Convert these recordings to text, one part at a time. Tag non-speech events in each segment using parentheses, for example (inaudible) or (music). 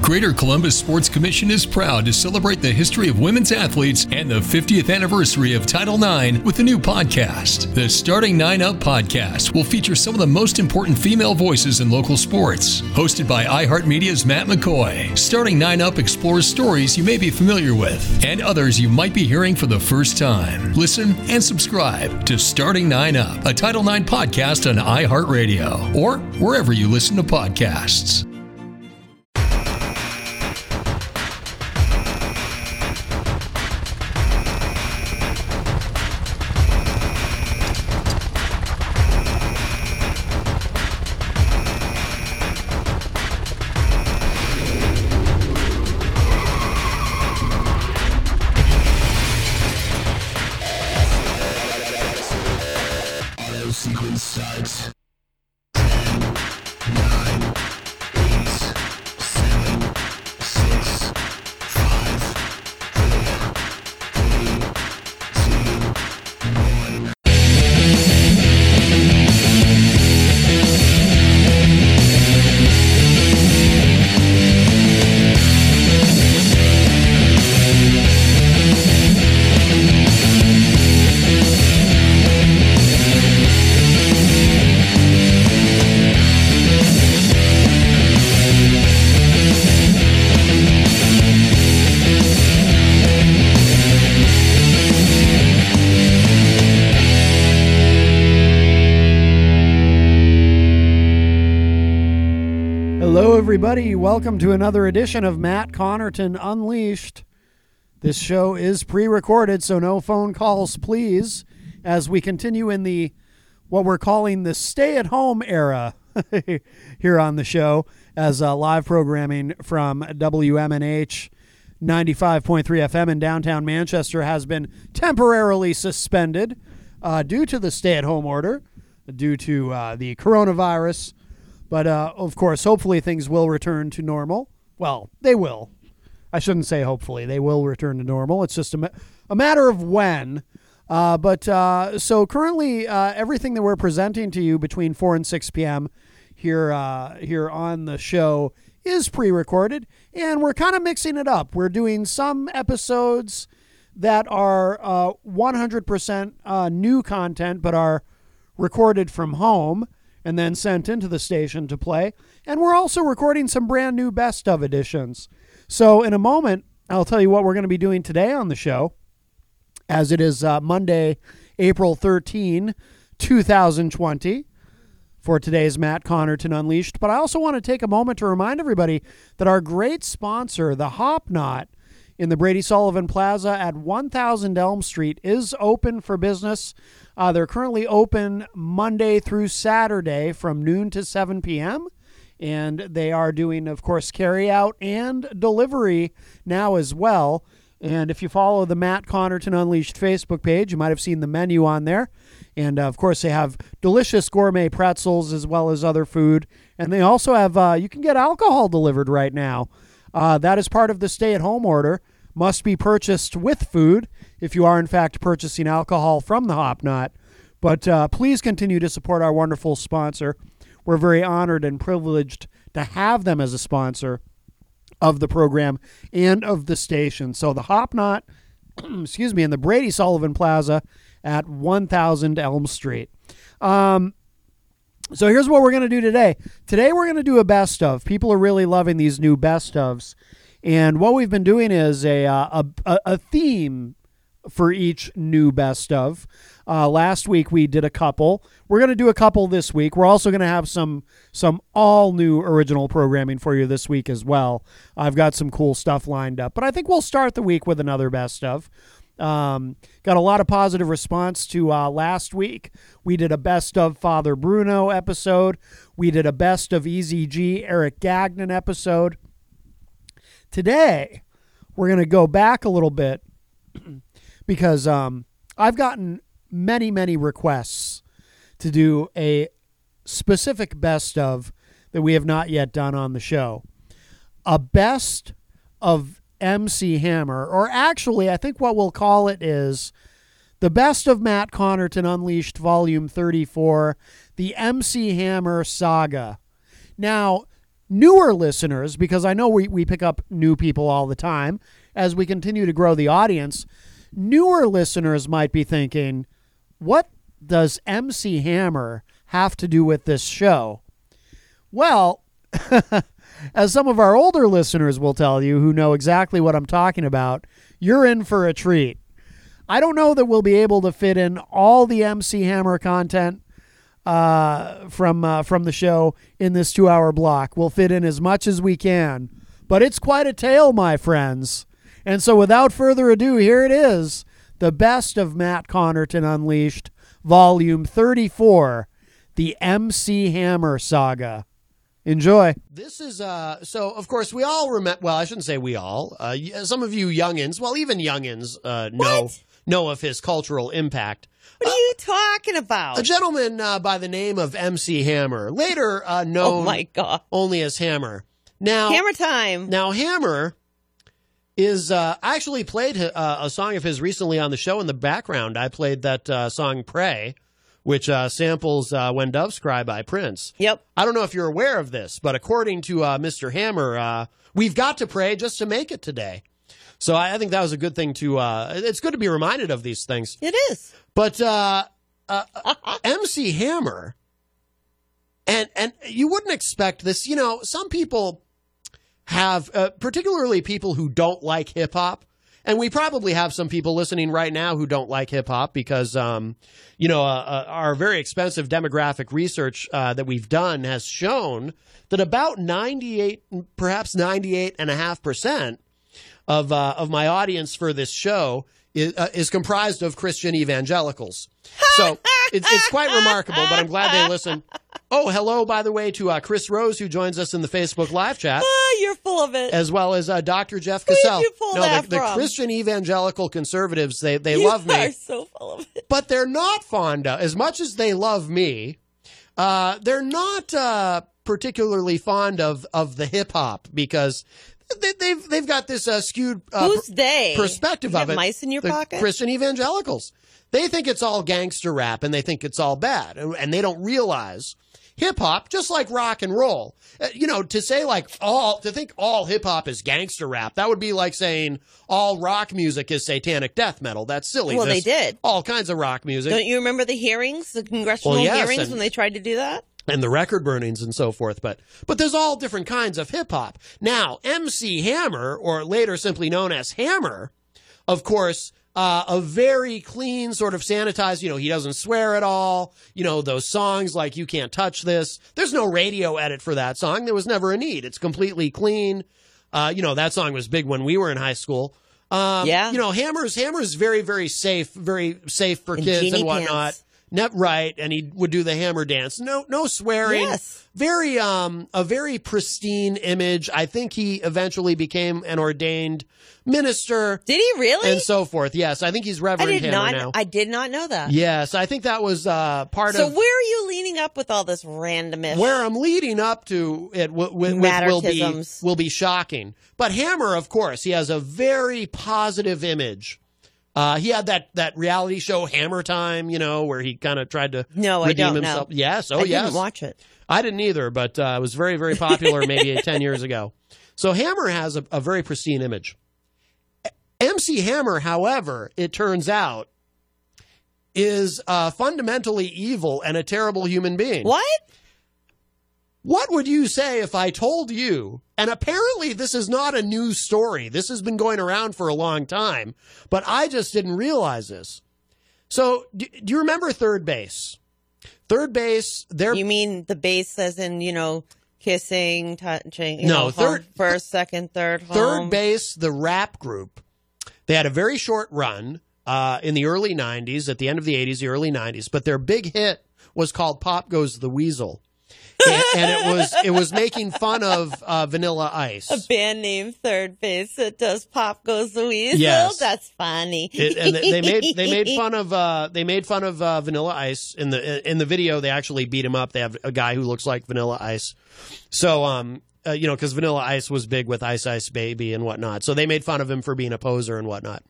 Greater Columbus Sports Commission is proud to celebrate the history of women's athletes and the 50th anniversary of Title IX with a new podcast. The Starting Nine Up podcast will feature some of the most important female voices in local sports. Hosted by iHeartMedia's Matt McCoy, Starting Nine Up explores stories you may be familiar with and others you might be hearing for the first time. Listen and subscribe to Starting Nine Up, a Title IX podcast on iHeartRadio or wherever you listen to podcasts. Hello, everybody. Welcome to another edition of Matt Connerton Unleashed. This show is pre recorded, so no phone calls, please, as we continue in the what we're calling the stay at home era (laughs) here on the show as uh, live programming from WMNH 95.3 FM in downtown Manchester has been temporarily suspended uh, due to the stay at home order, due to uh, the coronavirus. But uh, of course, hopefully things will return to normal. Well, they will. I shouldn't say hopefully. They will return to normal. It's just a, ma- a matter of when. Uh, but uh, so currently, uh, everything that we're presenting to you between 4 and 6 p.m. here uh, here on the show is pre recorded. And we're kind of mixing it up. We're doing some episodes that are uh, 100% uh, new content, but are recorded from home and then sent into the station to play. And we're also recording some brand new best of editions. So, in a moment, I'll tell you what we're going to be doing today on the show, as it is uh, Monday, April 13, 2020 for today's Matt Connerton Unleashed. But I also want to take a moment to remind everybody that our great sponsor, the Hop Knot, in the Brady Sullivan Plaza at 1000 Elm Street is open for business. Uh, they're currently open Monday through Saturday from noon to 7 p.m. And they are doing, of course, carry out and delivery now as well. And if you follow the Matt Connerton Unleashed Facebook page, you might have seen the menu on there. And uh, of course, they have delicious gourmet pretzels as well as other food. And they also have, uh, you can get alcohol delivered right now. Uh, that is part of the stay at home order. Must be purchased with food if you are, in fact, purchasing alcohol from the Hop Knot. But uh, please continue to support our wonderful sponsor. We're very honored and privileged to have them as a sponsor of the program and of the station. So the Hop Knot, (clears throat) excuse me, in the Brady Sullivan Plaza at 1000 Elm Street. Um, So here's what we're going to do today. Today we're going to do a best of. People are really loving these new best ofs. And what we've been doing is a uh, a, a theme for each new best of. Uh, last week we did a couple. We're going to do a couple this week. We're also going to have some some all new original programming for you this week as well. I've got some cool stuff lined up, but I think we'll start the week with another best of. Um, got a lot of positive response to uh, last week. We did a best of Father E Bruno episode. We did a best of EZG Eric Gagnon episode Today, we're going to go back a little bit because um, I've gotten many, many requests to do a specific best of that we have not yet done on the show. A best of MC Hammer, or actually, I think what we'll call it is the best of Matt Connerton Unleashed, Volume 34, the MC Hammer Saga. Now, newer listeners, because I know we, we pick up new people all the time as we continue to grow the audience, newer listeners might be thinking, what does MC Hammer have to do with this show? Well, (laughs) as some of our older listeners will tell you who know exactly what I'm talking about, you're in for a treat. I don't know that we'll be able to fit in all the MC Hammer content uh, from uh, from the show in this two hour block. We'll fit in as much as we can, but it's quite a tale, my friends. And so, without further ado, here it is: the best of Matt Connerton Unleashed, Volume Thirty Four, the MC Hammer Saga. Enjoy. This is uh so of course we all remember well I shouldn't say we all uh y- some of you youngins well even youngins uh know know of his cultural impact. Uh, What are you talking about? A gentleman uh, by the name of MC Hammer later uh known oh my god! only as Hammer. Now Hammer time. now Hammer is uh I actually played hi- uh, a song of his recently on the show in the background. I played that uh, song Pray which uh, samples uh, When Doves Cry by Prince. Yep. I don't know if you're aware of this, but according to uh, Mr. Hammer, uh, we've got to pray just to make it today. So I, I think that was a good thing to. Uh, it's good to be reminded of these things. It is. But uh, uh, (laughs) uh, MC Hammer, and and you wouldn't expect this. You know, some people have, uh, particularly people who don't like hip hop. And we probably have some people listening right now who don't like hip hop because, um, you know, uh, uh, our very expensive demographic research uh, that we've done has shown that about 98, perhaps 98.5% of, uh, of my audience for this show is, uh, is comprised of Christian evangelicals. So it's, it's quite remarkable, but I'm glad they listen. Oh, hello, by the way, to uh, Chris Rose, who joins us in the Facebook live chat Oh, you're full of it. as well as uh, Dr. Jeff did Cassell. you pull no, that the, the from? Christian evangelical conservatives, they, they you love me, are (laughs) so full of it. but they're not fond of, as much as they love me, uh, they're not uh, particularly fond of, of the hip hop because they, they've, they've got this uh, skewed uh, Who's they? perspective You of have it. Mice in your the pocket. Christian evangelicals. They think it's all gangster rap and they think it's all bad and, and they don't realize hip hop, just like rock and roll. uh, you know, to say like all, to think all hip hop is gangster rap, that would be like saying all rock music is satanic death metal. That's silly. Well, they There's did. All kinds of rock music Don't you remember the hearings, the congressional Well, yes, hearings and- when they tried to do that? and the record burnings and so forth. But but there's all different kinds of hip hop. Now, MC Hammer, or later simply known as Hammer, of course. Uh, a very clean sort of sanitized, you know, he doesn't swear at all. You know, those songs like You Can't Touch This. There's no radio edit for that song. There was never a need. It's completely clean. Uh, you know, that song was big when we were in high school. Um, Yeah. You know, Hammer's, Hammer's very, very safe, very safe for And kids genie and whatnot. pants. Net right, and he would do the hammer dance. No, no swearing. Yes. Very, um, a very pristine image. I think he eventually became an ordained minister Did he really? and so forth. Yes, I think he's I Reverend Hammer did not. now. I did not know that. yes, I think that was uh, part So of where are you leaning up with all this randomness? where I'm leading up to it w- w- with will be Mattertisms. will be shocking. But Hammer, of course, he has a very positive image. Uh, he had that that reality show Hammer Time, you know, where he kind of tried to No, I redeem don't know. himself. Yes, oh I yes, didn't watch it. I didn't either, but uh, it was very, very popular maybe 10 years ago. So Hammer has a, a very pristine image. MC Hammer, however, it turns out, is uh, fundamentally evil and a terrible human being. What? What would you say if I told you? And apparently, this is not a new story. This has been going around for a long time, but I just didn't realize this. So, do, do you remember third base? Third base, their You mean the base, as in you know, kissing, touching? you No, know, home, third- first, second, third, home. Third Base, the rap group, they had a very short run uh, in the early 90s, at the end of the 80s, the early 90s, but their big hit was called Pop Goes the Weasel. and, and it was it was making fun of uh, Vanilla Ice. A band named Third Base that does pop goes the weasel. Yes. That's funny. It, and they they made they (laughs) made fun of uh, they made fun of uh, Vanilla Ice in the in the video. They actually beat him up. They have a guy who looks like Vanilla Ice. So um uh, you know because Vanilla Ice was big with Ice Ice Baby and whatnot. So they made fun of him for being a poser and whatnot.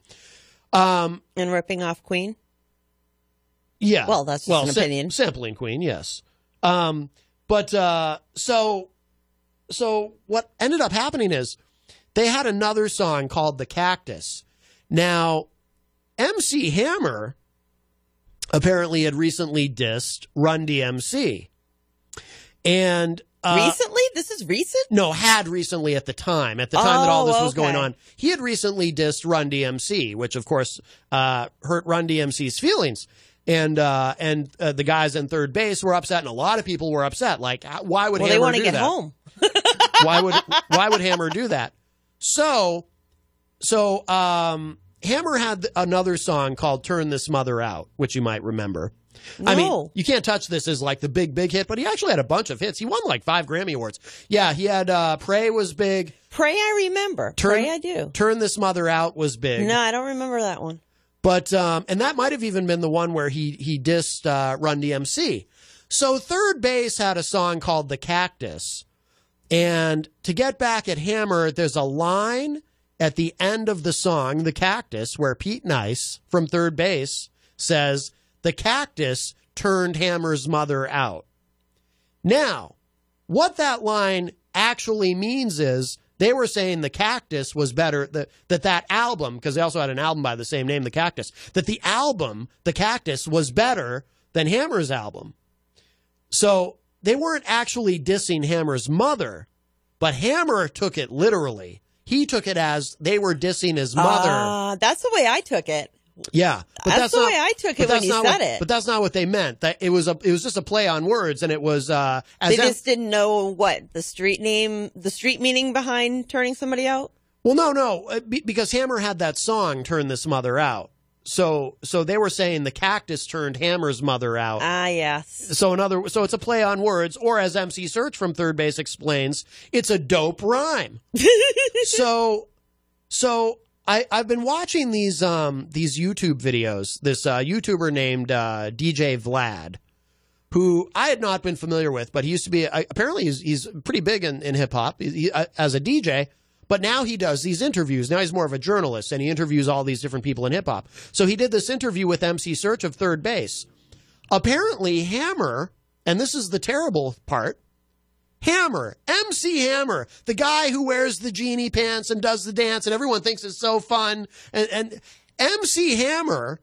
Um and ripping off Queen. yeah. Well, that's just an sam- opinion. Sampling Queen, yes. Um but uh so so what ended up happening is they had another song called The Cactus. Now, MC Hammer apparently had recently dissed Run DMC. And uh, recently? This is recent? no, had recently at the time, at the time that all Oh, this was going okay. on, he had recently dissed Run DMC, which of course uh, hurt Run DMC's feelings. And uh, and uh, the guys in third base were upset, and a lot of people were upset. Like, uh, why would Well, Hammer they want to do get that? home. why would why would Hammer do that? So so um, Hammer had another song called "Turn This Mother Out," which you might remember. I mean, No. you can't touch this as like the big big hit, but he actually had a bunch of hits. He won like five Grammy awards. Yeah, he had uh, "Pray" was big. Pray I remember. Turn- Pray I do. "Turn This Mother Out" was big. No, I don't remember that one. But um, and that might have even been the one where he he dissed uh, Run DMC. So third base had a song called "The Cactus," and to get back at Hammer, there's a line at the end of the song "The Cactus" where Pete Nice from third base says, "The cactus turned Hammer's mother out." Now, what that line actually means is they were saying the cactus was better that that, that album because they also had an album by the same name the cactus that the album the cactus was better than hammer's album so they weren't actually dissing hammer's mother but hammer took it literally he took it as they were dissing his mother Ah, that's the way I took it. yeah, but That's that's, the not, way I took but it when that's you not said what- it. But that's not what they meant. That it was a it was just a play on words, and it was uh, as They em- just didn't know what the street name, the street meaning behind turning somebody out. well, no, no, uh, be- because Hammer had that song "Turn This Mother Out," so so they were saying the cactus turned Hammer's mother out. Ah, yes. so another so it's a play on words, or as MC Search from Third Base explains, it's a dope (laughs) rhyme. so so I, I've been watching these um these YouTube videos. This uh, YouTuber named uh, DJ Vlad, who I had not been familiar with, but he used to be I, apparently he's, he's pretty big in, in hip hop he- he- uh, as a DJ. But now he does these interviews. Now he's more of a journalist, and he interviews all these different people in hip hop. So he did this interview with MC Search of Third Base. Apparently, Hammer, and this is the terrible part, Hammer, MC Hammer, the guy who wears the genie pants and does the dance and everyone thinks it's so fun. And, and MC Hammer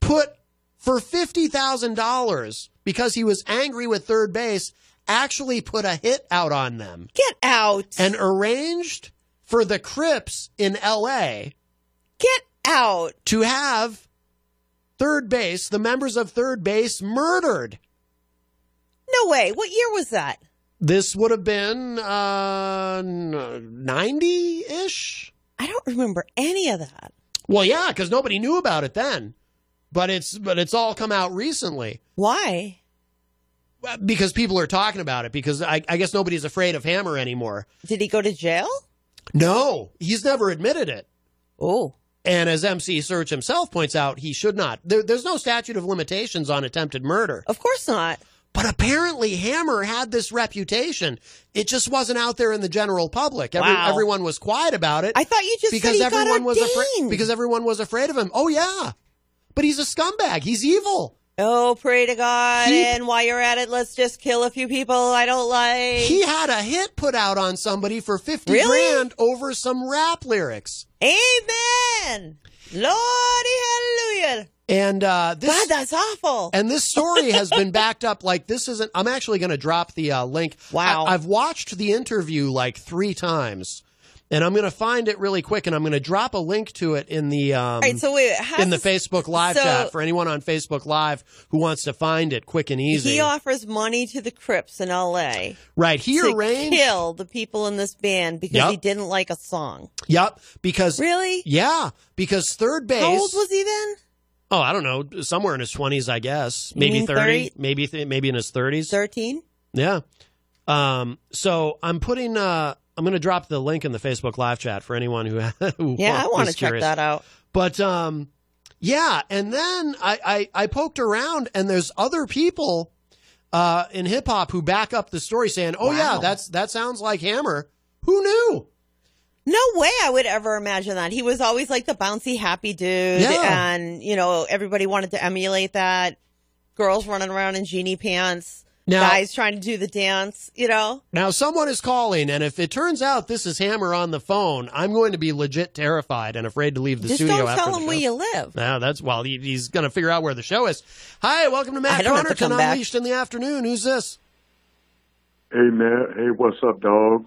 put for $50,000 because he was angry with third base, actually put a hit out on them Get out. and arranged for the Crips in LA Get out. to have third base, the members of third base murdered. No way. What year was that? This would have been uh 90 ish. I don't remember any of that. Well, yeah, because nobody knew about it then, but it's but it's all come out recently Why? Uh, because people are talking about it. Because I, I guess nobody's afraid of Hammer anymore. Did he go to jail? No, he's never admitted it. Oh. And as MC Search himself points out, he should not. There, there's no statute of limitations on attempted murder. Of course not. But apparently, Hammer had this reputation. It just wasn't out there in the general public. Every, Wow. Everyone was quiet about it. I thought you just because said he everyone got was afraid ordained. because everyone was afraid of him. Oh yeah, but he's a scumbag. He's evil. oh, pray to God! He- and while you're at it, let's just kill a few people I don't like. He had a hit put out on somebody for fifty Really? grand over some rap lyrics. Amen. Lordy, hallelujah. And uh, this God, that's awful. and this story has been backed up. Like this isn't. I'm actually going to drop the uh, link. Wow. I, I've watched the interview like three times, and I'm going to find it really quick, and I'm going to drop a link to it in the. Um, All right, so wait, how's in the this- Facebook Live so- chat for anyone on Facebook Live who wants to find it quick and easy. He offers money to the Crips in L.A. right, he to arranged. kill the people in this band because Yep. he didn't like a song. Yep, because Really? yeah, because third base. How old was he then? oh, I don't know, somewhere in his twenties, I guess, maybe mean thirty, 30? maybe th- maybe in his thirties. Thirteen. Yeah. Um, so I'm putting. Uh, I'm going to drop the link in the Facebook live chat for anyone who. (laughs) who Yeah, I want want to check that out. But um, yeah, and then I, I I poked around, and there's other people uh, in hip hop who back up the story, saying, "Oh yeah, that's that sounds like Hammer." Who knew? No way I would ever imagine that. He was always like the bouncy, happy dude. Yeah. And, you know, everybody wanted to emulate that. Girls running around in genie pants, Now- guys trying to do the dance, you know? Now someone is calling, and if it turns out this is Hammer on the phone, I'm going to be legit terrified and afraid to leave the Just studio. don't after tell the him where show. you live. Now that's well, he, he's going to figure out where the show is. Hi, welcome to I Matt don't have to Connerton come back. Unleashed in the afternoon. Who's this? Hey, Matt. Hey, what's up, dog?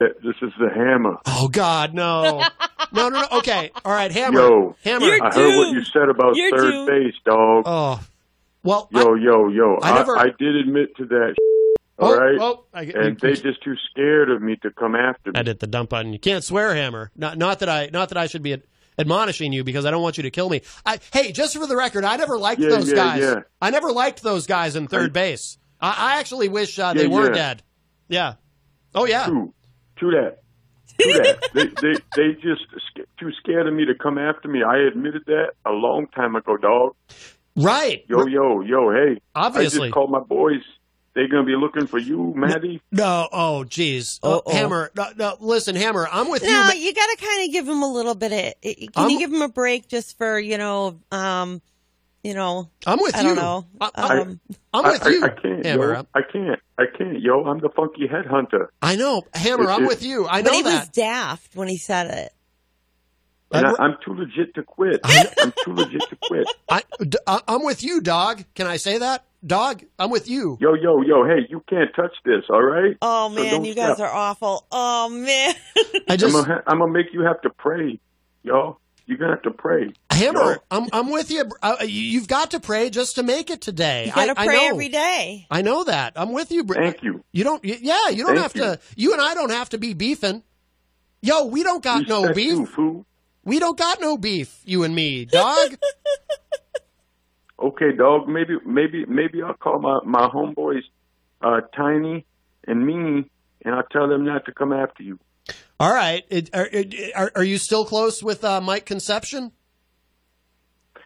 This is the hammer. Oh God, no, (laughs) no, no, no. Okay, all right, Hammer, Yo. Hammer. You're- I heard what you said about You're third doomed. base, dog. oh, well, I- yo, yo, yo. I I, never- I did admit to that. oh, All right. oh, I, get- and they just too scared of me to come after me. I hit the dump button. You can't swear, Hammer. Not, not that I, not that I should be ad- admonishing you because I don't want you to kill me. I, hey, just for the record, I never liked Yeah, those yeah, guys. yeah. I never liked those guys in third base. I, I actually wish uh, they Yeah, were yeah. dead. Yeah. Oh yeah. True. To that. To (laughs) that. they, they, they just sca- too scared of me to come after me. I admitted that a long time ago, dog. Right. Yo, yo, yo. Hey. I Obviously. just called my boys. They gonna be looking for you, Maddie. No. Oh, geez. Oh, Uh-oh. Hammer. No, no, listen, Hammer. I'm with you. No, ma- you got to kind of give him a little bit of. eh, Can I'm- you give him a break just for you know, um, you know, I'm with I you. don't know. I, I, um, I'm I- with I, you. I can't, Hammer. yo. I'm- I can't. I can't, yo. I'm the funky headhunter. I know, Hammer. I'm It- it- with you. I know but he was that. daft when he said it. And I, I'm- I'm too legit to quit. I'm too legit to quit. I, d- I, am with you, dog. Can I say that, dog? I'm with you. Yo, yo, yo. Hey, you can't touch this, all right? (laughs) Oh So man, don't you guys stop. are awful. Oh man, (laughs) I I'm just gonna, ha- I'm gonna make you have to pray, yo. You're gonna have to pray. Hammer. Yo. I'm I'm with you. br- Uh, you- you've got to pray just to make it today. you got to I, pray I know. every day. I know that. I'm with you. br- uh, Thank you. You don't. y- Yeah, you don't Thank have to. You and I don't have to be beefing. Yo, we don't got no Respect beef. you, fool. We don't got no beef. You and me, (laughs) dog. Okay, dog. Maybe, maybe, maybe I'll call my my homeboys, uh, Tiny and Meanie, and I'll tell them not to come after you. All right. It, are, it- are, are you still close with uh, Mike Conception?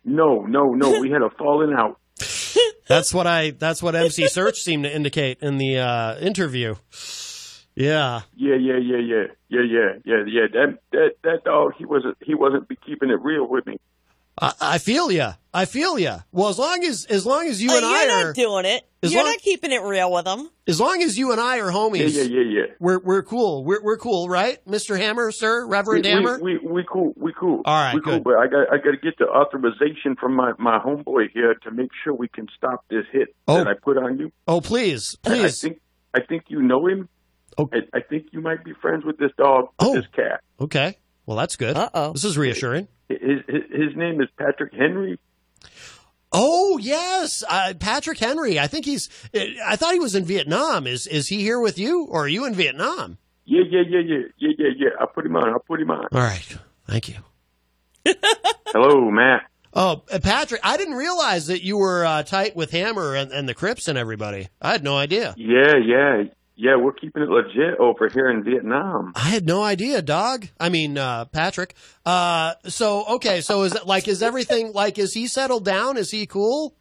No, no, (laughs) no. we had a falling out. That's what I. That's what MC (laughs) Search seemed to indicate in the uh, interview. Yeah. Yeah, yeah, yeah, yeah, yeah, yeah, yeah, yeah. That that that dog. He wasn't he wasn't be keeping it real with me. I, I feel ya. I feel ya. Well, as long as as long as you and Uh, I you're are not doing it. As You're long- not keeping it real with him. as long as you and I are Yeah, homies, yeah, yeah, yeah. we're we're cool. We're we're cool, right, Mister Hammer, sir, We, Reverend Hammer? we, we we cool. We cool. All right, we cool. good. But I got I got to get the authorization from my my homeboy here to make sure we can stop this hit Oh. that I put on you. oh, please, And I please. think I think you know him. Oh. I, I think you might be friends with this dog, Oh. this cat. okay. Well, that's good. Uh oh. This is reassuring. His, his his name is Patrick Henry. Oh yes, uh, Patrick Henry. I think he's. I thought he was in Vietnam. Is is he here with you, or are you in Vietnam? Yeah, yeah, yeah, yeah, yeah, yeah, yeah. I put him on. I put him on. All right. Thank you. (laughs) Hello, Matt. Oh, uh, Patrick, I didn't realize that you were uh, tight with Hammer and, and the Crips and everybody. I had no idea. Yeah, yeah, yeah. We're keeping it legit over here in Vietnam. I had no idea, dog. I mean, uh, Patrick. Uh, so okay, so is it like is everything like is he settled down? Is he cool?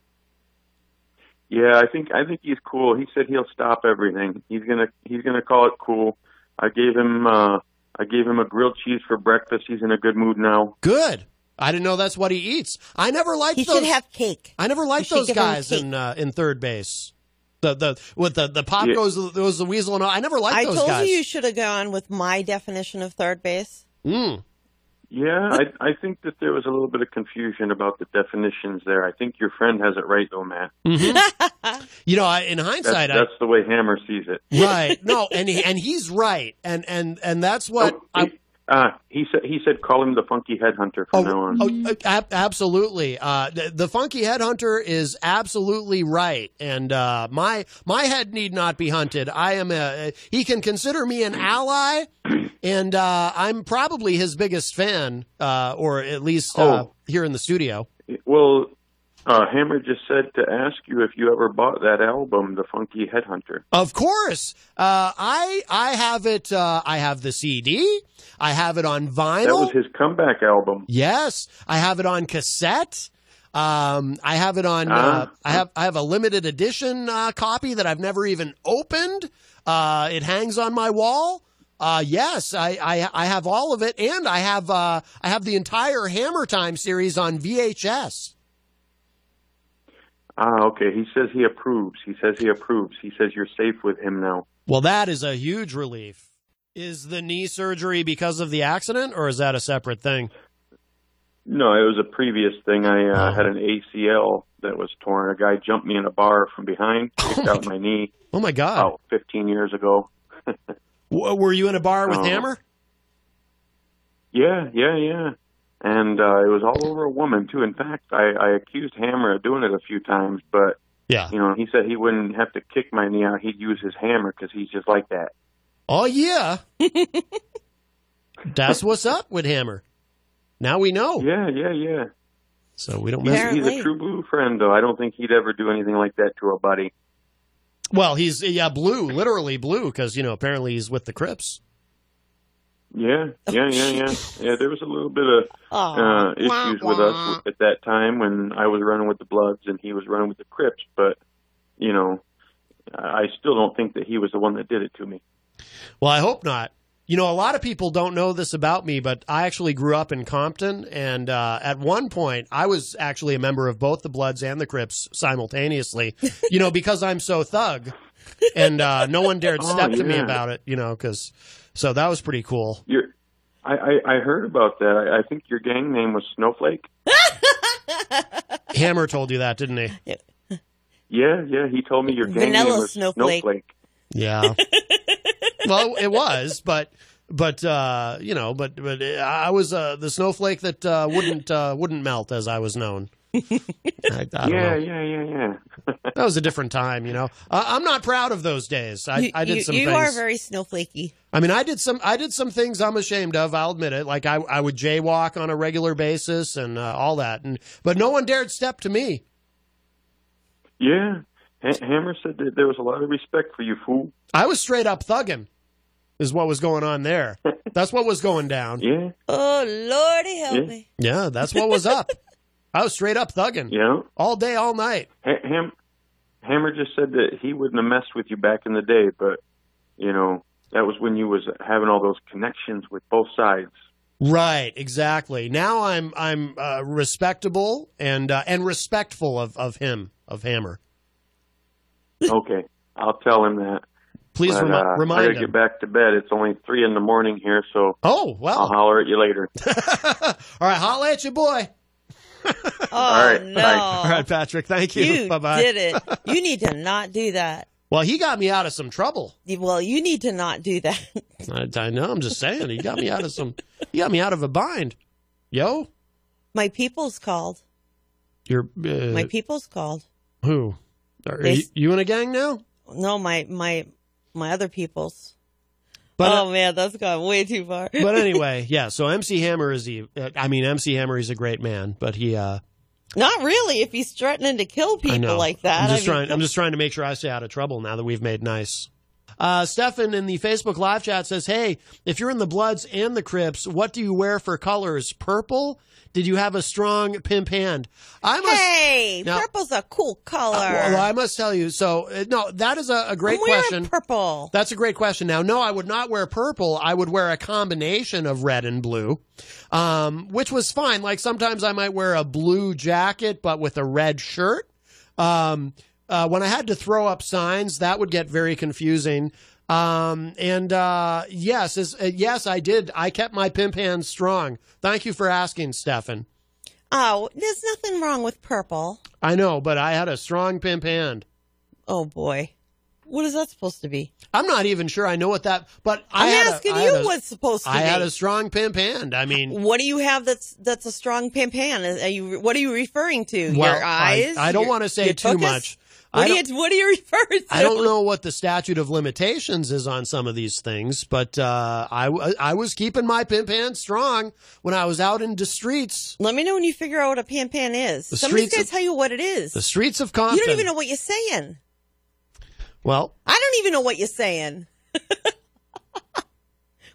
Yeah, I think I think he's cool. He said he'll stop everything. He's gonna he's gonna call it cool. I gave him uh I gave him a grilled cheese for breakfast. He's in a good mood now. Good. I didn't know that's what he eats. I never liked He those. should have cake. I never liked he should those give him guys cake. in uh, in third base. The the with the the pop Yeah. goes goes the weasel and all. I never liked I those told guys. you you should have gone with my definition of third base. Mm. Yeah, I, I think that there was a little bit of confusion about the definitions there. I think your friend has it right, though, Matt. mm-hmm. (laughs) You know, I, in That's, hindsight, I, that's the way Hammer sees it. right? No, and he, and he's right, and and and that's what Oh, I, he, uh, he said he said call him the funky headhunter from now on. Oh, uh, ab- absolutely. Uh, the, the funky headhunter is absolutely right, and uh, my my head need not be hunted. I am a, he can consider me an ally, and uh, I'm probably his biggest fan, uh, or at least uh, Oh. here in the studio. Well, uh, Hammer just said to ask you if you ever bought that album, The Funky Headhunter. Of course, uh, I I have it. Uh, I have the CD. I have it on vinyl. That was his comeback album. Yes, I have it on cassette. Um, I have it on. Uh, Ah. I have I have a limited edition uh, copy that I've never even opened. Uh, it hangs on my wall. Uh, yes, I, I I have all of it, and I have uh, I have the entire Hammer Time series on VHS. Ah, okay. He says he approves. He says he approves. He says you're safe with him now. Well, that is a huge relief. Is the knee surgery because of the accident, or is that a separate thing? No, it was a previous thing. I uh, Oh. had an ACL that was torn. A guy jumped me in a bar from (laughs) behind, kicked out my knee Oh my God! about 15 years ago. W- were you in a bar with Oh. Hammer? Yeah, yeah, yeah. And uh, it was all over a woman too. In fact, I, I accused Hammer of doing it a few times, but Yeah. you know, he said he wouldn't have to kick my knee out. He'd use his hammer because he's just like that. Oh (laughs) yeah. That's what's up with Hammer. Now we know. Yeah, yeah, yeah. So we don't He's, mess. Yeah. he's Apparently. a true blue friend, though. I don't think he'd ever do anything like that to a buddy. Well, he's yeah, blue, literally blue because, you know, apparently he's with the Crips. (laughs) Yeah, yeah, yeah, yeah. Yeah, there was a little bit of Aw. uh, issues with us at that time when I was running with the Bloods and he was running with the Crips, but you know, I I still don't think that he was the one that did it to me. Well, I hope not. You know, a lot of people don't know this about me, but I actually grew up in Compton and uh, at one point I was actually a member of both the Bloods and the Crips (laughs) simultaneously. you know, because I'm so thug and uh, no one dared Oh, step to me yeah. about it, you know, cuz so that was pretty cool. You're, I, I, I heard about that. I, I think your gang name was Snowflake. Hammer told you that, didn't he? Yeah, yeah. He told me your gang Vanilla name was Snowflake. Yeah. well, it was, but but uh, you know, but but I was uh, the snowflake that uh, wouldn't uh, wouldn't melt, as I was known. I, I don't Yeah, know. yeah, yeah, yeah. (laughs) That was a different time, you know. Uh, I'm not proud of those days. I, you, I did you- some you things. are very snowflakey. I mean, I did some. I did some things I'm ashamed of. I'll admit it. Like I, I would jaywalk on a regular basis and uh, all that. And but no one dared step to me. (laughs) Yeah. Ha- Hammer said that there was a lot of respect for you, fool. I was straight up thugging, is what was going on (laughs) there. That's what was going down. Yeah, Oh lordy, help Yeah. me! Yeah, that's what was (laughs) up. I was straight up thugging yeah. all day, all night. Ha- Ham- Hammer just said that he wouldn't have messed with you back in the day, but you know that was when you was having all those connections with both (laughs) sides. Right, exactly. Now I'm I'm uh, respectable and uh, and respectful of, of him of Hammer. Okay, I'll tell him that. Please But, remi- uh, I remind gotta him. get back to bed. It's only three in the morning here, so Oh I'll well. holler at you later. all right, holla at you, boy. Oh right, no! bye. All right, Patrick. (laughs) Thank you. (laughs) You bye bye. did it. You need to not do that. Well, he got me out of some trouble. You- Well, you need to not do that. (laughs) I, I know. I'm just saying. He got me out of some. He got me out of a bind. Yo, My people's called. you're uh, My people's called. who? Are They- you, you in a gang now? No, my my my other people's. But, uh, oh man, that's gone way too far. but (laughs) anyway, yeah. So MC Hammer is he? uh, I mean, MC Hammer is a great man, but he. uh Not really. If he's threatening to kill I people know. like that, I'm just I mean, trying. I'm just trying to make sure I stay out of trouble now that we've made nice. Uh, Stefan in the Facebook live chat says, "Hey, if you're in the Bloods and the Crips, what do you wear for colors? Purple? Did you have a strong pimp hand? I must. Hey, Now- Uh, purple's a cool color. well, I must tell you. So, uh, no, that is a, a great I'm wearing question. Purple. That's a great question. Now, no, I would not wear purple. I would wear a combination of red and blue, um, which was fine. Like sometimes I might wear a blue jacket, but with a red shirt. Um, uh, when I had to throw up signs, that would get very confusing. Um, and uh, yes, is, uh, yes, I did. I kept my pimp hands strong. Thank you for asking, Stefan. Oh, there's nothing wrong with purple. I know, but I had a strong pimp hand. Oh boy, what is that supposed to be? I'm not even sure I know what that. But I I'm had a- asking I had you a- what's supposed to I be. had a strong pimp hand. I mean, what do you have that's that's a strong pimp hand? Are you what are you referring to? well, your I- eyes? I, don't Your- want to say your too focus? much. What I do don't, you what do you (laughs) refer to? I don't know what the statute of limitations is on some of these things, but uh, I, w- I was keeping my pimp hand strong when I was out in the streets, Let me know when you figure out what a pimp hand is. The Some of these streets guys of- tell you what it is. the streets of You Compton. don't even know what you're saying. Well, I don't even know what you're saying.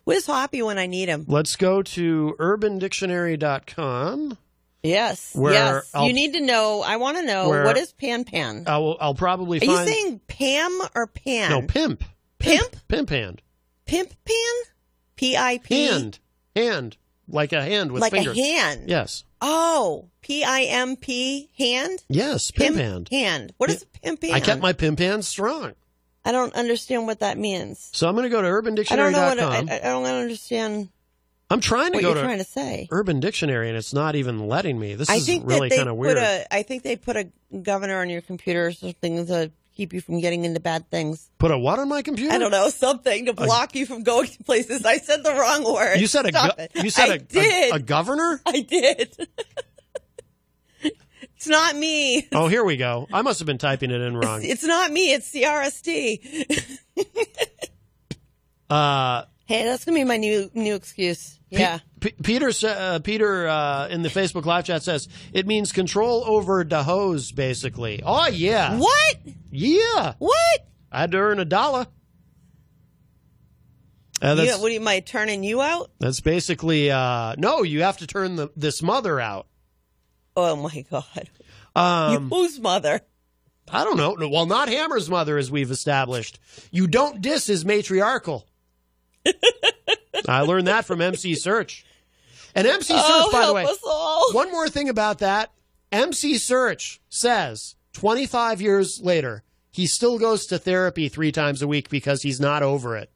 Where's Hoppy when I need him? let's go to urbandictionary.com. Yes. Where yes. I'll- you need to know. I want to know Where- what is Pan Pan? I will, I'll probably Are find. you saying Pam or Pan? No, pimp. Pimp? Pimp hand. Pimp Pan? P I P. Hand. Hand. Like a hand with Like finger. a hand. Yes. Oh, P I M P hand? Yes, pimp, hand. Hand. What is a pimp hand? I kept my pimp hand strong. I don't understand what that means. So I'm going to go to I don't know urbandictionary.com. what I, I I don't understand I'm trying to what go you're to trying to say. Urban Dictionary and it's not even letting me. This I is think really that they kind of weird. put a. I think they put a governor on your computer or something to keep you from getting into bad things. Put a what on my computer? I don't know something to block you from going (laughs) to places. I said the wrong word. You said a Stop go- it. you said I a, did. a a governor? (laughs) I did. it's not me. Oh, here we go. I must have been typing it (laughs) in wrong. It's not me. It's CRST. Uh, hey, that's gonna be my new new excuse. Pe- Yeah. Pe- Peter sa- uh, Peter uh, in the Facebook live chat says it means control over the hose basically. Oh yeah. what? Yeah. What? I had to earn a dollar. Uh, You, that's, what do you am I turning you out? that's basically uh, no. You have to turn the, this mother out. Oh my god. You Um, whose mother? I don't know. No, Well, not Hammer's mother, as we've established. You don't diss his (laughs) matriarchal. I learned that from MC Search. And MC oh, Search, by the help way, us all. one more thing about that. MC Search says 25 years later, he still goes to therapy three times a week because he's not over it.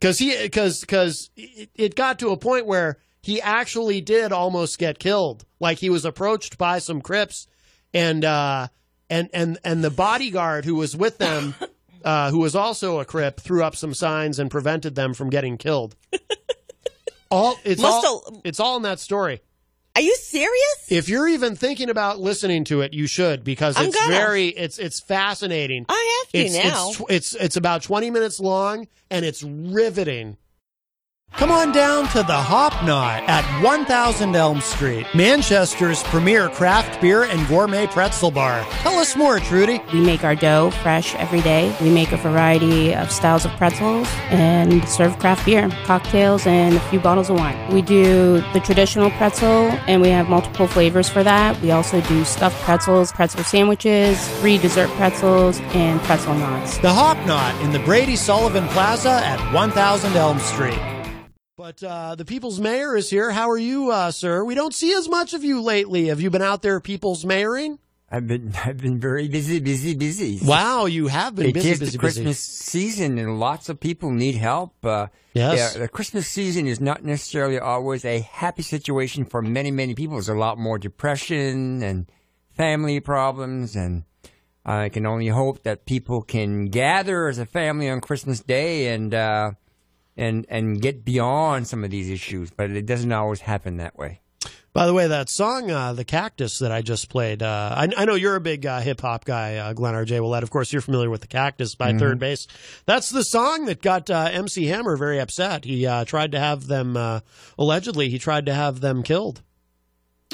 Because he, because, because it it got to a point where he actually did almost get killed. Like he was approached by some Crips and, uh, and, and, and the bodyguard who was with (laughs) them, uh, who was also a Crip, threw up some signs and prevented them from getting killed. All it's Must all, have- it's all in that story. Are you serious? If you're even thinking about listening to it, you should because I'm it's gonna. very it's it's fascinating. I have to It's now. it's tw- it's it's about 20 minutes long and it's riveting. Come on down to the Hop Knot at 1000 Elm Street, Manchester's premier craft beer and gourmet pretzel bar. Tell us more, Trudy. We make our dough fresh every day. We make a variety of styles of pretzels and serve craft beer, cocktails, and a few bottles of wine. We do the traditional pretzel, and we have multiple flavors for that. We also do stuffed pretzels, pretzel sandwiches, free dessert pretzels, and pretzel knots. The Hop Knot in the Brady Sullivan Plaza at 1000 Elm Street. But uh, the People's Mayor is here. How are you, uh, sir? We don't see as much of you lately. Have you been out there People's Mayoring? I've been (laughs) I've been very busy, busy, busy. Wow, you have been It busy, is busy, the Christmas season, and lots of people need help. Uh, Yes. yeah, the Christmas season is not necessarily always a happy situation for many, many people. There's a lot more depression and family problems, and I can only hope that people can gather as a family on Christmas Day and uh, and and get beyond some of these issues. But it doesn't always happen that way. busy. By the way, that song, uh, The Cactus, that I just played, uh, I, I know you're a big uh, hip hop guy, uh, Glenn R.J. Willett. Of course, you're familiar with The Cactus by Third Base. That's the song that got uh, MC Hammer very upset. He uh, tried to have them, uh, allegedly, he tried to have them killed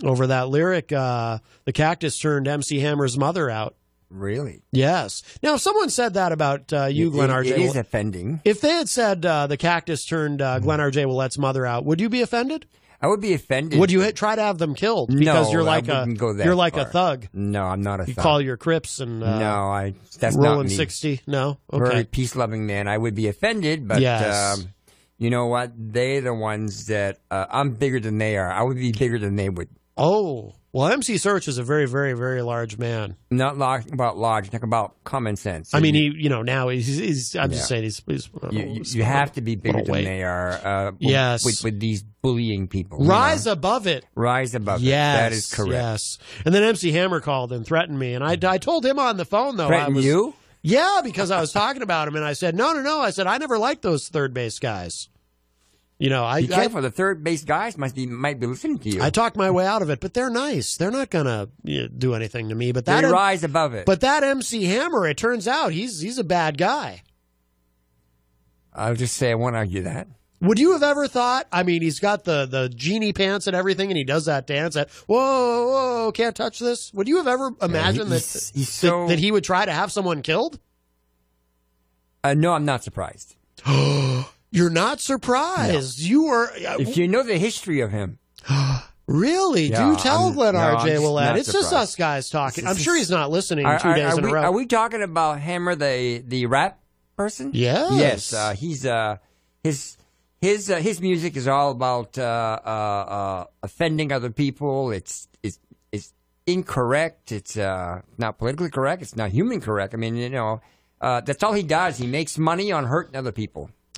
over that lyric. Uh, the Cactus turned MC Hammer's mother out. Really, Yes. Now, if someone said that about uh, you, It- Glenn it- R.J. It is Willett- offending. if they had said uh, the cactus turned uh, Glenn R.J. Willett's mother out, would you be offended? I would be offended. Would you hit, try to have them killed No, because you're I like a wouldn't go that you're like a far. thug? No, I'm not a You thug. call your Crips and uh, no, I. That's not rolling me. sixty. No, Very okay. peace loving man. I would be offended, but Yes. um, you know what? They're the ones that uh, I'm bigger than they are. I would be bigger than they would. Oh, Well, MC Search is a very, very, very large man. Not large, about large, talk about common sense. I mean, you, he, you know, now he's, he's I'm Yeah. just saying he's, he's a you, little- you- you have to be bigger little than weight. they are. Uh, with- Yes. with, with these bullying people, you know. rise above it. rise above. Yes, it. that is correct. Yes, and then MC Hammer called and threatened me, and I, I told him on the phone though. I Threaten was, you? Yeah, because I was talking about him, and I said, no, no, no. I said I never liked those third base guys. You know, I Be I, careful. the third base guys must be might be listening to you. I talked my way out of it, but they're nice. They're not gonna you know, do anything to me. But they that M- rise above it. but that MC Hammer, it turns out he's he's a bad guy. I'll just say I won't argue that. Would you have ever thought? I mean, he's got the the genie pants and everything, and he does that dance. At whoa, whoa, can't touch this. Would you have ever imagined he's- that, he's that- so- that he would try to have someone killed? Uh, no, I'm not surprised. You're not surprised. You are uh, If you know the history of him, (gasps) really. Yeah, do tell I'm- Glenn no, I'm R.J. just Willett. not It's just surprised. us (laughs) guys talking. This I'm is- sure he's not listening are, two are- days are in we, a row. are we talking about Hammer, the the rap person? Yes. Yes. Uh, he's uh, his his uh, his music is all about uh, uh, uh, offending other people. It's it's it's incorrect. It's uh, not politically correct. It's not human correct. I mean, you know, uh, that's all he does. He makes money on hurting other people.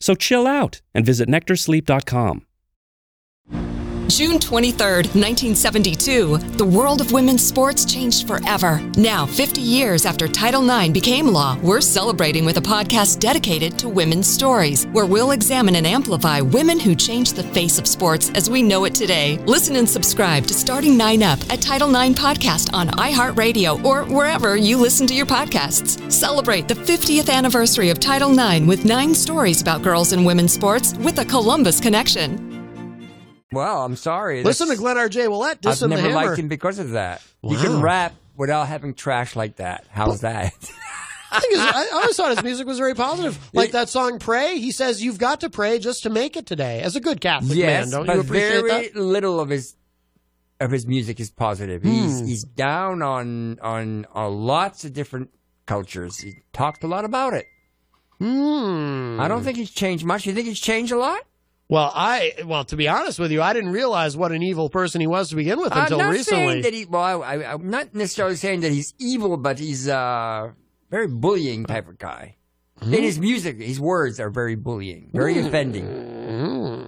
So chill out and visit nectarsleep.com. June 23rd, 1972, the world of women's sports changed forever. Now, 50 years after Title IX became law, we're celebrating with a podcast dedicated to women's stories, where we'll examine and amplify women who changed the face of sports as we know it today. Listen and subscribe to Starting Nine Up, a Title IX podcast on iHeartRadio or wherever you listen to your podcasts. Celebrate the 50th anniversary of Title IX with nine stories about girls and women's sports with a Columbus connection. Well, I'm sorry. Listen to That's- Glenn R.J. Willett I've dissing never the hammer. liked him because of that. You can Wow. rap without having trash like that. How's that? (laughs) (laughs) I, think his, I always thought his music was very positive. Like that song "Pray." He says, "You've got to pray just to make it today." As a good Catholic yes, man, don't but you appreciate very that? little of his of his music is positive. Hmm. He's he's down on on on lots of different cultures. He talked a lot about it. Hmm. I don't think he's changed much. You think he's changed a lot? Well, I well to be honest with you, I didn't realize what an evil person he was to begin with until I'm not recently. saying that he. Well, I, I, I'm not necessarily saying that he's evil, but he's a very bullying type of guy. Hmm? In his music, his words are very bullying, very offending. Hmm.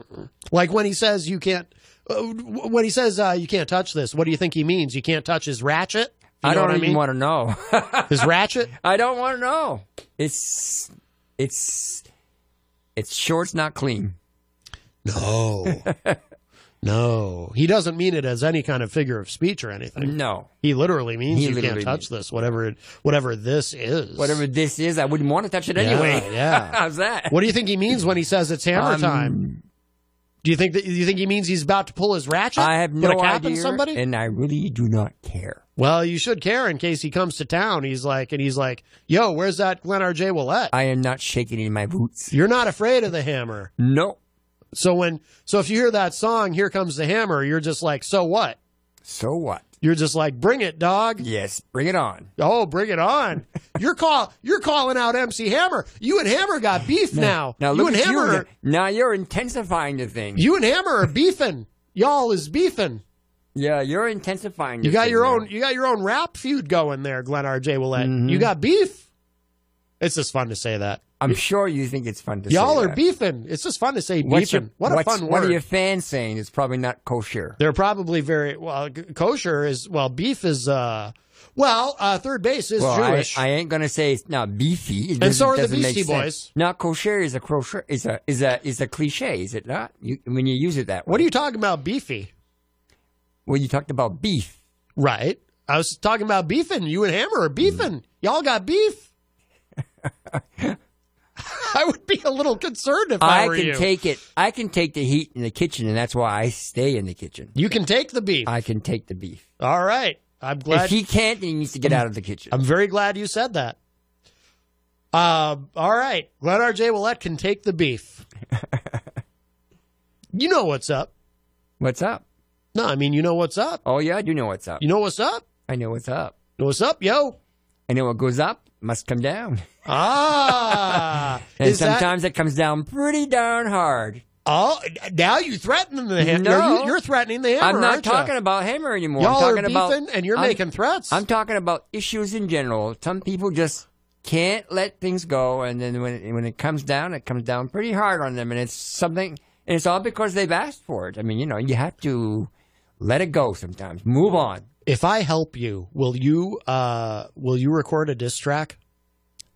like when he says you can't, uh, when he says uh, you can't touch this, what do you think he means? You can't touch his ratchet. You I know don't what even I mean? want to know. (laughs) his ratchet. I don't want to know. It's it's it's shorts not clean. (laughs) No, no, he doesn't mean it as any kind of figure of speech or anything. No, He literally means He you literally can't touch this, whatever it, whatever this is. whatever this is, I wouldn't want to touch it Yeah, anyway. yeah. (laughs) how's that? What do you think he means when he says it's hammer Um, time? Do you think that do you think he means he's about to pull his ratchet? I have no put a cap idea, in somebody? and I really do not care. well, you should care in case he comes to town. He's like, and he's like, "Yo, where's that Glenn R. J. Willette? I am not shaking in my boots. You're not afraid of the hammer." No, So when so if you hear that song, "Here Comes the Hammer," you're just like, "So what?" so what? You're just like, "Bring it, dog." Yes, bring it on. Oh, bring (laughs) it on! You're call you're calling out MC Hammer. You and Hammer got beef now. Now you look and at Hammer, you. Now you're intensifying the thing. you and Hammer are beefing. Y'all is beefing. yeah, you're intensifying. The You got thing your now. own you got your own rap feud going there, Glenn R.J. Willett. Mm-hmm. You got beef. (laughs) It's just fun to say that. I'm sure you think it's fun to say Y'all are that. beefing. It's just fun to say What's beefing. your- what a what's- fun What word. are your fans saying? It's probably not kosher. They're probably very well g- kosher is well beef is uh well, uh third base is well, I- Jewish. I, ain't gonna say it's not beefy. It And doesn't- so are the doesn't make Beastie sense. Boys. Now, kosher is a crochet is a is a is a cliche, is it not? You, when you use it that way. what are you talking about beefy? Well, you talked about beef. Right. I was talking about beefing. You and Hammer are beefing. Y'all got beef. (laughs) I would be a little concerned if I, I were can you. take it. I can take the heat in the kitchen, and that's why I stay in the kitchen. you can take the beef. I can take the beef. All right. I'm glad If he can't, then he needs to get out of the kitchen. I'm very glad you said that. Um, all right, Glenn R.J. Willett can take (laughs) the beef. you know what's up. What's up? No, I mean you know what's up. Oh yeah, I do know what's up. You know what's up. I know what's up. Know what's up, yo. I know what goes up must come down. Ah, (laughs) And is that- sometimes it comes down pretty darn hard. Oh, now you threatening the hammer. No. you, you're threatening the hammer. I'm not aren't ya? talking about hammer anymore. Y'all I'm are talking about beefing and you're I'm- making threats. I'm talking about issues in general. Some people just can't let things go, and then when it, when it comes down, it comes down pretty hard on them, and it's something, and it's all because they've asked for it. I mean, you know, you have to let it go sometimes. Move on. if I help you, will you uh will you record a diss track?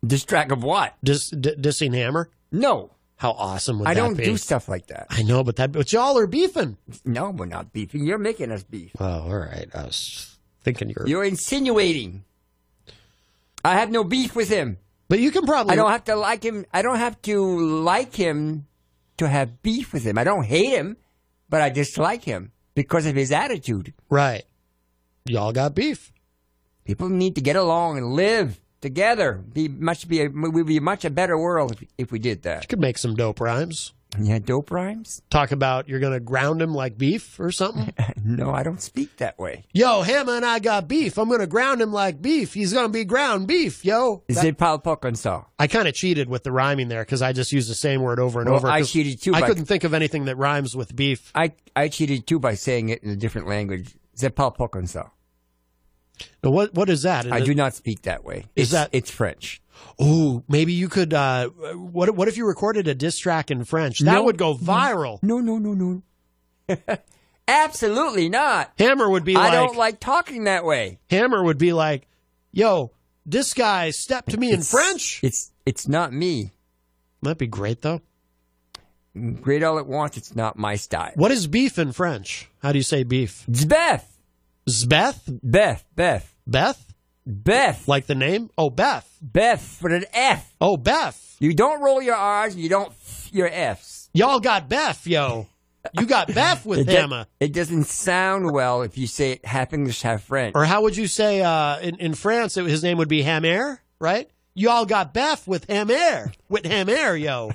Diss track of what? Dis, d- dissing hammer? No, How awesome would I that don't be? do stuff like that. I know, but that but y'all are beefing. No, we're not beefing. You're making us beef. Oh, all right. I was thinking you're, You're insinuating. I have no beef with him. but you can probably I don't have to like him. I don't have to like him to have beef with him. I don't hate him, but I dislike him because of his attitude. right. Y'all got beef. People need to get along and live together. Be much be a, we'd be much a better world if, if we did You that. could make some dope rhymes. Yeah, dope rhymes. Talk about you're gonna ground him like beef or something. (laughs) No, I don't speak that way. yo, Hammer and I got beef. I'm gonna ground him like beef. He's gonna be ground beef, yo. Is That- it Paul Pokensaw? I kind of cheated with the rhyming there because I just used the same word over and Well, over. I 'cause cheated too, I but- couldn't think of anything that rhymes with beef. I I cheated too by saying it in a different language. Is it Paul Pokensaw? Now, what what is that? Is I it- do not speak that way. Is it's, that- it's French? Ooh, maybe you could. Uh, what what if you recorded a diss track in French? That No. would go viral. No, no, no, no. (laughs) Absolutely not. Hammer would be I like, don't like talking that way. Hammer would be like, yo, this guy stepped to me in It's- French. It's it's not me. That'd be great though. Great all at once. It's not my style. What is beef in French? How do you say beef? It's Beth, Zbeth, Beth, Beth, Beth, Beth, like the name. Oh, Beth. Beth with an F. Oh, Beth. You don't roll your R's. You don't f your F's. Y'all got Beth, yo. You (laughs) got Beth with It, does- Hammer. it doesn't sound well if you say it half English, half French. Or how would you say uh, in, in France, it, his name would be Hammer, right? You all got Beth with Hammer, with Hammer, yo,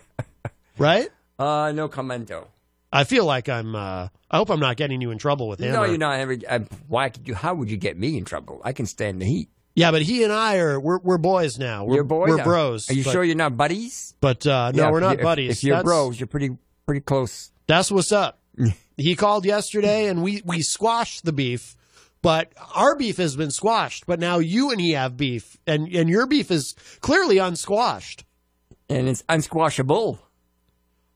right? Uh, no commento. I feel like I'm. Uh, I hope I'm not getting you in trouble with Hammer. No, you're not. Every, I, why could you? How would you get me in trouble? I can stand the heat. Yeah, but he and I are we're, we're boys now. We're, you're boys. We're are- bros. Are you but, sure you're not buddies? But uh, no, Yeah, we're if not you- if- buddies. If you're that's, bros, you're pretty pretty close. that's (laughs) what's up. he called yesterday, and we we squashed the beef. But our beef has been squashed. But now you and he have beef, and and your beef is clearly unsquashed. and it's unsquashable.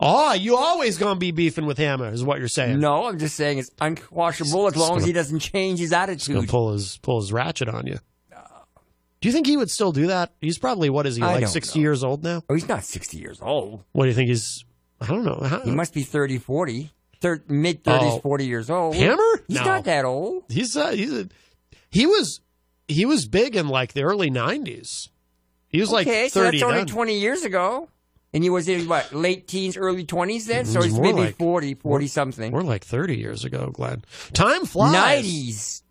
Oh, you always gonna be beefing with Hammer, is what you're saying. No, I'm just saying it's unsquashable as long as he doesn't change his He's gonna attitude. pull his pull his ratchet on you. Do you think he would still do that? He's probably what is he I like don't sixty know. years old now? Oh, he's not 60 years old. What do you think he's? I don't know. How- He must be 30, 40, thir- mid 30s, Oh. 40 years old. Hammer? He's No. not that old. he's uh, he's a, he was he was big in like the early nineties. He was okay, like so thirty. that's only then. 20 years ago. And he was in what, late teens, early 20s then? So He's he's more maybe like- forty, forty 40, 40 something. We're like thirty years ago, Glenn. Time flies. 90s.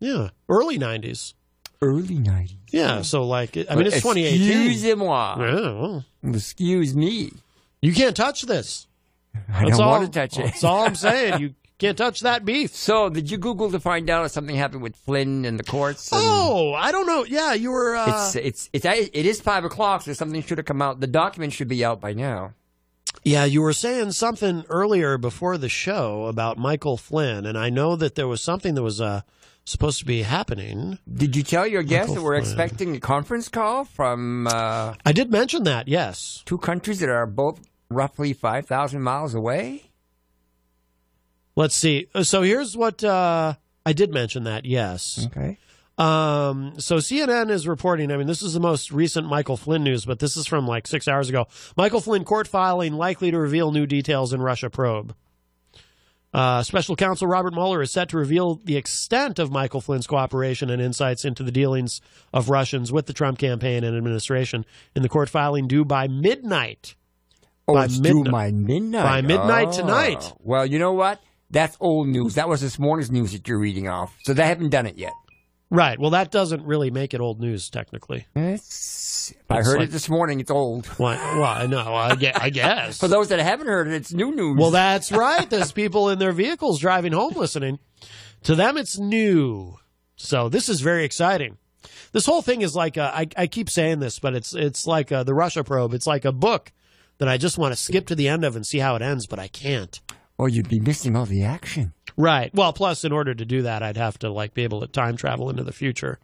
Yeah, early nineties. Early 90s. Yeah, so like I mean it's twenty eighteen. Excuse moi. Yeah, well, Excuse me. you can't touch this. I That's don't all, want to touch it. That's all I'm saying. You can't touch that (laughs) beef. So, did you Google to find out if something happened with Flynn and the courts? and- Oh, I don't know. Yeah, you were. Uh, it's it's it's it is five o'clock, so something should have come out. The document should be out by now. yeah, you were saying something earlier before the show about Michael Flynn, and I know that there was something that was uh, supposed to be happening. Did you tell your guests Michael that we're Flynn. expecting a conference call from uh, I did mention that. Yes, two countries that are both roughly five thousand miles away? let's see. Uh, So here's what uh, I did mention that. Yes. Okay. Um, so CNN is reporting. I mean, this is the most recent Michael Flynn news, but this is from like six hours ago. Michael Flynn court filing likely to reveal new details in Russia probe. Uh, Special counsel Robert Mueller is set to reveal the extent of Michael Flynn's cooperation and insights into the dealings of Russians with the Trump campaign and administration in the court filing due by midnight. Oh, By it's due midni- by midnight. by midnight Oh. tonight. Well, you know what? That's old news. That was this morning's news that you're reading off. So they haven't done it yet. Right. Well, that doesn't really make it old news technically. I It's heard like- it this morning. It's old. Well, well I know. I guess. I guess. (laughs) For those that haven't heard it, it's new news. (laughs) Well, that's right. There's people in their vehicles driving home listening. To them, it's new. So this is very exciting. This whole thing is like a, I, I keep saying this, but it's it's like uh the Russia probe. It's like a book that I just want to skip to the end of and see how it ends, but I can't. Or Oh, you'd be missing all the action. Right. Well, plus in order to do that, I'd have to like be able to time travel into the future,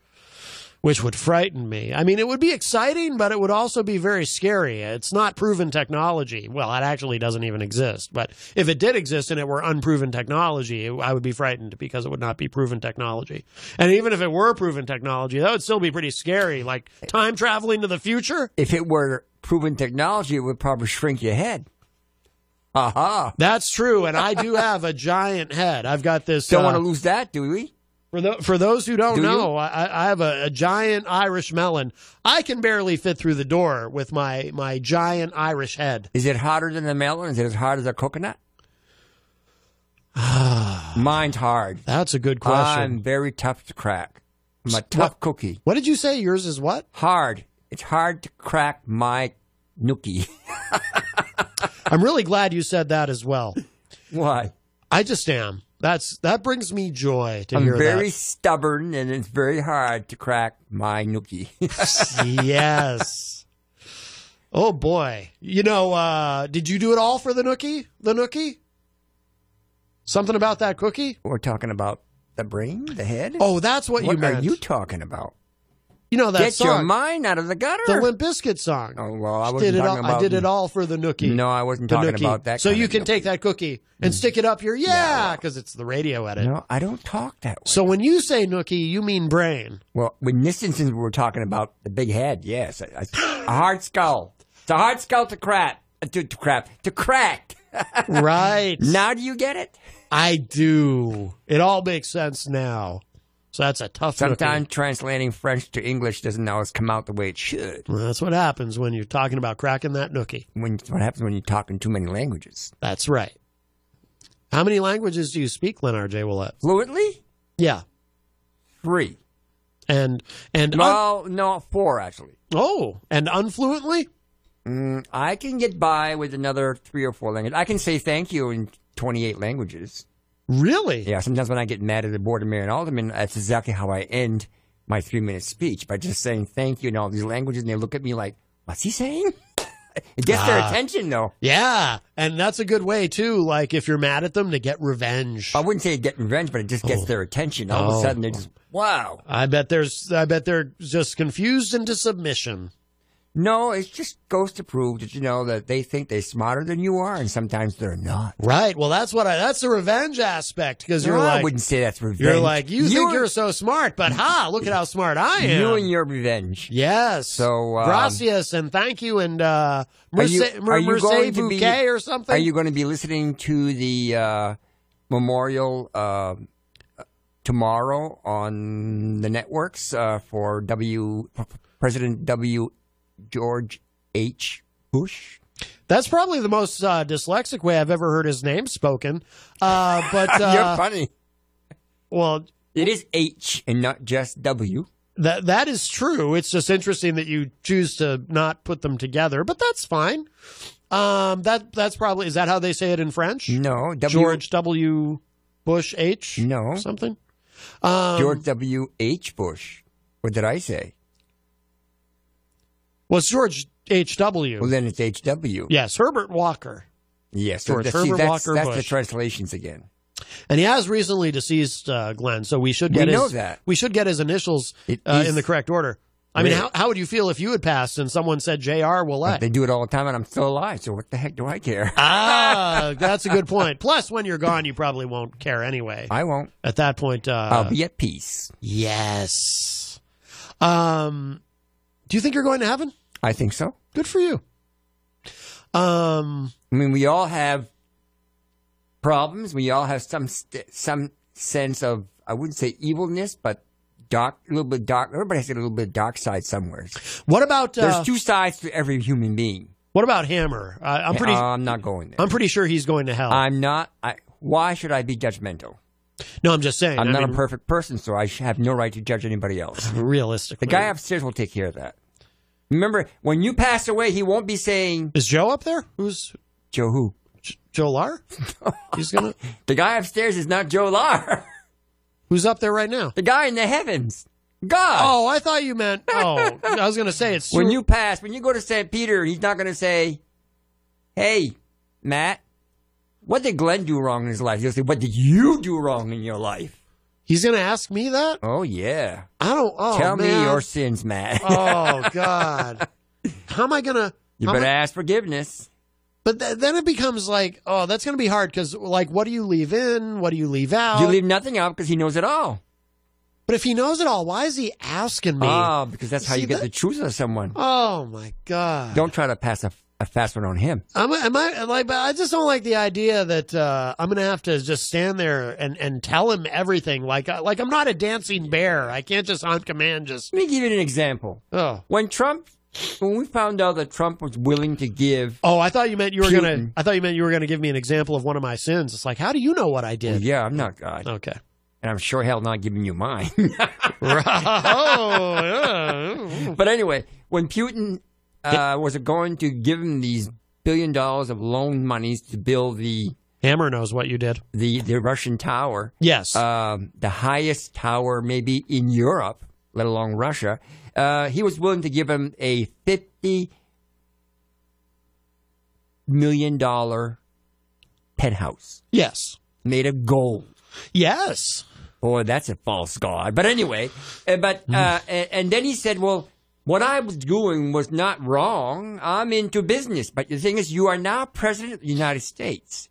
which would frighten me. I mean, it would be exciting, but it would also be very scary. It's not proven technology. Well, it actually doesn't even exist. But if it did exist and it were unproven technology, it, I would be frightened because it would not be proven technology. And even if it were proven technology, that would still be pretty scary. Like time traveling to the future. If it were proven technology, it would probably shrink your head. Aha. That's true, and I do have a giant head. I've got this. Don't want uh, to lose that, do we? For, tho- for those who don't Do you? know, I, I have a, a giant Irish melon. I can barely fit through the door with my, my giant Irish head. Is it hotter than a melon? Is it as hard as a (sighs) coconut? Mine's hard. That's a good question. I'm very tough to crack. I'm a tough cookie. What did you say? Yours is what? Hard. It's hard to crack my nookie. (laughs) I'm really glad you said that as well. (laughs) Why? I just am. That's that brings me joy to I'm hear very that. stubborn, and it's very hard to crack my nookie. (laughs) yes. Oh boy. You know, uh, did you do it all for the nookie? The nookie? Something about that cookie? We're talking about the brain, the head. Oh, that's what, you what meant. are you talking about? You know that Get song. your mind out of the gutter. The Limp Bizkit song. Oh, well, I She wasn't did it all, talking I about- did it all for the nookie. No, I wasn't The talking nookie. about that So kind you of can nookie. take that cookie and stick it up your yeah, because it's the radio edit. no, I don't talk that way. So when you say nookie, you mean brain. Well, in this instance, we were talking about the big head. Yes, a, a- a hard skull. It's a hard skull to crack. To, to crap. To crack. (laughs) (laughs) right. Now, do you get it? I do. It all makes sense now. So that's a tough nookie. Sometimes translating French to English doesn't always come out the way it should. Well, that's what happens when you're talking about cracking that nookie. When what happens when you talk in too many languages That's right. How many languages do you speak, Leonard J. Willett? fluently? Yeah. Three. And and un- Well, no, four actually. oh, and unfluently? Mm, I can get by with another three or four languages. I can say thank you in twenty-eight languages. Really? Yeah, sometimes when I get mad at the board of mayor and alderman, that's exactly how I end my three minute speech by just saying thank you in all these languages, and they look at me like, "What's he saying?" it gets their attention, though. Ah. Yeah, and that's a good way too. Like if you're mad at them, to get revenge. I wouldn't say get revenge, but it just gets their attention. All of Oh. a sudden, they're just, "Wow!" I bet there's. I bet they're just confused into submission. No, it just goes to prove that you know that they think they're smarter than you are, and sometimes they're not. Right. Well, that's what I. That's the revenge aspect because you're No, I like. wouldn't say that's revenge. you're like you think and- you're so smart, but ha! Look at how smart I am. you and your revenge. yes. So, um, gracias and thank you and uh, Are you- merce, mer- are you merce going to be- bouquet or something. Are you going to be listening to the uh, memorial uh, tomorrow on the networks uh, for W President W George H Bush? (laughs) That's probably the most uh, dyslexic way I've ever heard his name spoken. (laughs) Uh, but You're uh, funny. well, It is H and not just W. That that is true. It's just interesting that you choose to not put them together, but that's fine. Um, that that's probably is that how they say it in French? No, W George W. Bush H. No. something. Um, George W H Bush. What did I say? well, it's George H. W. Well, then it's H W. yes, Herbert Walker, Yes, George See, Herbert that's, Walker that's the Bush. translations again. and he has recently deceased uh, Glenn. So we should We get his know that. we should get his initials It uh, is- in the correct order. I mean, Really? how, how would you feel if you had passed and someone said J.R. Willett? They do it all the time, and I'm still alive. So what the heck do I care? ah, that's a good point. Plus, when you're gone, you probably won't care anyway. I won't. At that point, uh, I'll be at peace. yes. Um, do you think you're going to heaven? I think so. Good for you. Um, I mean, we all have problems. We all have some st- some sense of I wouldn't say evilness, but dark, a little bit dark. Everybody has a little bit dark side somewhere. what about uh, There's two sides to every human being. Um, what about Hammer? Uh, I'm pretty. Uh, I'm not going there. I'm pretty sure he's going to hell. I'm not. I, why should I be judgmental? No, I'm just saying. I'm I not mean- a perfect person, so I sh- have no right to judge anybody else. (laughs) Realistically, the guy upstairs will take care of that. Remember, when you pass away, he won't be saying Is Joe up there? Who's Joe? Who? (laughs) Joe Lar? He's gonna. the guy upstairs is not Joe Lar. (laughs) Who's up there right now? The guy in the heavens. God. Oh, I thought you meant. Oh, I was gonna say it's when you pass, when you go to St. Peter, he's not going to say, Hey, Matt, what did Glenn do wrong in his life? He'll say, What did you do wrong in your life? He's gonna ask me that. Oh, yeah. I don't. Oh, Tell man. me your sins, Matt. oh God. How am I gonna? (laughs) you how am better I- ask forgiveness. But th- then it becomes like, oh, that's going to be hard because, like, what do you leave in? What do you leave out? You leave nothing out because he knows it all. but if he knows it all, why is he asking me? Ah, because that's how See you get that- the truth out of someone. oh my god! Don't try to pass a, a fast one on him. I'm, am I like? But I just don't like the idea that uh, I'm going to have to just stand there and, and tell him everything. Like, I- like I'm not a dancing bear. I can't just on command just. Let me give you an example. Oh, When Trump, when we found out that Trump was willing to give, oh! I thought you meant you were Putin. going to. I thought you meant you were going to give me an example of one of my sins. It's like, how do you know what I did? yeah, I'm not God, Okay. and I'm sure hell not giving you mine. (laughs) oh, yeah. But anyway, when Putin uh, was going to give him these billion dollars of loan monies to build the Hammer knows what you did. the, the Russian tower, Yes. um, the highest tower maybe in Europe, let alone Russia, uh, he was willing to give him a fifty million dollar penthouse yes. made of gold. Yes. Boy, that's a false god. But anyway, uh, but Hmm. uh, and, and then he said, "Well, what I was doing was not wrong. I'm into business." But the thing is, you are now president of the United States,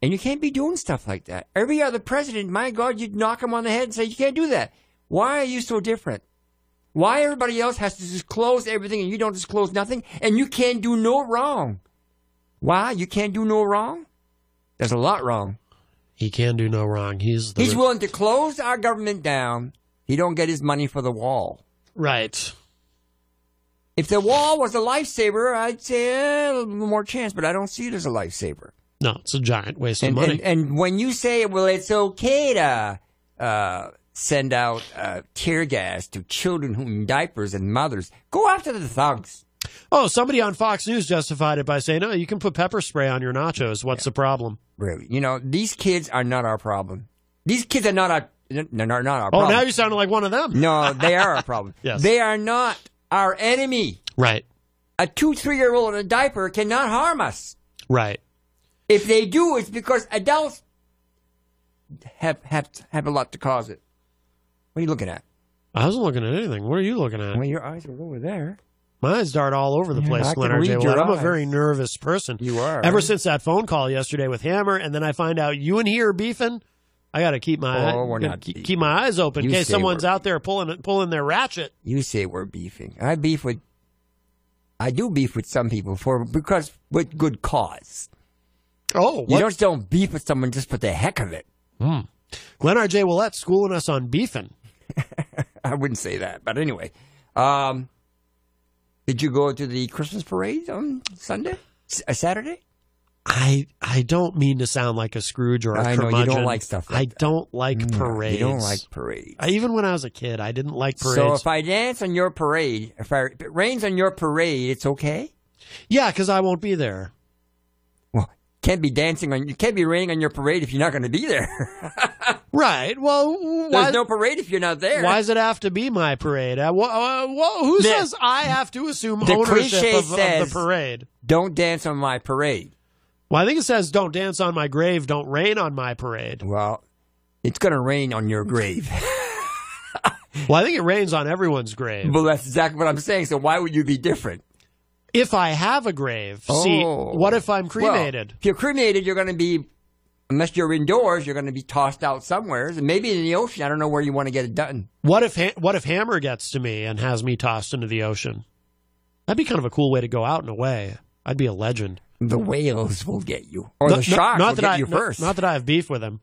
and you can't be doing stuff like that. Every other president, my God, you'd knock him on the head and say, "You can't do that." Why are you so different? Why everybody else has to disclose everything and you don't disclose nothing, and you can't do no wrong? Why you can't do no wrong? There's a lot wrong. He can do no wrong. He's the He's willing to close our government down. He don't get his money for the wall. right. If the wall was a lifesaver, I'd say eh, a little more chance, but I don't see it as a lifesaver. No, it's a giant waste And, of money. and and when you say, well, it's okay to uh, send out uh, tear gas to children who in diapers and mothers, go after the thugs. oh, somebody on Fox News justified it by saying, "No, you can put pepper spray on your nachos. What's the problem?" Really, you know, these kids are not our problem. These kids are not our. They're not our Oh, problem. Mm. now you sounded like one of (laughs) them. no, they are our problem. (laughs) Yes. They are not our enemy. Right. a two, three year old in a diaper cannot harm us. Right. If they do, it's because adults have have have a lot to cause it. What are you looking at? I wasn't looking at anything. What are you looking at? Well, your eyes are over there. My eyes dart all over the Yeah, place, I can Leonard J. read Willard. your I'm a eyes. very nervous person. You are. Ever since that phone call yesterday with Hammer, and then I find out you and he are beefing, I got to keep my Oh, we're not keep, beefing. my eyes open in You case say someone's we're- out there pulling pulling their ratchet. You say we're beefing. I beef with. I do beef with some people for because with good cause. Oh, You just don't beef with someone just for the heck of it. (gasps) Hmm. Leonard J. Willett schooling us on beefing. (laughs) I wouldn't say that, but anyway. Um, did you go to the Christmas parade on Sunday, S- uh, Saturday? I I don't mean to sound like a Scrooge or a I know, you don't curmudgeon. like stuff like I that. don't like Mm, parades. You don't like parades. I, even when I was a kid, I didn't like parades. So if I dance on your parade, if, I, if it rains on your parade, it's okay. yeah, because I won't be there. Well, can't be dancing on you can't be raining on your parade if you're not going to be there. (laughs) Right. Well, why, There's no parade if you're not there. why does it have to be my parade? Uh, wha- uh, wha- who The- says I have to assume the ownership cliche of, of says- the parade? Don't dance on my parade. Well, I think it says "Don't dance on my grave, don't rain on my parade." Well, it's going to rain on your grave. (laughs) Well, I think it rains on everyone's grave. well, that's exactly what I'm saying. So why would you be different? if I have a grave, see, Oh. what if I'm Well, cremated? if you're cremated, you're going to be unless you're indoors, you're going to be tossed out somewhere, and maybe in the ocean. I don't know where you want to get it done. What if ha- what if Hammer gets to me and has me tossed into the ocean? That'd be kind of a cool way to go out in a way. I'd be a legend. The whales will get you, or No- the no- sharks will that get I, you no- first. Not, that I have beef with him.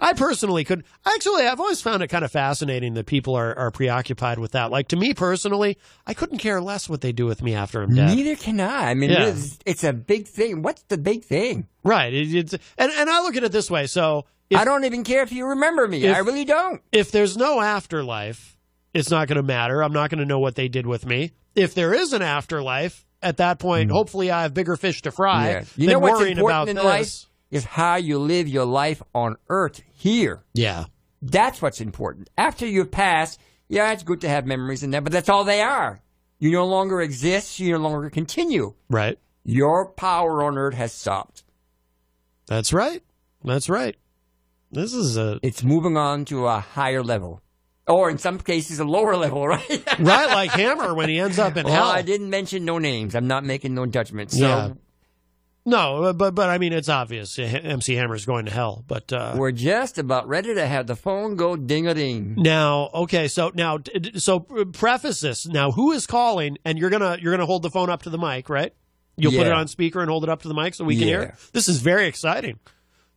I personally could. Actually, I've always found it kind of fascinating that people are, are preoccupied with that. Like to me personally, I couldn't care less what they do with me after I'm dead. Neither can I. I mean, Yeah. it is, it's a big thing. What's the big thing? Right. It, it's, and, and I look at it this way. So I don't even care if you remember me. I really don't. If there's no afterlife, it's not going to matter. I'm not going to know what they did with me. If there is an afterlife, at that point, hopefully I have bigger fish to fry Hmm. Yeah. You than know what's worrying about important in this. life is how you live your life on Earth here. Yeah, that's what's important. After you pass, yeah, it's good to have memories in there, but that's all they are. You no longer exist. You no longer continue. Right. Your power on Earth has stopped. That's right. That's right. This is a. It's moving on to a higher level, or in some cases, a lower level. (laughs) Right. right, like Hammer when he ends up in well, hell. I didn't mention no names. I'm not making no judgments. So Yeah. No, but but I mean it's obvious. H- MC Hammer's going to hell. But uh, we're just about ready to have the phone go ding a ding. now, okay, so now, d- d- so uh, preface this. Now, who is calling? And you're gonna you're gonna hold the phone up to the mic, right? You'll put it Yeah. on speaker and hold it up to the mic so we can hear. Yeah. It. This is very exciting.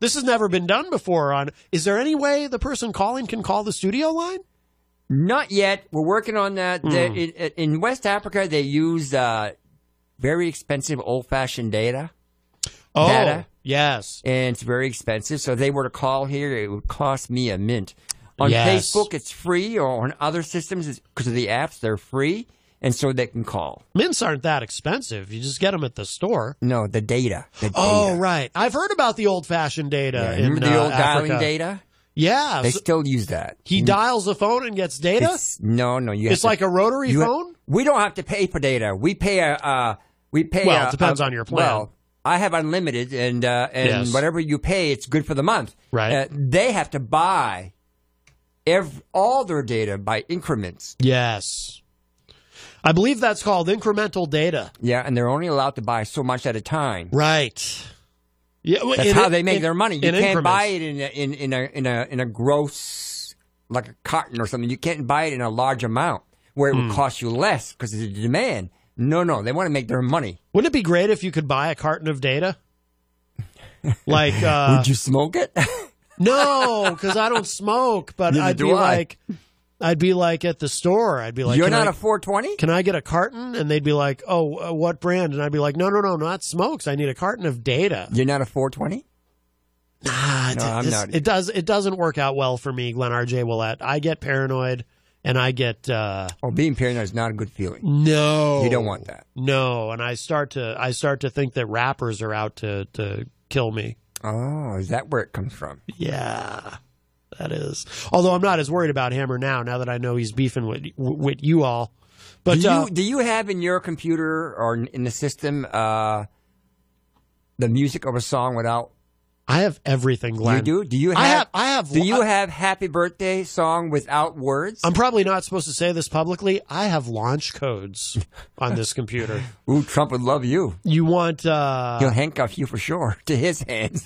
This has never been done before. On is there any way the person calling can call the studio line? Not yet. We're working on that. They- Hmm. In, in West Africa, they use uh, very expensive old fashioned data. Oh, Data. yes. And it's very expensive. So if they were to call here, it would cost me a mint. On Yes. Facebook, it's free, or on other systems, because of the apps, they're free. And so they can call. Mints aren't that expensive. You just get them at the store. No, the data. The data. Oh, right. I've heard about the old fashioned data. Yeah, in, remember the uh, old dialing Africa. data? Yeah. They so- still use that. Mm. He dials the phone and gets data. It's- no, no. You have It's to- like a rotary you ha- phone. we don't have to pay for data. We pay a. Uh, we pay. Well, it a- depends a- on your plan. Well, I have unlimited, and uh, and Yes. whatever you pay, it's good for the month. Right. Uh, they have to buy ev- all their data by increments. Yes, I believe that's called incremental data. Yeah, and they're only allowed to buy so much at a time. Right. Yeah, well, That's in- how they make in- their money. You in can't increments. buy it in a, in in a in a in a gross like a cotton or something. You can't buy it in a large amount where it Hmm. would cost you less because of the demand. No, no, they want to make their money. Wouldn't (laughs) it be great if you could buy a carton of data? Like uh, Would you smoke it? (laughs) no, because I don't smoke. But Neither I'd do be I. like, I'd be like at the store. I'd be like, You're "Can not I- a 420? can I get a carton? And they'd be like, oh, uh, what brand? And I'd be like, no, no, no, not smokes. I need a carton of data. You're not a 420? Nah, No, it- I'm it's- not. It does. It doesn't work out well for me, Glenn R. J. Willette. I get paranoid, and I get uh, Oh, being paranoid is not a good feeling. no. You don't want that. No, and I start to I start to think that rappers are out to to kill me. Oh, is that where it comes from? Yeah, that is. Although I'm not as worried about Hammer now. Now that I know he's beefing with with you all. But do, you, uh, do you have in your computer or in- in the system uh, the music of a song without? I have everything, Glenn. You do? Do you have? I have. I have. do you I- have Happy Birthday song without words? I'm probably not supposed to say this publicly. I have launch codes on this computer. (laughs) Ooh, Trump would love you. You want uh He'll handcuff you for sure (laughs) to his (laughs) hands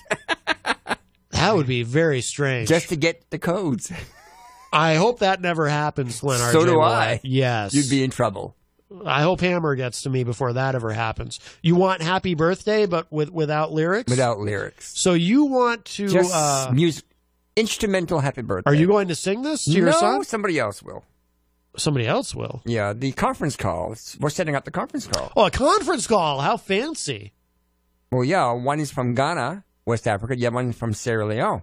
that would be very strange. just to get the codes. I hope that never happens, Glenn. So RJ do Willett. I. Yes, You'd be in trouble. I hope Hammer gets to me before that ever happens. You want Happy Birthday, but with without lyrics. Without lyrics. So you want to? Just uh, music. Instrumental Happy Birthday. are you going to sing this to your no, son? somebody else will. Somebody else will. Yeah, the conference call. It's- We're setting up the conference call. Oh, a conference call. How fancy! Well, yeah, one is from Ghana, West Africa. The other one from Sierra Leone,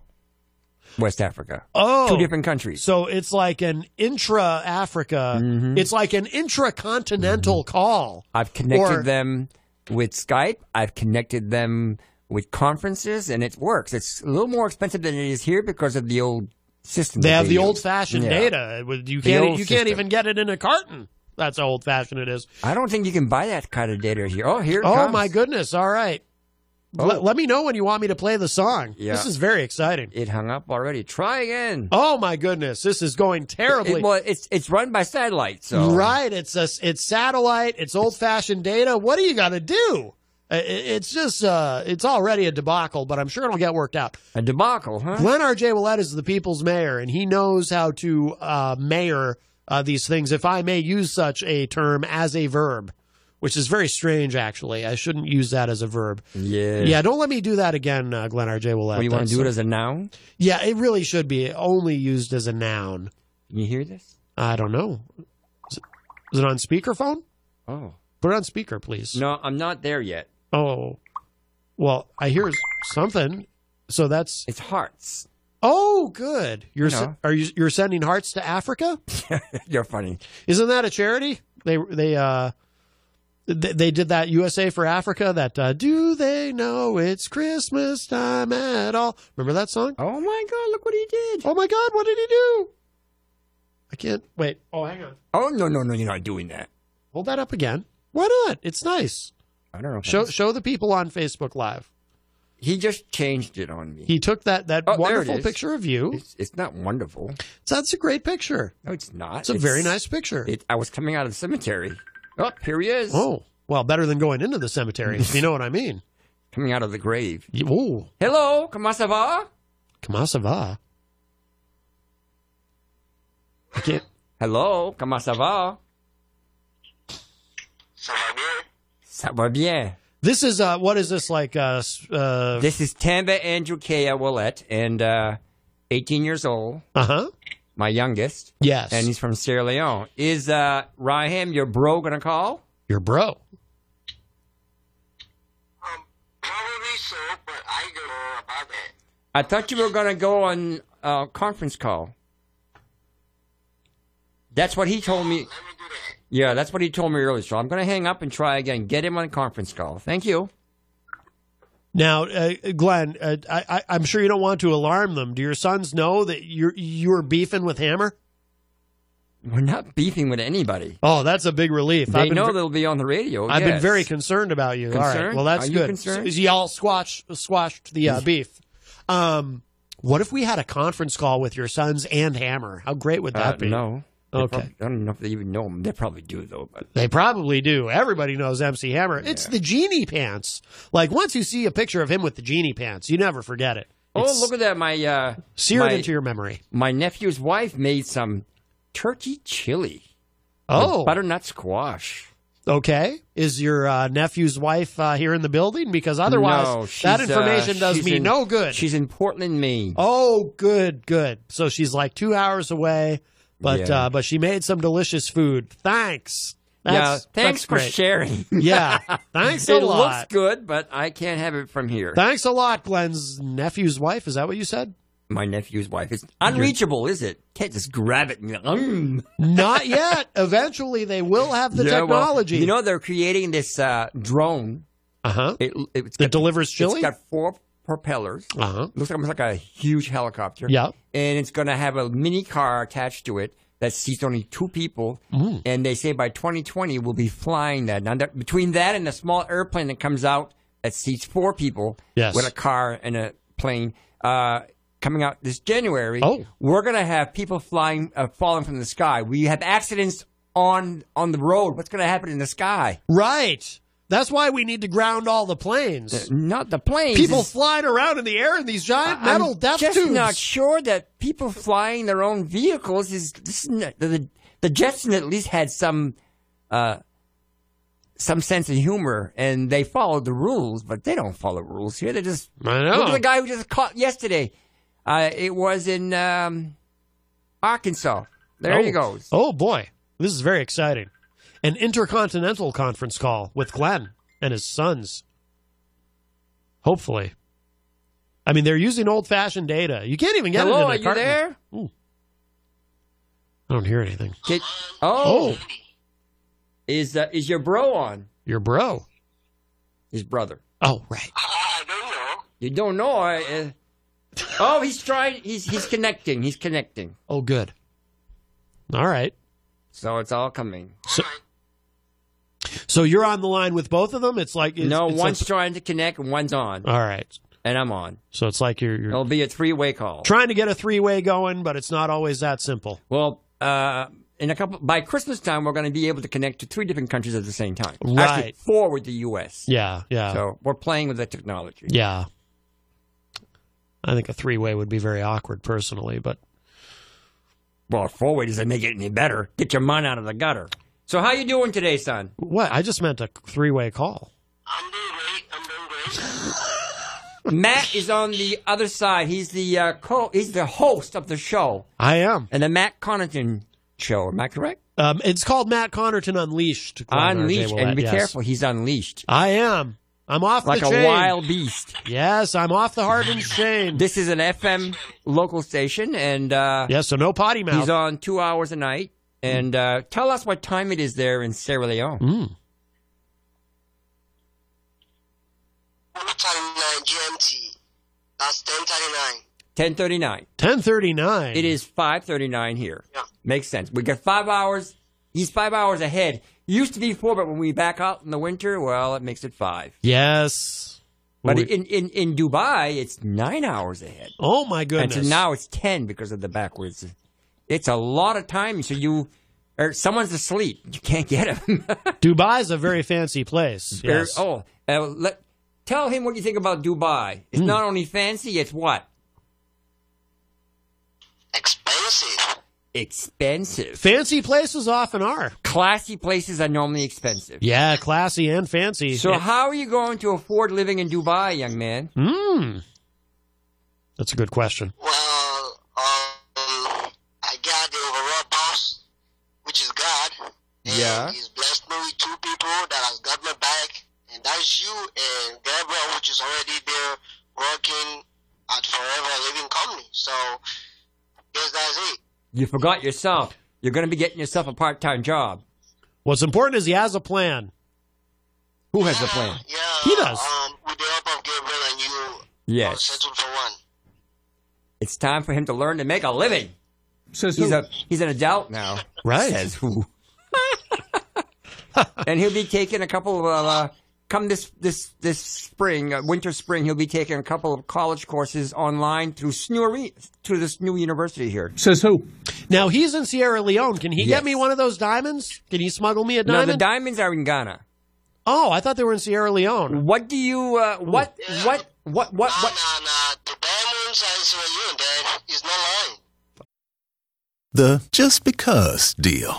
West Africa. Oh, Two different countries. Mm-hmm. So it's like an intra Africa. It's like an intracontinental call. I've connected Or- them with Skype. I've connected them with conferences, and it works. It's a little more expensive than it is here because of the old system. They that have the use. old fashioned Yeah. data. It would- You The can't. e, old You can't system. even get it in a carton. That's how old fashioned it is. I don't think you can buy that kind of data here. Oh, here. It Oh comes. my goodness! All right. Oh. Let, let me know when you want me to play the song. Yeah. This is very exciting. It hung up already. Try again. Oh my goodness! This is going terribly. It- well, it's it's run by satellite, so Right? It's a, it's satellite. It's old fashioned data. What do you got to do? I- I- It's just uh, it's already a debacle, but I'm sure it'll get worked out. a debacle, huh? Glenn R. J. Willett is the people's mayor, and he knows how to uh, mayor uh, these things, if I may use such a term as a verb, which is very strange. Actually, I shouldn't use that as a verb. Yeah. Yeah, don't let me do that again, uh, Glenn R. J. Willett. What do you want That's- to do it as a noun? Yeah, it really should be only used as a noun. Can you hear this? I don't know. Is it- is it on speakerphone? Oh. Put it on speaker, please. No, I'm not there yet. (laughs) Oh, well, I hear something. So that's It's hearts. Oh, good. You're You se- know. are you you're sending hearts to (laughs) Africa? You're funny. Isn't that a charity? They they uh they, they did that USA for Africa that uh, do they know it's Christmas time at all? Remember that song? Oh my God! Look what he did. Oh my God! What did he do? I can't wait. Oh, hang on. Oh no no no! You're not doing that. Hold that up again. Why not? It's nice. I don't know. if Show that's- show the people on Facebook Live. He just changed it on me. He took that that Oh, there it wonderful is. picture of you. It's, it's not wonderful. That's a great picture. No, it's not. It's a very nice picture. It, I was coming out of the cemetery. Oh, here he is. oh, well, better than going into the cemetery. if you know what I mean. (laughs) Coming out of the grave. You- Oh, Hello, comment ça va? comment ça va? I can't. Hello, comment ça va? Ça va bien. This is uh, what is this like? Uh, s- uh This is Tamba Andrew Kea Willett, and uh, 18 years old, huh. my youngest, Yes, and he's from Sierra Leone. Is uh, Rahim, your bro, gonna call? your bro. I thought you were gonna go on uh, conference call. That's what he told me. Yeah, that's what he told me earlier. So I'm gonna hang up and try again. Get him on conference call. Thank you. Now, uh, Glenn, uh, I, I, I'm sure you don't want to alarm them. Do your sons know that you're you're beefing with Hammer? We're not beefing with anybody. Oh, that's a big relief. They know ve- they'll be on the radio. I've been yes. very concerned about you. All right. Concerned? Well, that's Are you good. concerned? So y'all squash, squashed the uh, beef. Um, what if we had a conference call with your sons and Hammer? How great would that Uh, be? no. They Okay. prob- I don't know if they even know them. They probably do though. But They probably do. Everybody knows MC Hammer. It's the genie pants. Like once you see a picture of him with the genie pants, you never forget it. oh, It's look at that! My uh, seared my, into your memory. my nephew's wife made some turkey chili. with Oh, butternut squash. okay. Is your uh, nephew's wife uh, here in the building? Because otherwise, No, that she's, uh, information does she's me in- no good. She's in Portland, Maine. Oh, good, good. So she's like two hours away, but Yeah. uh, but she made some delicious food. Thanks. That's, yeah, thanks that's for great. sharing. (laughs) Yeah, thanks a it looks lot. good, but I can't have it from here. Thanks a lot, Glenn's nephew's wife. Is that what you said? My nephew's wife is unreachable, is it? Can't just grab it. And, um. (laughs) Not yet. Eventually, they will have the Yeah, well, technology. you know, they're creating this uh, drone. uh huh. It, it's That got, delivers chili. It's got four propellers. uh huh. Looks almost like a huge helicopter. Yeah. And it's going to have a mini car attached to it that seats only two people. Mm. And they say by 2020, we'll be flying that. Now, that, between that and a small airplane that comes out that seats four people Yes. with a car and a plane uh, coming out this January, Oh. we're going to have people flying, uh, falling from the sky. We have accidents on on the road. What's going to happen in the sky? Right. That's why we need to ground all the planes. Uh, Not the planes. People It's- flying around in the air in these giant metal I'm death just tubes. not sure that people flying their own vehicles is this is not, the the Jetson at least had some uh, some sense of humor and they followed the rules, but they don't follow rules here. They just I know. look at the guy who just caught yesterday. Uh, it was in um, Arkansas. There oh. he goes. Oh boy, this is very exciting. An intercontinental conference call with Glenn and his sons. Hopefully, I mean they're using old-fashioned data. You can't even get it. Hello, in are a you carton. there? I don't hear anything. Kid- oh, is uh, is your bro on? your bro. His brother. Oh right. You don't know. I, uh, oh, he's trying. He's he's connecting. He's connecting. Oh good. All right. So it's all coming. So you're on the line with both of them. It's like it's, no, it's one's like- trying to connect and one's on, all right. and I'm on. So it's like you're, you're It'll be a three-way call. trying to get a three-way going, but it's not always that simple. Well, uh, in a couple by Christmas time, we're going to be able to connect to three different countries at the same time. Actually, Right. four with the U.S. Yeah. Yeah. So we're playing with that technology. Yeah. I think a three way would be very awkward personally, but Well, four-way doesn't make it any better. Get your mind out of the gutter. So how you doing today, son? what? I just meant a three way call. Matt is on the other side. He's the uh, co. He's the host of the show. I am. and the Matt Connaughton show. Am I correct? Um, it's called Matt Connerton Unleashed. Glenn R.J. unleashed, and Willett, be yes. careful, he's unleashed. I am. I'm off like the a chain. wild beast. Yes, I'm off the Hardin's chain. This is an FM local station, and uh, yeah, so no potty mouth. he's on two hours a night. And uh, tell us what time it is there in Sierra Leone. Mm. time 9 GMT. That's 10:39. Ten thirty nine. Ten thirty nine. It is five thirty nine here. Makes sense. We got five hours. He's five hours ahead. Used to be four, but when we back out in the winter, well, it makes it five. Yes. But We- in, in, in Dubai, it's nine hours ahead. Oh my goodness! And so now it's ten because of the backwards. It's a lot of time. So you, or someone's asleep. You can't get him. (laughs) Dubai's a very fancy place. Very- Yes. Oh, uh, let, tell him what you think about Dubai. Hmm. It's not only fancy, it's what? Expensive. Expensive. Fancy places often are. Classy places are normally expensive. Yeah, classy and fancy. So how are you going to afford living in Dubai, young man? Hmm. That's a good question. Well, um, I got the overall boss, which is God. And Yeah. He's blessed me with two people that has got my back, and that's you and Deborah, which is already there working at Forever Living Company. So, guess that's it. You forgot yourself. You're going to be getting yourself a part-time job. What's important is he has a plan. Who has the plan? He does. Yes. It's time for him to learn to make a living. Says he's a he's an adult now. Right. (laughs) Says who? and he'll be taking a couple of uh, come this this this spring, uh, winter spring. He'll be taking a couple of college courses online through SNU through this new university here. Says who? Now he's in Sierra Leone. Can he Yes. get me one of those diamonds? Can he smuggle me a No, diamond? the diamonds are in Ghana. oh, I thought they were in Sierra Leone. What do you uh, what what what what what? uh, The just because deal.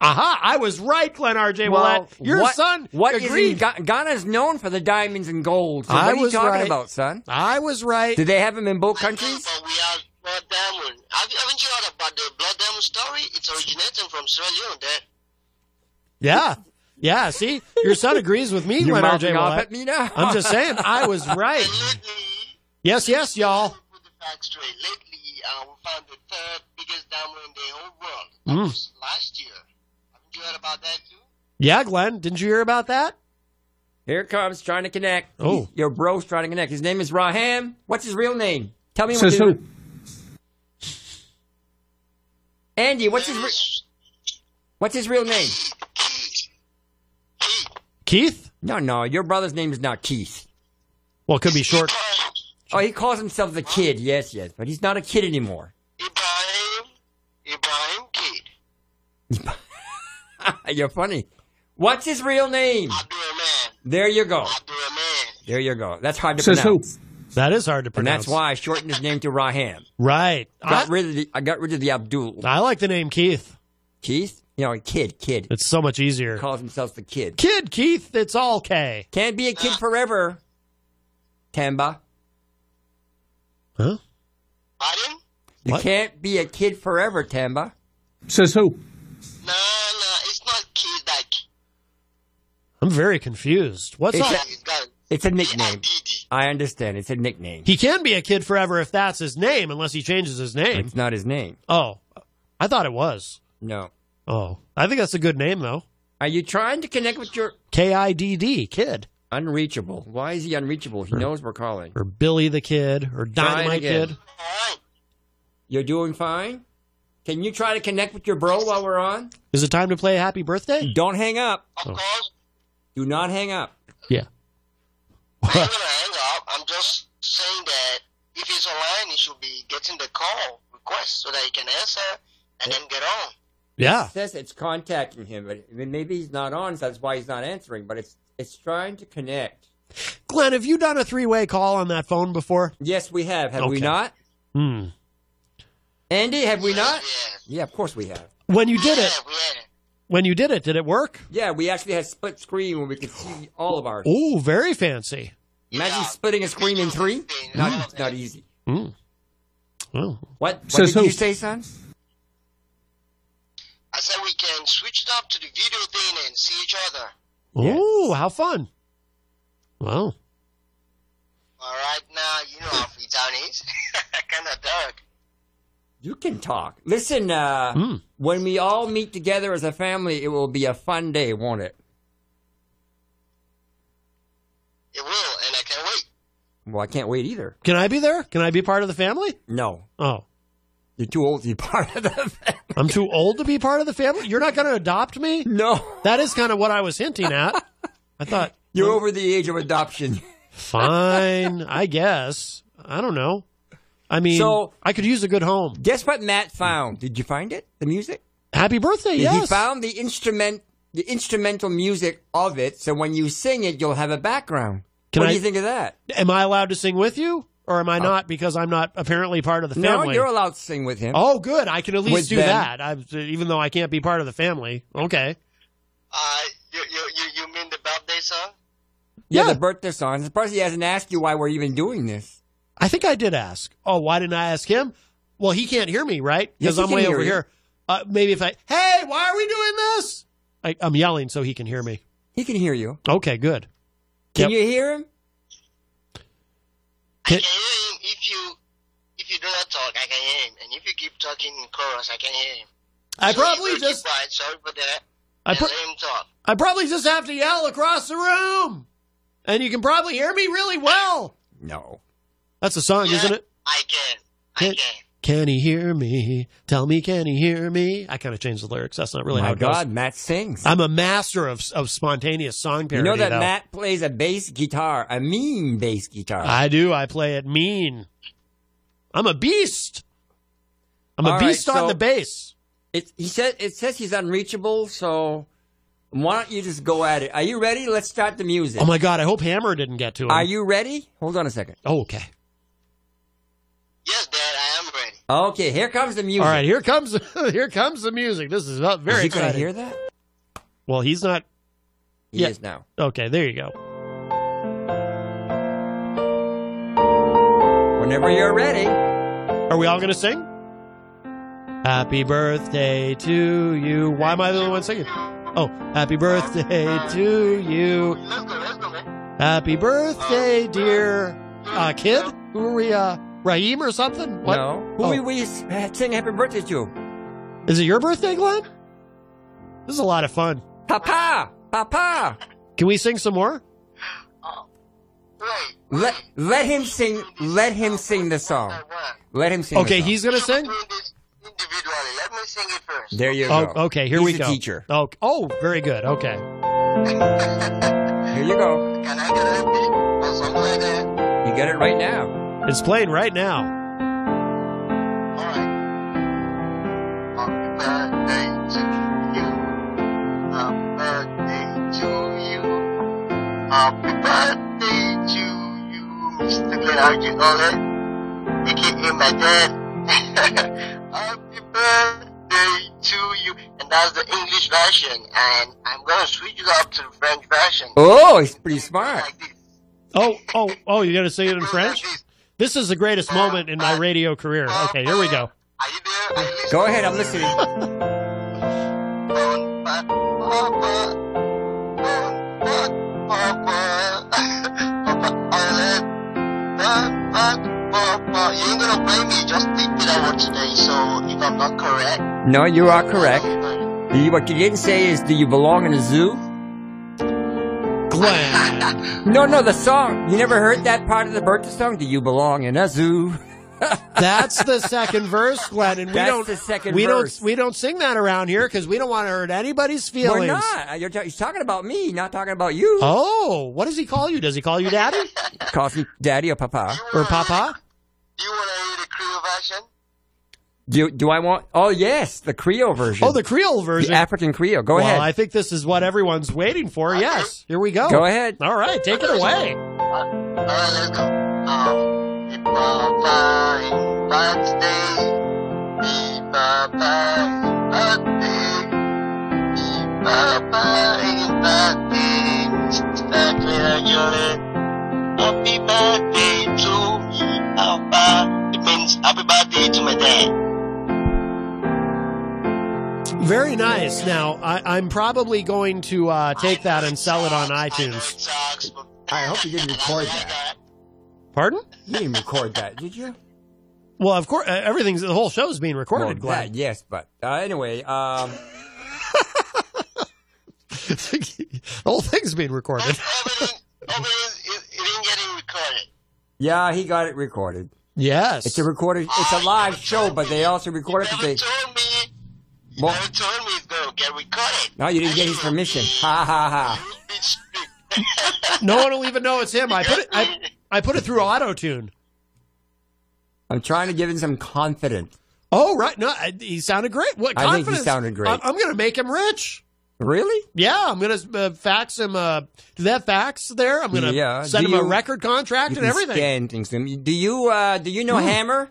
Aha! I was right, Glenn R. J. Willett. Your what, son What is agreed. in Ga- Ghana's known for the diamonds and gold. So I what are you was talking right. about, son? I was right. Do they have them in both countries? Yeah. Yeah, see? Your son agrees (laughs) with me, You're Leonard J. mouthing off Willett. at me now? I'm just saying, I was (laughs) right. Yes, yes, y'all. Mm. Yeah, Glenn, didn't you hear about that? Here it comes trying to connect. Oh. Your bro's trying to connect. His name is Raham. What's his real name? Tell me Says what his who? Andy, what's his re- What's his real name? Keith? No, no, your brother's name is not Keith. Well, it could be short. Oh, he calls himself the kid. Yes, yes, but he's not a kid anymore. Ibrahim Kid. (laughs) You're funny. What's his real name? There you go. There you go. That's hard to Says who? pronounce. That is hard to And pronounce. that's why I shortened his name to Raham. Right. Ah, I, Got rid of the, I got rid of the Abdul. I like the name Keith. Keith? You know, kid, kid. It's so much easier. Calls himself the kid. Kid Keith, it's all K. Can't be a kid forever. Tamba. Huh? You can't be a kid forever, Tamba. Says who? No, no, it's not Keith that. I'm very confused. What's It's up? a, it's a nickname. I understand. It's a nickname. He can be a kid forever if that's his name, unless he changes his name. It's not his name. Oh, I thought it was. No. Oh, I think that's a good name though. Are you trying to connect with your K I D D kid? Unreachable. Why is he unreachable? He knows we're calling. Or Billy the Kid, Try or it Dynamite again. Kid. You're doing fine? Can you try to connect with your bro while we're on? Is it time to play Happy Birthday? Don't hang up. Oh. Do not hang up. Yeah. (laughs) saying that if he's online, he should be getting the call request so that he can answer and then get on. Yeah. It says it's contacting him, but I mean, maybe he's not on, so that's why he's not answering, but it's it's trying to connect. Glenn, have you done a three way call on that phone before? Yes, we have. Have we Okay. not? Hmm. Andy, have we not? Yeah, of course we have. When you did it, when you did it, did it work? Yeah, we actually had split screen when we could see all of ours. Ooh, very fancy. Imagine splitting a screen in three. Not, not easy. Mm. Well, What, what Says did you who? say, son? I said we can switch it up to the video thing and see each other. Ooh, how fun. All Wow. right, now you know how Freetown is. (laughs) kind of dark. You can talk. Listen, uh, Hmm. when we all meet together as a family, it will be a fun day, won't it? It will, and I can't wait. Well, I can't wait either. Can I be there? Can I be part of the family? No. Oh. You're too old to be (laughs) part of the family. I'm too old to be part of the family? You're not going to adopt me? No. That is kind of what I was hinting at. I thought. You're over the age of adoption. Fine, I guess. I don't know. I mean, So- I could use a good home. Guess what Matt found? Did you find it? The music? Happy birthday, He yes. found the instrument, the instrumental music of it. So when you sing it, you'll have a background. Can what I- do you think of that? Am I allowed to sing with you? Or am I not because I'm not apparently part of the no, family? you're allowed to sing with him. Oh, good. I can at least With do them. that, I, even though I can't be part of the family. Okay. Uh, You, you, you, you mean the birthday song? yeah, the birthday song. I'm surprised he hasn't asked you why we're even doing this. I think I did ask. Oh, why didn't I ask him? Well, he can't hear me, right? Yes, Because he I'm can way hear over you. here. Uh, maybe if I, hey, why are we doing this? I, I'm yelling so he can hear me. He can hear you. Okay, good. Can Yep. you hear him? Can- If you if you do not talk, I can hear him, and if you keep talking in chorus, I can hear him. I So if probably you just- keep quiet, sorry for that. I and pro- let him talk. I probably just have to yell across the room, and you can probably hear me really well. No. That's a song, isn't it? I can. Can, can he hear me? Tell me, can he hear me? I kind of changed the lyrics. That's not really My how it goes. God, Matt sings. I'm a master of of spontaneous song You parody. know that though. Matt plays a bass guitar, a mean bass guitar. I do. I play it mean. I'm a beast. I'm a All right, beast on so- the bass. It he said it says he's unreachable, so why don't you just go at it? Are you ready? Let's start the music. Oh my god! I hope Hammer didn't get to him. Are you ready? Hold on a second. Oh, okay. Okay, here comes the music. All right. Here comes (laughs) here comes the music. This is not very. Is he gonna exciting. hear that? Well, he's not. He is now. Okay. There you go. Whenever you're ready. Are we all going to sing? Happy birthday to you. Why am I the only one singing? Oh, happy birthday to you. Happy birthday, dear uh, kid. Who are we? Uh, Raheem or something? What? No. Who Oh. we, we s- sing happy birthday to? Is it your birthday, Glenn? This is a lot of fun. Papa! Papa! Can we sing some more? Let let him sing let him sing the song. Let him sing Okay, the song. he's gonna sing. There you Oh, go. okay, here He's we the go. teacher. Oh, oh, very good. Okay. Here you go. Can I get a beat or something like that? You got it right now. It's playing right now. Happy birthday to you. Happy birthday to you. Happy birthday to you, Mr. Glenargy Ole, aka my dad. (laughs) Happy birthday to you. And that's the English version, and I'm gonna switch it up to the French version. Oh, he's pretty smart. Oh, oh, oh, you're gonna sing it in French? This is the Uh, greatest moment in my radio career. Okay, here we go. Go ahead, I'm listening. Well, you ain't gonna blame me, just think that I won today, so if I'm not correct, No, you are correct. You- What you didn't say is, do you belong in a zoo? (laughs) No, no, the song. You never heard that part of the Bertha song? Do you belong in a zoo? (laughs) That's the second verse, Glenn, and we That's don't. the second we verse. don't. We don't sing that around here because we don't want to hurt anybody's feelings. We're not. You're, ta- he's talking about me, not talking about you. Oh, what does he call you? Does he call you daddy? (laughs) Calls me daddy or papa. Or papa? Do do I want? Oh yes, the Creole version. Oh, the Creole version. The African Creole. Go well, ahead. I think this is what everyone's waiting for. Yes, here we go. Go ahead. All right, take it away. uh, um, Happy birthday to you, Papa. It means happy birthday to my dad. Very nice. Now, I, I'm probably going to uh, take that and sell it on iTunes. I hope you didn't record that. Pardon? You didn't record that, did you? Well, of course, uh, everything's the whole show's being recorded. Well, Glenn. that, yes, but uh, anyway, um, (laughs) The whole thing's being recorded. (laughs) yeah, he got it recorded. Yes, it's a recorded. It's a live show, but they also record it. They told me. You well, never told me it's gonna get recorded. No, you didn't get his permission. Ha ha ha. no one will even know it's him. I put it. I, I put it through auto tune. (laughs) I'm trying to give him some confidence. Oh right, no, I, he sounded great. What I think he confidence? sounded great. I'm, I'm going to make him rich. Really? Yeah, I'm going to uh, fax him. Uh, do that fax there? I'm going to Yeah, send do him a you- record contract You can and everything. Hmm. Scan things to him. Do you uh, do you know Hammer?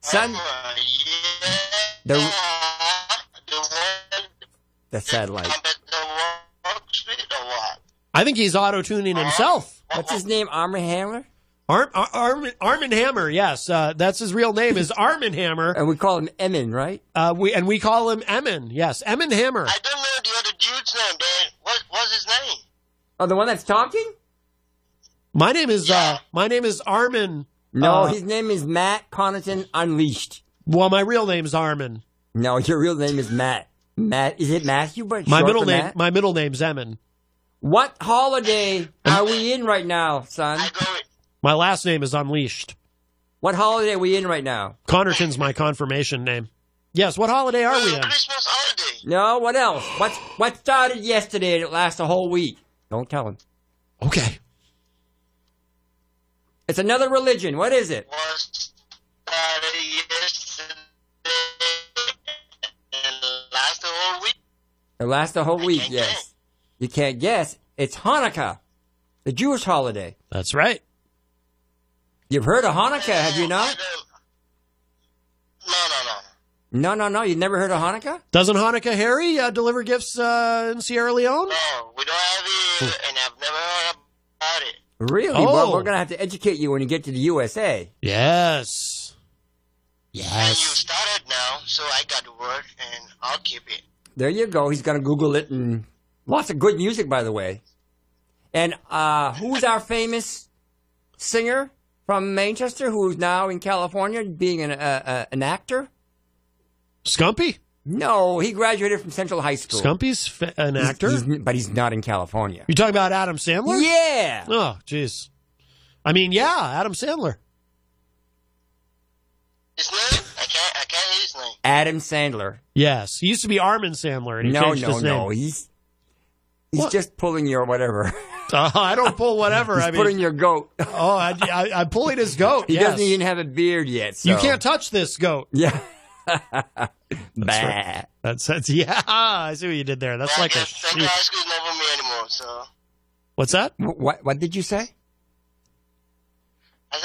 Son, the the satellite. I think he's auto tuning himself. What's his name? Armor Hammer. Arm Ar- Arm Armin Hammer. Yes, uh, that's his real name is Armin Hammer. And we call him Emin, right? Uh, we and we call him Emin. Yes, Emin Hammer. Oh, the one that's talking? My name is uh, my name is Armin. No, uh, his name is Matt Connaughton Unleashed. well, my real name's Armin. No, your real name is Matt. Matt, is it Matthew? But My short middle for name. Matt? My middle name's Emin. What holiday are we in right now, son? My last name is Unleashed. What holiday are we in right now? Connerton's my confirmation name. Yes. What holiday are we in? No, what else? What's what started yesterday and it lasts a whole week? Don't tell him. Okay. It's another religion. What is it? It lasts a whole week, yes. You can't guess. It's Hanukkah, the Jewish holiday. That's right. You've heard of Hanukkah, have you not? No, no, no. No, no, no. You've never heard of Hanukkah? Doesn't Hanukkah Harry uh, deliver gifts uh, in Sierra Leone? Really? Oh. Well, we're going to have to educate you when you get to the USA. Yes. Yes. There you go. He's going to Google it and lots of good music, by the way. And uh, who's our famous singer from Manchester who's now in California being an, uh, uh, an actor? Scumpy. No, he graduated from Central High School. Scumpy's fa- an He's- actor. he's- but he's not in California. You talking about Adam Sandler? Yeah. Oh, jeez. I mean, yeah, Adam Sandler. Adam Sandler. Yes, he used to be Armin Sandler, and he No, changed no, his name. (laughs) no. He's he's What? just pulling your whatever. (laughs) Uh, I don't pull whatever. he's I mean, pulling your goat. oh, I, I, I'm pulling his goat. (laughs) He yes. doesn't even have a beard yet. So. You can't touch this goat. Yeah. That's right. Bah. That's, that's (laughs) yeah. I see what you did there. That's like a sheep. What's that? Wh- What What did you say? Oh,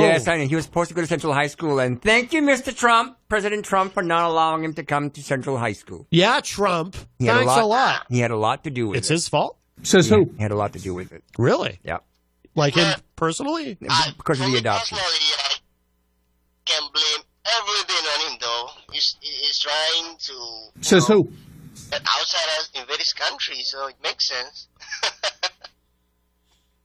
Yes, I know. He was supposed to go to Central High School, and thank you, Mr. Trump, President Trump, for not allowing him to come to Central High School. yeah. Trump. He had Thanks a lot. a lot. He had a lot to do with It's it. his fault. Says who? He had a lot to do with it. Really? Yeah, Like him personally? because of the adoption. Says who? That outsiders in various countries, so it makes sense.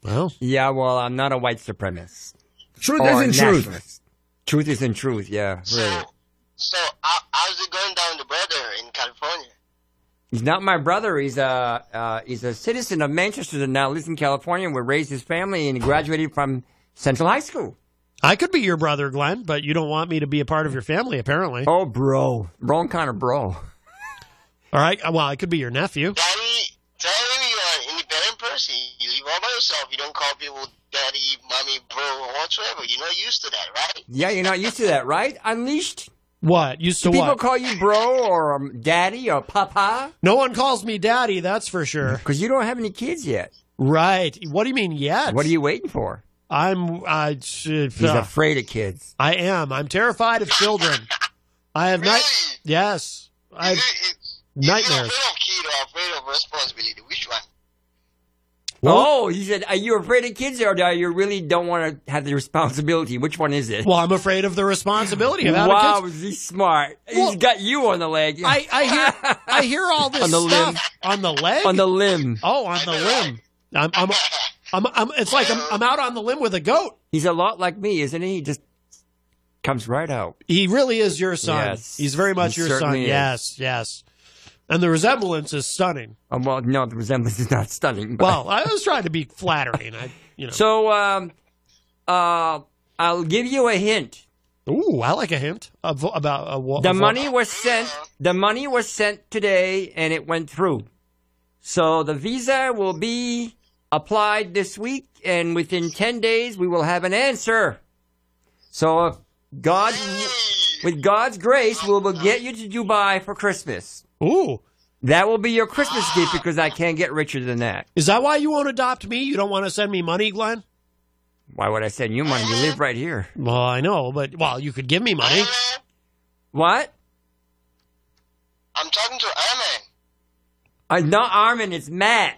Well, Yeah, well, I'm not a white supremacist. Truth Or isn't truth. nationalist. Truth isn't truth. Yeah, really. So, so how, how's it going down the border in He's not my brother. He's a uh, he's a citizen of Manchester that now lives in California and would raise his family and he graduated from Central High School. I could be your brother, Glenn, but you don't want me to be a part of your family, apparently. Oh, bro. Wrong kind of bro. All right. Well, I could be your nephew. Yeah, you're not used to that, right? Unleashed. What? Used to Do people what? call you bro or um, daddy or papa? no one calls me daddy, that's for (laughs) sure. Because you don't have any kids yet. Right. What do you mean yet? What are you waiting for? I'm. I, uh, He's afraid of kids. I am. I'm terrified of children. I have night. Yes. I have nightmares. Oh, you said, are you afraid of kids or do you really don't want to have the responsibility? Which one is it? Well, I'm afraid of the responsibility of having wow, kids. he's smart. Well- he's got you on the leg. I, I hear I hear all this On the stuff limb. on the leg On the limb. Oh, on the limb. I'm I'm, I'm, I'm it's like I'm, I'm out on the limb with a goat. He's a lot like me, isn't he? He just comes right out. He really is your son. Yes. He's very much He your son. certainly is. Yes, yes. And the resemblance is stunning. Um, well, no, the resemblance is not stunning. But. Well, I was trying to be flattering. I you know. so um, uh, I'll give you a hint. Ooh, I like a hint of, about a, wa- The of wa- money was sent. The money was sent today, and it went through. So the visa will be applied this week, and within ten days we will have an answer. So, if God, with God's grace, we will get you to Dubai for Christmas. Ooh, that will be your Christmas gift because I can't get richer than that. Is that why you won't adopt me? You don't want to send me money, Glenn? Why would I send you money? You live right here. Well, I know, but well, you could give me money. What? I'm talking to Armin. Uh, not Armin. It's Matt.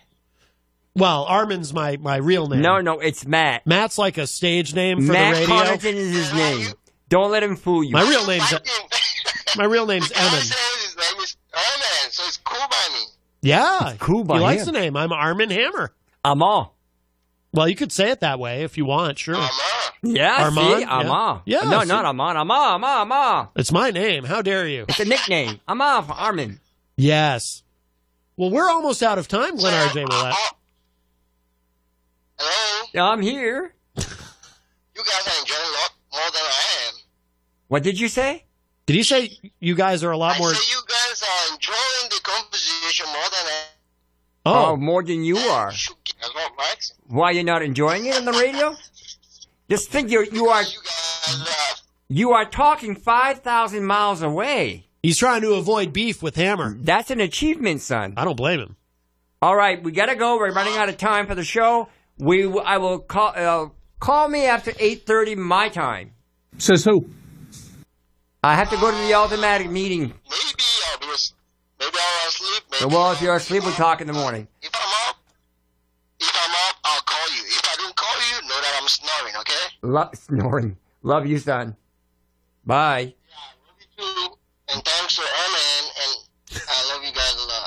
Well, Armin's my my real name. No, no, it's Matt. Matt's like a stage name for Matt the radio. Connerton is his name. Don't let him fool you. My real name's my real name's Emin. Yeah, cool by He likes him. the name. I'm Armin Hammer. Armand. Well, you could say it that way if you want. Sure. Yeah, Armand, see? yeah. Armand. Yeah, no, see? not Armand. Armand, Armand, Armand. It's my name. How dare you? It's a nickname. Armand for Armin. Yes. Well, we're almost out of time, Glenn R.J. Willett. I'm here. you guys are enjoying a lot more than I am. What did you say? Did he say you guys are a lot more? Oh, more than you are. Why you're not enjoying it on the radio? Just think you you are you are talking five thousand miles away. He's trying to avoid beef with Hammer. That's an achievement, son. I don't blame him. All right, we gotta go. We're running out of time for the show. We w- I will call uh, call me after eight thirty my time. Says who? I have to go to the automatic meeting. Maybe I'll be maybe I'll sleep. Well, if you're asleep, we'll talk in the morning. Lo- (laughs) snoring. Love you, son. Bye.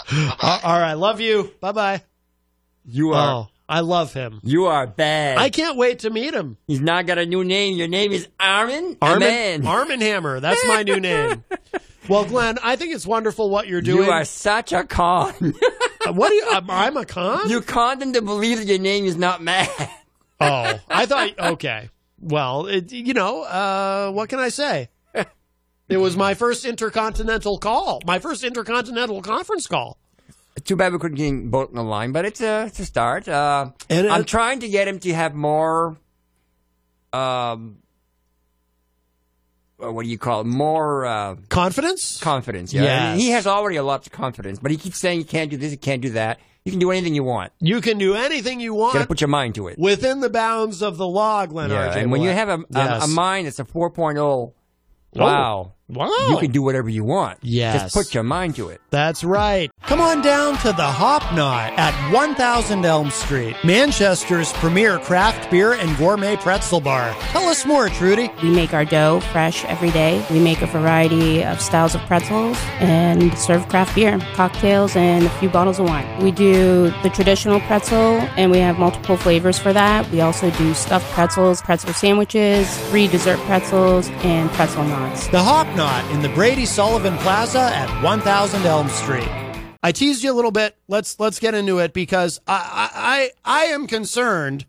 Uh, all right, love you. Bye bye. You are. Oh, I love him. You are bad. I can't wait to meet him. He's now got a new name. Your name is Armin. Armin, Amen. Armin Hammer. That's my (laughs) new name. Well, Glenn, I think it's wonderful what you're doing. You are such a con. Uh, (laughs) what? Do you, (laughs) I'm, I'm a con. you conned them to believe that your name is not Matt. oh, I thought. Okay. Well, it, you know, uh, what can I say? It was my first intercontinental call, my first intercontinental conference call. Too bad we couldn't get him both in the line, but it's a, it's a start. Uh, And, uh, I'm trying to get him to have more. Um, uh, what do you call it? More uh, Confidence? confidence. Yeah, Yes. he has already a lot of confidence, but he keeps saying you can't do this, you can't do that. You can do anything you want. You can do anything you You got to want put your mind to it. within the bounds of the law, Glenn yeah, R.J. and when you have Willett. a, a, Yes. Oh, a mind that's a 4.0, wow, wow, you can do whatever you want. Oh. Yes. just put your mind to it. That's right. Come on down to the Hop Knot at 1000 Elm Street, Manchester's premier craft beer and gourmet pretzel bar. Tell us more, Trudy. We make our dough fresh every day. We make a variety of styles of pretzels and serve craft beer, cocktails, and a few bottles of wine. We do the traditional pretzel, and we have multiple flavors for that. We also do stuffed pretzels, pretzel sandwiches, free dessert pretzels, and pretzel knots. The Hop Knot in the Brady Sullivan Plaza at 1000 Elm Street. I teased you a little bit. Let's let's get into it because I I I, I am concerned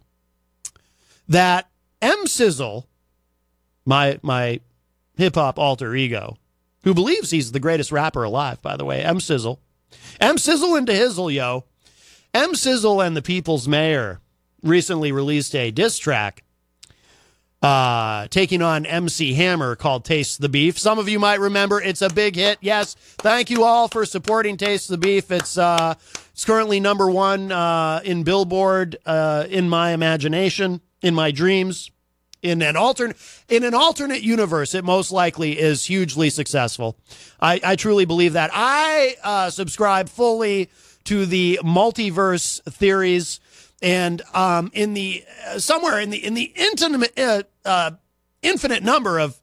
that M Sizzle, my my hip hop alter ego, who believes he's the greatest rapper alive, by the way, M Sizzle, M Sizzle into Hizzle, yo, M Sizzle and the People's Mayor recently released a diss track uh, taking on MC Hammer called Taste the Beef. Some of you might remember it's a big hit. Yes, thank you all for supporting Taste the Beef. It's uh, it's currently number one uh, in Billboard uh, in my imagination, in my dreams, in an alternate in an alternate universe. It most likely is hugely successful. I, I truly believe that. I uh, subscribe fully to the multiverse theories and um, in the uh, somewhere in the in the intimate, uh, uh, infinite number of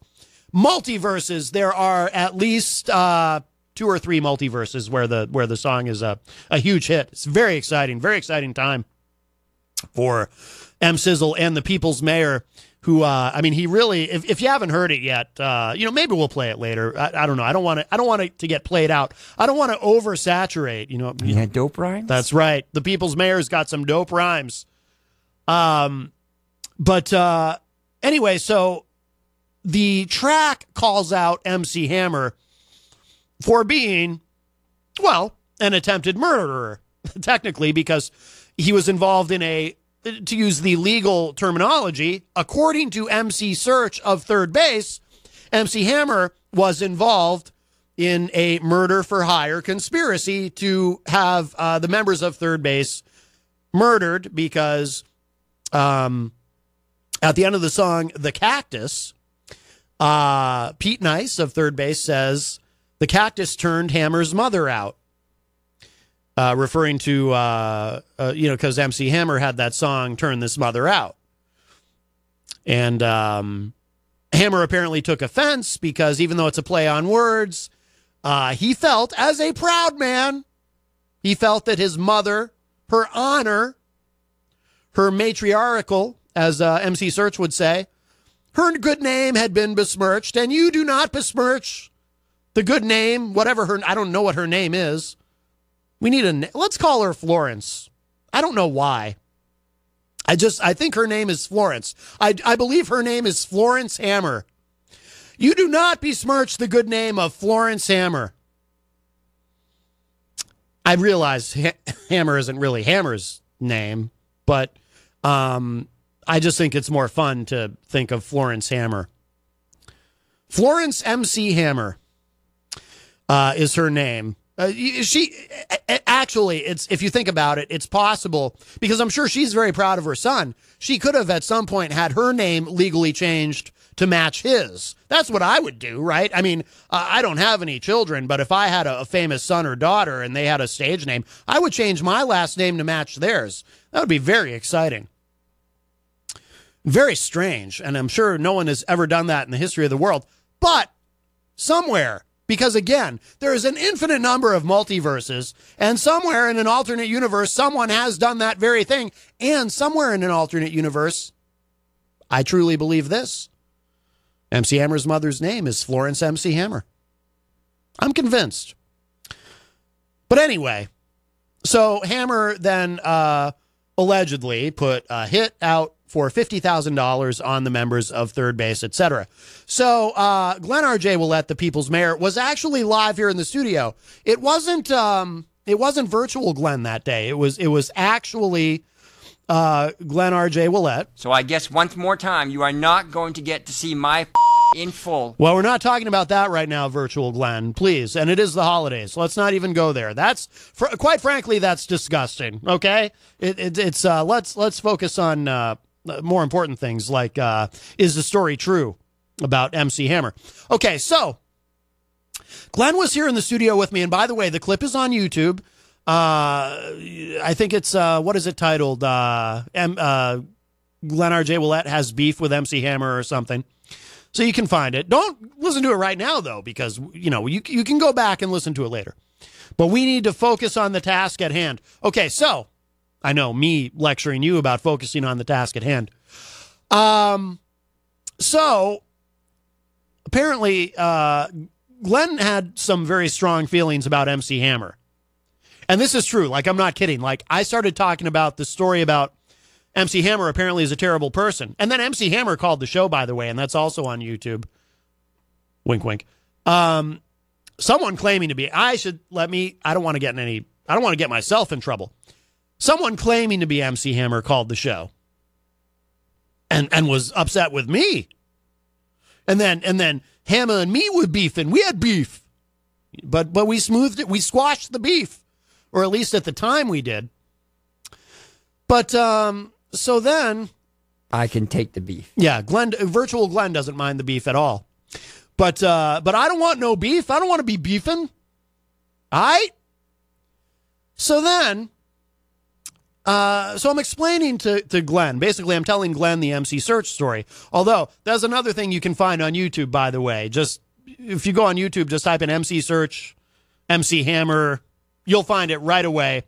multiverses, there are at least uh, two or three multiverses where the where the song is a a huge hit. It's very exciting, very exciting time for M Sizzle and the People's Mayor. Who uh, I mean, he really. If, if you haven't heard it yet, uh, you know maybe we'll play it later. I, I don't know. I don't want to. I don't want it to get played out. I don't want to oversaturate. You know. You had dope rhymes? That's right. The People's Mayor's got some dope rhymes. Um, but uh, anyway, so the track calls out MC Hammer for being, well, an attempted murderer, (laughs) technically, because he was involved in a, to use the legal terminology, according to MC Search of Third Base, MC Hammer was involved in a murder for hire conspiracy to have uh, the members of Third Base murdered because um, at the end of the song, The Cactus, uh, Pete Nice of Third Base says, The cactus turned Hammer's mother out. Uh, referring to, uh, uh, you know, because MC Hammer had that song, Turn This Mother Out. And um, Hammer apparently took offense because even though it's a play on words, uh, he felt, as a proud man, he felt that his mother, her honor, her matriarchal, as uh, MC Search would say, her good name had been besmirched, and you do not besmirch the good name, whatever her, I don't know what her name is. We need a, na- let's call her Florence. I don't know why. I just, I think her name is Florence. I, I believe her name is Florence Hammer. You do not besmirch the good name of Florence Hammer. I realize ha- Hammer isn't really Hammer's name, but um, I just think it's more fun to think of Florence Hammer. Florence MC Hammer uh, is her name. Uh, y- she a- a- actually, it's if you think about it, it's possible because I'm sure she's very proud of her son. She could have at some point had her name legally changed to match his. That's what I would do, right? I mean, uh, I don't have any children, but if I had a, a famous son or daughter and they had a stage name, I would change my last name to match theirs. That would be very exciting. Very strange, and I'm sure no one has ever done that in the history of the world. But somewhere because again there is an infinite number of multiverses and somewhere in an alternate universe someone has done that very thing and somewhere in an alternate universe i truly believe this mc hammer's mother's name is florence mc hammer i'm convinced but anyway so hammer then uh, allegedly put a hit out for $50,000 on the members of third base, etc. So uh, Glenn R.J. Willett, the People's Mayor, was actually live here in the studio. It wasn't um, it wasn't virtual Glenn that day. It was it was actually uh, Glenn R.J. Willett. So I guess once more time, you are not going to get to see my (laughs) f- in full. Well, we're not talking about that right now, virtual Glenn, please. And it is the holidays. Let's not even go there. That's fr- quite frankly, that's disgusting. Okay, it, it, it's uh, let's let's focus on uh, more important things like uh, is the story true about MC Hammer? Okay, so Glenn was here in the studio with me, and by the way, the clip is on YouTube. Uh, I think it's uh, what is it titled? Uh, M, uh, Glenn R. J. Willett has beef with MC Hammer or something. So you can find it. Don't listen to it right now though, because you know you you can go back and listen to it later. But we need to focus on the task at hand. Okay, so I know me lecturing you about focusing on the task at hand. Um, so apparently, uh, Glenn had some very strong feelings about MC Hammer. And this is true. Like, I'm not kidding. Like, I started talking about the story about MC Hammer apparently is a terrible person. And then MC Hammer called the show, by the way, and that's also on YouTube. Wink, wink. Um, someone claiming to be, I should let me, I don't want to get in any, I don't want to get myself in trouble. Someone claiming to be MC Hammer called the show and, and was upset with me. And then, and then Hammer and me were beefing. We had beef but but we smoothed it. We squashed the beef, or at least at the time we did. But um, so then, I can take the beef. yeah, Glenn, virtual Glenn doesn't mind the beef at all. But uh, but I don't want no beef. I don't want to be beefing. All right. So then, uh, so I'm explaining to, to Glenn. Basically, I'm telling Glenn the MC search story. Although, that's another thing you can find on YouTube, by the way. Just if you go on YouTube, just type in MC search, MC hammer, you'll find it right away.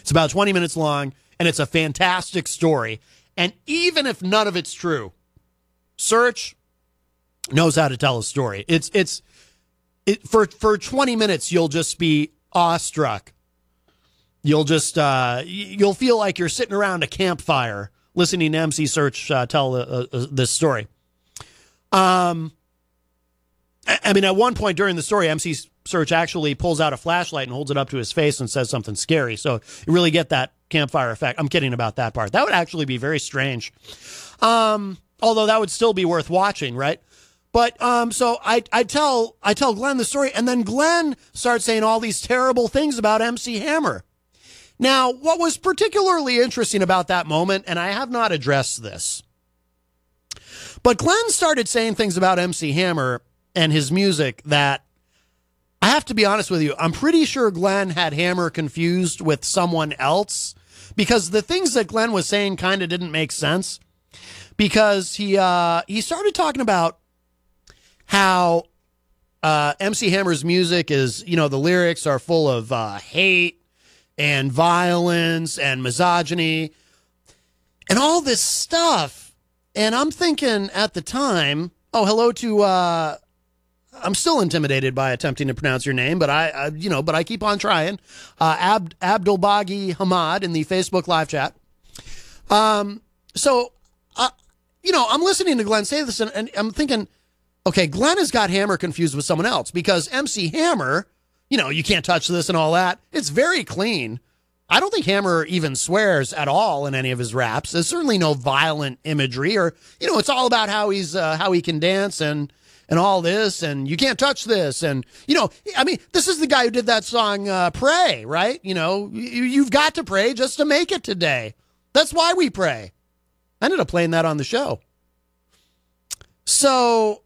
It's about 20 minutes long, and it's a fantastic story. And even if none of it's true, search knows how to tell a story. It's, it's, it, for, for 20 minutes, you'll just be awestruck you'll just uh, y- you'll feel like you're sitting around a campfire listening to MC Search uh, tell uh, uh, this story. Um, I I mean, at one point during the story, MC Search actually pulls out a flashlight and holds it up to his face and says something scary. So you really get that campfire effect. I'm kidding about that part. That would actually be very strange. Um, although that would still be worth watching, right? But um, so I, I tell I tell Glenn the story, and then Glenn starts saying all these terrible things about MC Hammer. Now, what was particularly interesting about that moment, and I have not addressed this, but Glenn started saying things about MC Hammer and his music that I have to be honest with you, I'm pretty sure Glenn had Hammer confused with someone else because the things that Glenn was saying kind of didn't make sense because he uh, he started talking about how uh, MC Hammer's music is, you know, the lyrics are full of uh, hate and violence and misogyny and all this stuff. And I'm thinking at the time, oh, hello to, uh, I'm still intimidated by attempting to pronounce your name, but I, I you know, but I keep on trying. Uh, Ab- Abdelbagi Hamad in the Facebook live chat. Um, so, uh, you know, I'm listening to Glenn say this and, and I'm thinking, okay, Glenn has got Hammer confused with someone else because MC Hammer, you know, you can't touch this and all that. It's very clean. I don't think Hammer even swears at all in any of his raps. There's certainly no violent imagery, or you know, it's all about how he's uh, how he can dance and and all this, and you can't touch this, and you know, I mean, this is the guy who did that song uh, "Pray," right? You know, you, you've got to pray just to make it today. That's why we pray. I ended up playing that on the show. So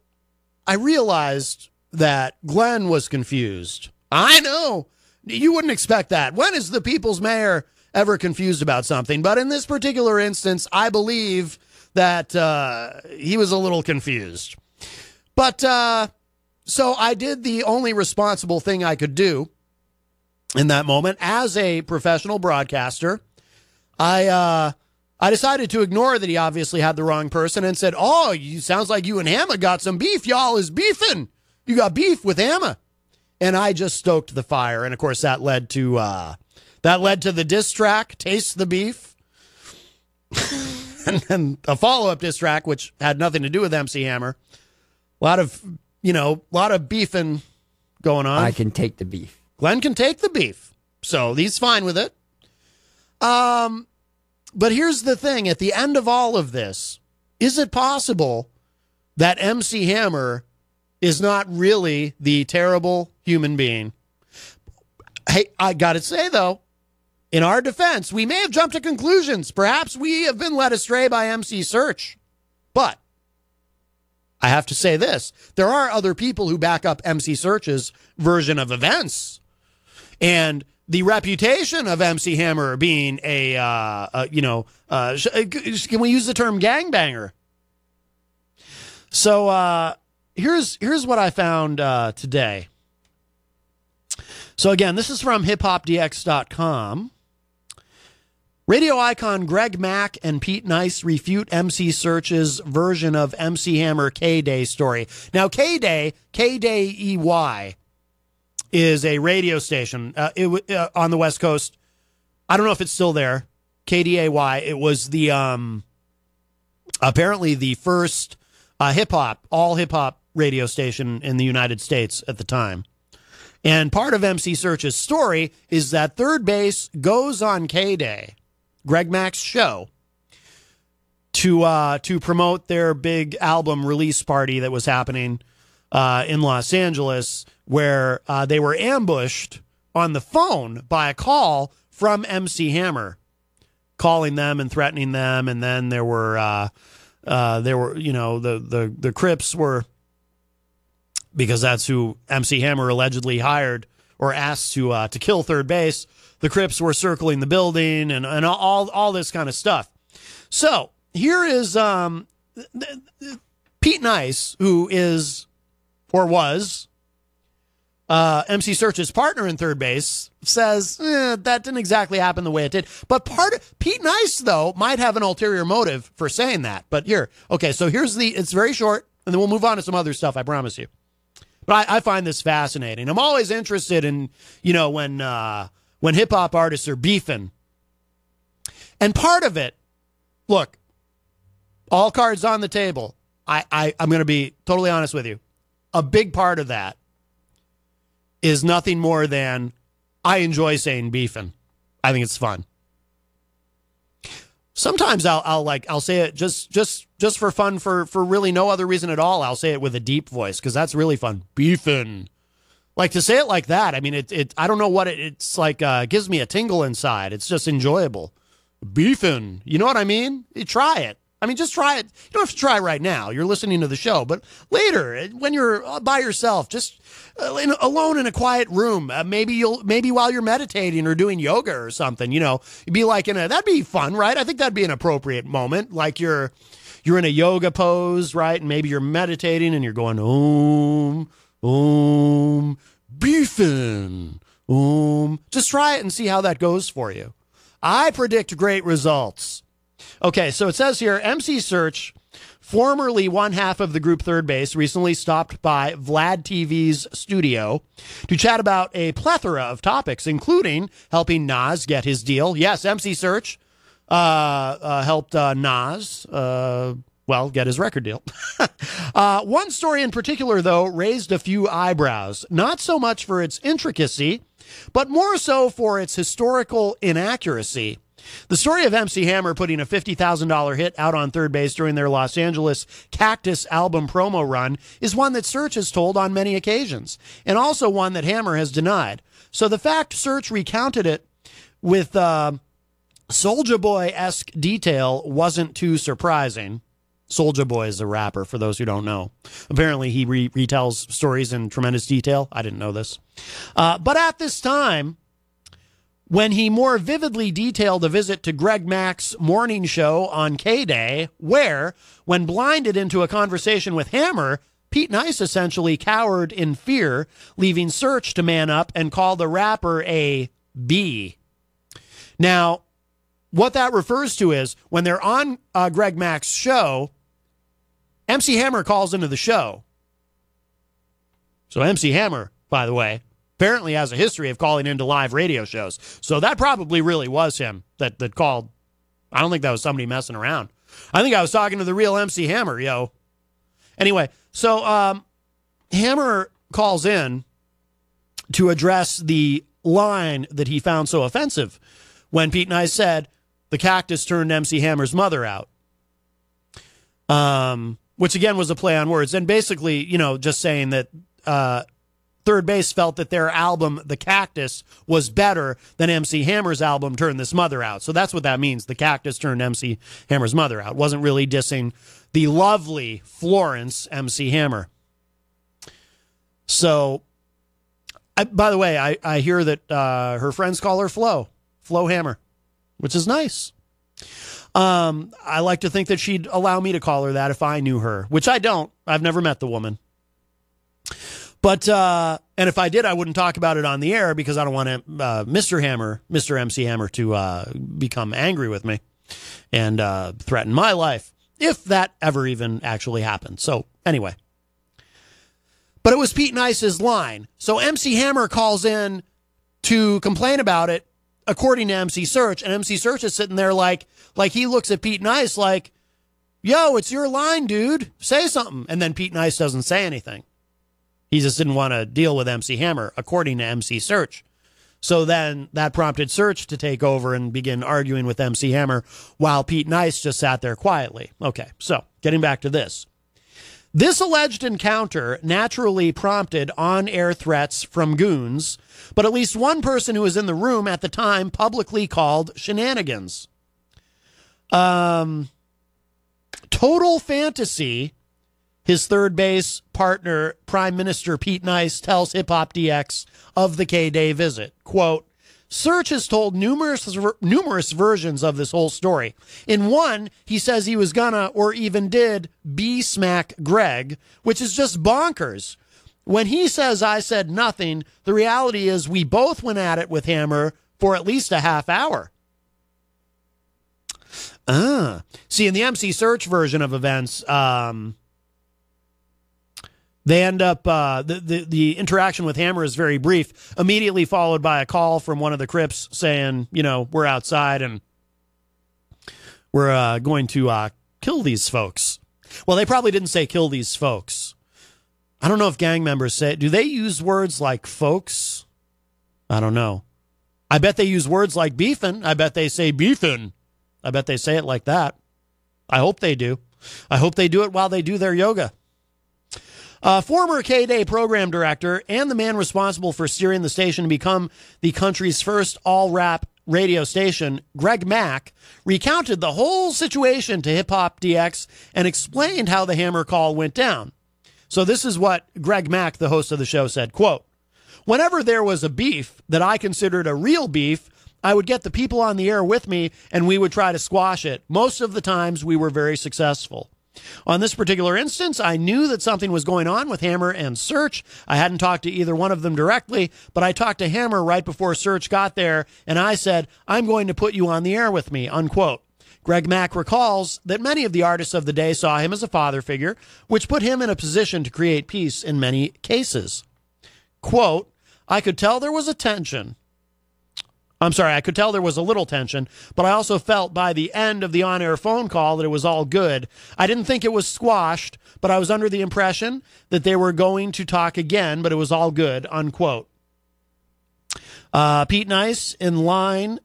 I realized that Glenn was confused. I know. You wouldn't expect that. When is the people's mayor ever confused about something? But in this particular instance, I believe that uh, he was a little confused. But uh, so I did the only responsible thing I could do in that moment as a professional broadcaster. I uh, I decided to ignore that he obviously had the wrong person and said, "Oh, you sounds like you and Hammer got some beef. Y'all is beefing. You got beef with Hammer." And I just stoked the fire, and of course that led to uh, that led to the diss track, "Taste the Beef," (laughs) and then a follow up diss track which had nothing to do with MC Hammer. A lot of you know, a lot of beefing going on. I can take the beef. Glenn can take the beef, so he's fine with it. Um, but here's the thing: at the end of all of this, is it possible that MC Hammer is not really the terrible human being? Hey, I gotta say though, in our defense, we may have jumped to conclusions. Perhaps we have been led astray by MC Search, but I have to say this. There are other people who back up MC Search's version of events. And the reputation of MC Hammer being a, uh, uh, you know, uh, sh- uh, g- can we use the term gangbanger? So uh, here's here's what I found uh, today. So again, this is from hiphopdx.com. Radio icon Greg Mack and Pete Nice refute MC Search's version of MC Hammer K Day story. Now, K Day, K Day E Y, is a radio station uh, it, w- uh, on the West Coast. I don't know if it's still there. KDAY. It was the um, apparently the first uh, hip hop, all hip hop radio station in the United States at the time. And part of MC Search's story is that third base goes on K Day, Greg Mack's show, to uh, to promote their big album release party that was happening uh, in Los Angeles, where uh, they were ambushed on the phone by a call from MC Hammer, calling them and threatening them, and then there were uh, uh, there were you know the the the Crips were because that's who MC Hammer allegedly hired or asked to uh, to kill third base. The Crips were circling the building and and all all this kind of stuff. So here is um, th- th- th- Pete Nice, who is or was uh, MC Search's partner in third base, says eh, that didn't exactly happen the way it did. But part of, Pete Nice though might have an ulterior motive for saying that. But here, okay, so here's the. It's very short, and then we'll move on to some other stuff. I promise you. But I, I find this fascinating. I'm always interested in you know when uh, when hip hop artists are beefing, and part of it, look, all cards on the table. I, I I'm going to be totally honest with you. A big part of that is nothing more than I enjoy saying beefing. I think it's fun. Sometimes I'll I'll like I'll say it just just just for fun for for really no other reason at all. I'll say it with a deep voice because that's really fun. Beefing. Like to say it like that. I mean it it I don't know what it, it's like uh gives me a tingle inside. It's just enjoyable. Beefing. You know what I mean? You try it. I mean, just try it. You don't have to try it right now. You're listening to the show, but later, eh, when you're uh, by yourself, just uh, in, alone in a quiet room, uh, maybe you'll maybe while you're meditating or doing yoga or something, you know, you'd be like in a that'd be fun, right? I think that'd be an appropriate moment, like you're you're in a yoga pose, right? And maybe you're meditating and you're going om om beefing om. Just try it and see how that goes for you. I predict great results. Okay, so it says here MC Search, formerly one half of the group Third Base, recently stopped by Vlad TV's studio to chat about a plethora of topics, including helping Nas get his deal. Yes, MC Search uh, uh, helped uh, Nas. Uh, well, get his record deal. (laughs) uh, one story in particular, though, raised a few eyebrows, not so much for its intricacy, but more so for its historical inaccuracy. The story of MC Hammer putting a $50,000 hit out on third base during their Los Angeles Cactus album promo run is one that Search has told on many occasions, and also one that Hammer has denied. So the fact Search recounted it with uh, Soldier Boy esque detail wasn't too surprising. Soldier Boy is a rapper, for those who don't know. Apparently, he re- retells stories in tremendous detail. I didn't know this. Uh, but at this time, when he more vividly detailed a visit to Greg Mack's morning show on K Day, where, when blinded into a conversation with Hammer, Pete Nice essentially cowered in fear, leaving Search to man up and call the rapper a B. Now, what that refers to is when they're on uh, Greg Mack's show, MC Hammer calls into the show. So, MC Hammer, by the way, apparently has a history of calling into live radio shows. So that probably really was him that that called. I don't think that was somebody messing around. I think I was talking to the real MC Hammer, yo. Anyway, so um, Hammer calls in to address the line that he found so offensive when Pete and I said the cactus turned MC Hammer's mother out. Um, which again was a play on words, and basically, you know, just saying that uh, third base felt that their album the cactus was better than mc hammer's album turn this mother out so that's what that means the cactus turned mc hammer's mother out wasn't really dissing the lovely florence mc hammer so I, by the way i, I hear that uh, her friends call her flo flo hammer which is nice um, i like to think that she'd allow me to call her that if i knew her which i don't i've never met the woman but uh, and if I did, I wouldn't talk about it on the air because I don't want to, uh, Mr. Hammer, Mr. MC Hammer, to uh, become angry with me and uh, threaten my life if that ever even actually happened. So anyway, But it was Pete Nice's line. So MC Hammer calls in to complain about it, according to MC Search, and MC Search is sitting there like like he looks at Pete Nice like, "Yo, it's your line, dude. Say something." And then Pete Nice doesn't say anything. He just didn't want to deal with MC Hammer, according to MC Search. So then that prompted Search to take over and begin arguing with MC Hammer while Pete Nice just sat there quietly. Okay, so getting back to this. This alleged encounter naturally prompted on air threats from goons, but at least one person who was in the room at the time publicly called shenanigans. Um, Total Fantasy, his third base partner, Prime Minister Pete Nice, tells Hip Hop DX of the K Day visit. Quote, Search has told numerous numerous versions of this whole story. In one, he says he was gonna or even did be smack Greg, which is just bonkers. When he says I said nothing, the reality is we both went at it with Hammer for at least a half hour. Ah, see, in the MC Search version of events, um, they end up uh, the, the the interaction with Hammer is very brief, immediately followed by a call from one of the Crips saying, you know, we're outside and we're uh, going to uh, kill these folks. Well, they probably didn't say kill these folks. I don't know if gang members say do they use words like folks? I don't know. I bet they use words like beefin'. I bet they say beefin'. I bet they say it like that. I hope they do. I hope they do it while they do their yoga. Uh, former K Day program director and the man responsible for steering the station to become the country's first all rap radio station, Greg Mack, recounted the whole situation to Hip Hop DX and explained how the hammer call went down. So this is what Greg Mack, the host of the show, said quote, Whenever there was a beef that I considered a real beef, I would get the people on the air with me and we would try to squash it. Most of the times we were very successful. On this particular instance, I knew that something was going on with Hammer and Search. I hadn't talked to either one of them directly, but I talked to Hammer right before Search got there, and I said, I'm going to put you on the air with me, unquote. Greg Mack recalls that many of the artists of the day saw him as a father figure, which put him in a position to create peace in many cases. Quote, I could tell there was a tension. I'm sorry, I could tell there was a little tension, but I also felt by the end of the on air phone call that it was all good. I didn't think it was squashed, but I was under the impression that they were going to talk again, but it was all good, unquote. Uh, Pete Nice in line.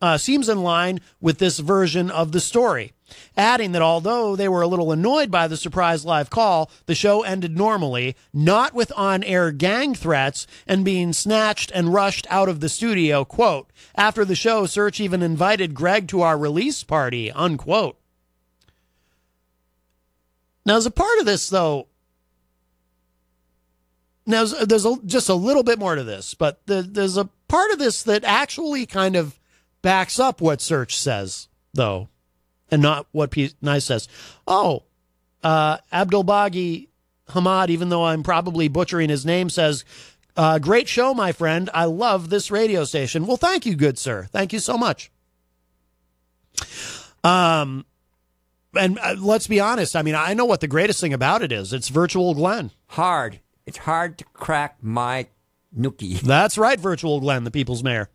Uh, seems in line with this version of the story, adding that although they were a little annoyed by the surprise live call, the show ended normally, not with on air gang threats and being snatched and rushed out of the studio. Quote, after the show, Search even invited Greg to our release party, unquote. Now, as a part of this, though, now there's there's a, just a little bit more to this, but the, there's a part of this that actually kind of backs up what Search says, though, and not what P- Nice says. Oh, uh, Abdelbagi Hamad, even though I'm probably butchering his name, says, uh, Great show, my friend. I love this radio station. Well, thank you, good sir. Thank you so much. Um, and uh, let's be honest. I mean, I know what the greatest thing about it is. It's Virtual Glenn. Hard. It's hard to crack my nookie. (laughs) That's right, Virtual Glenn, the people's mayor.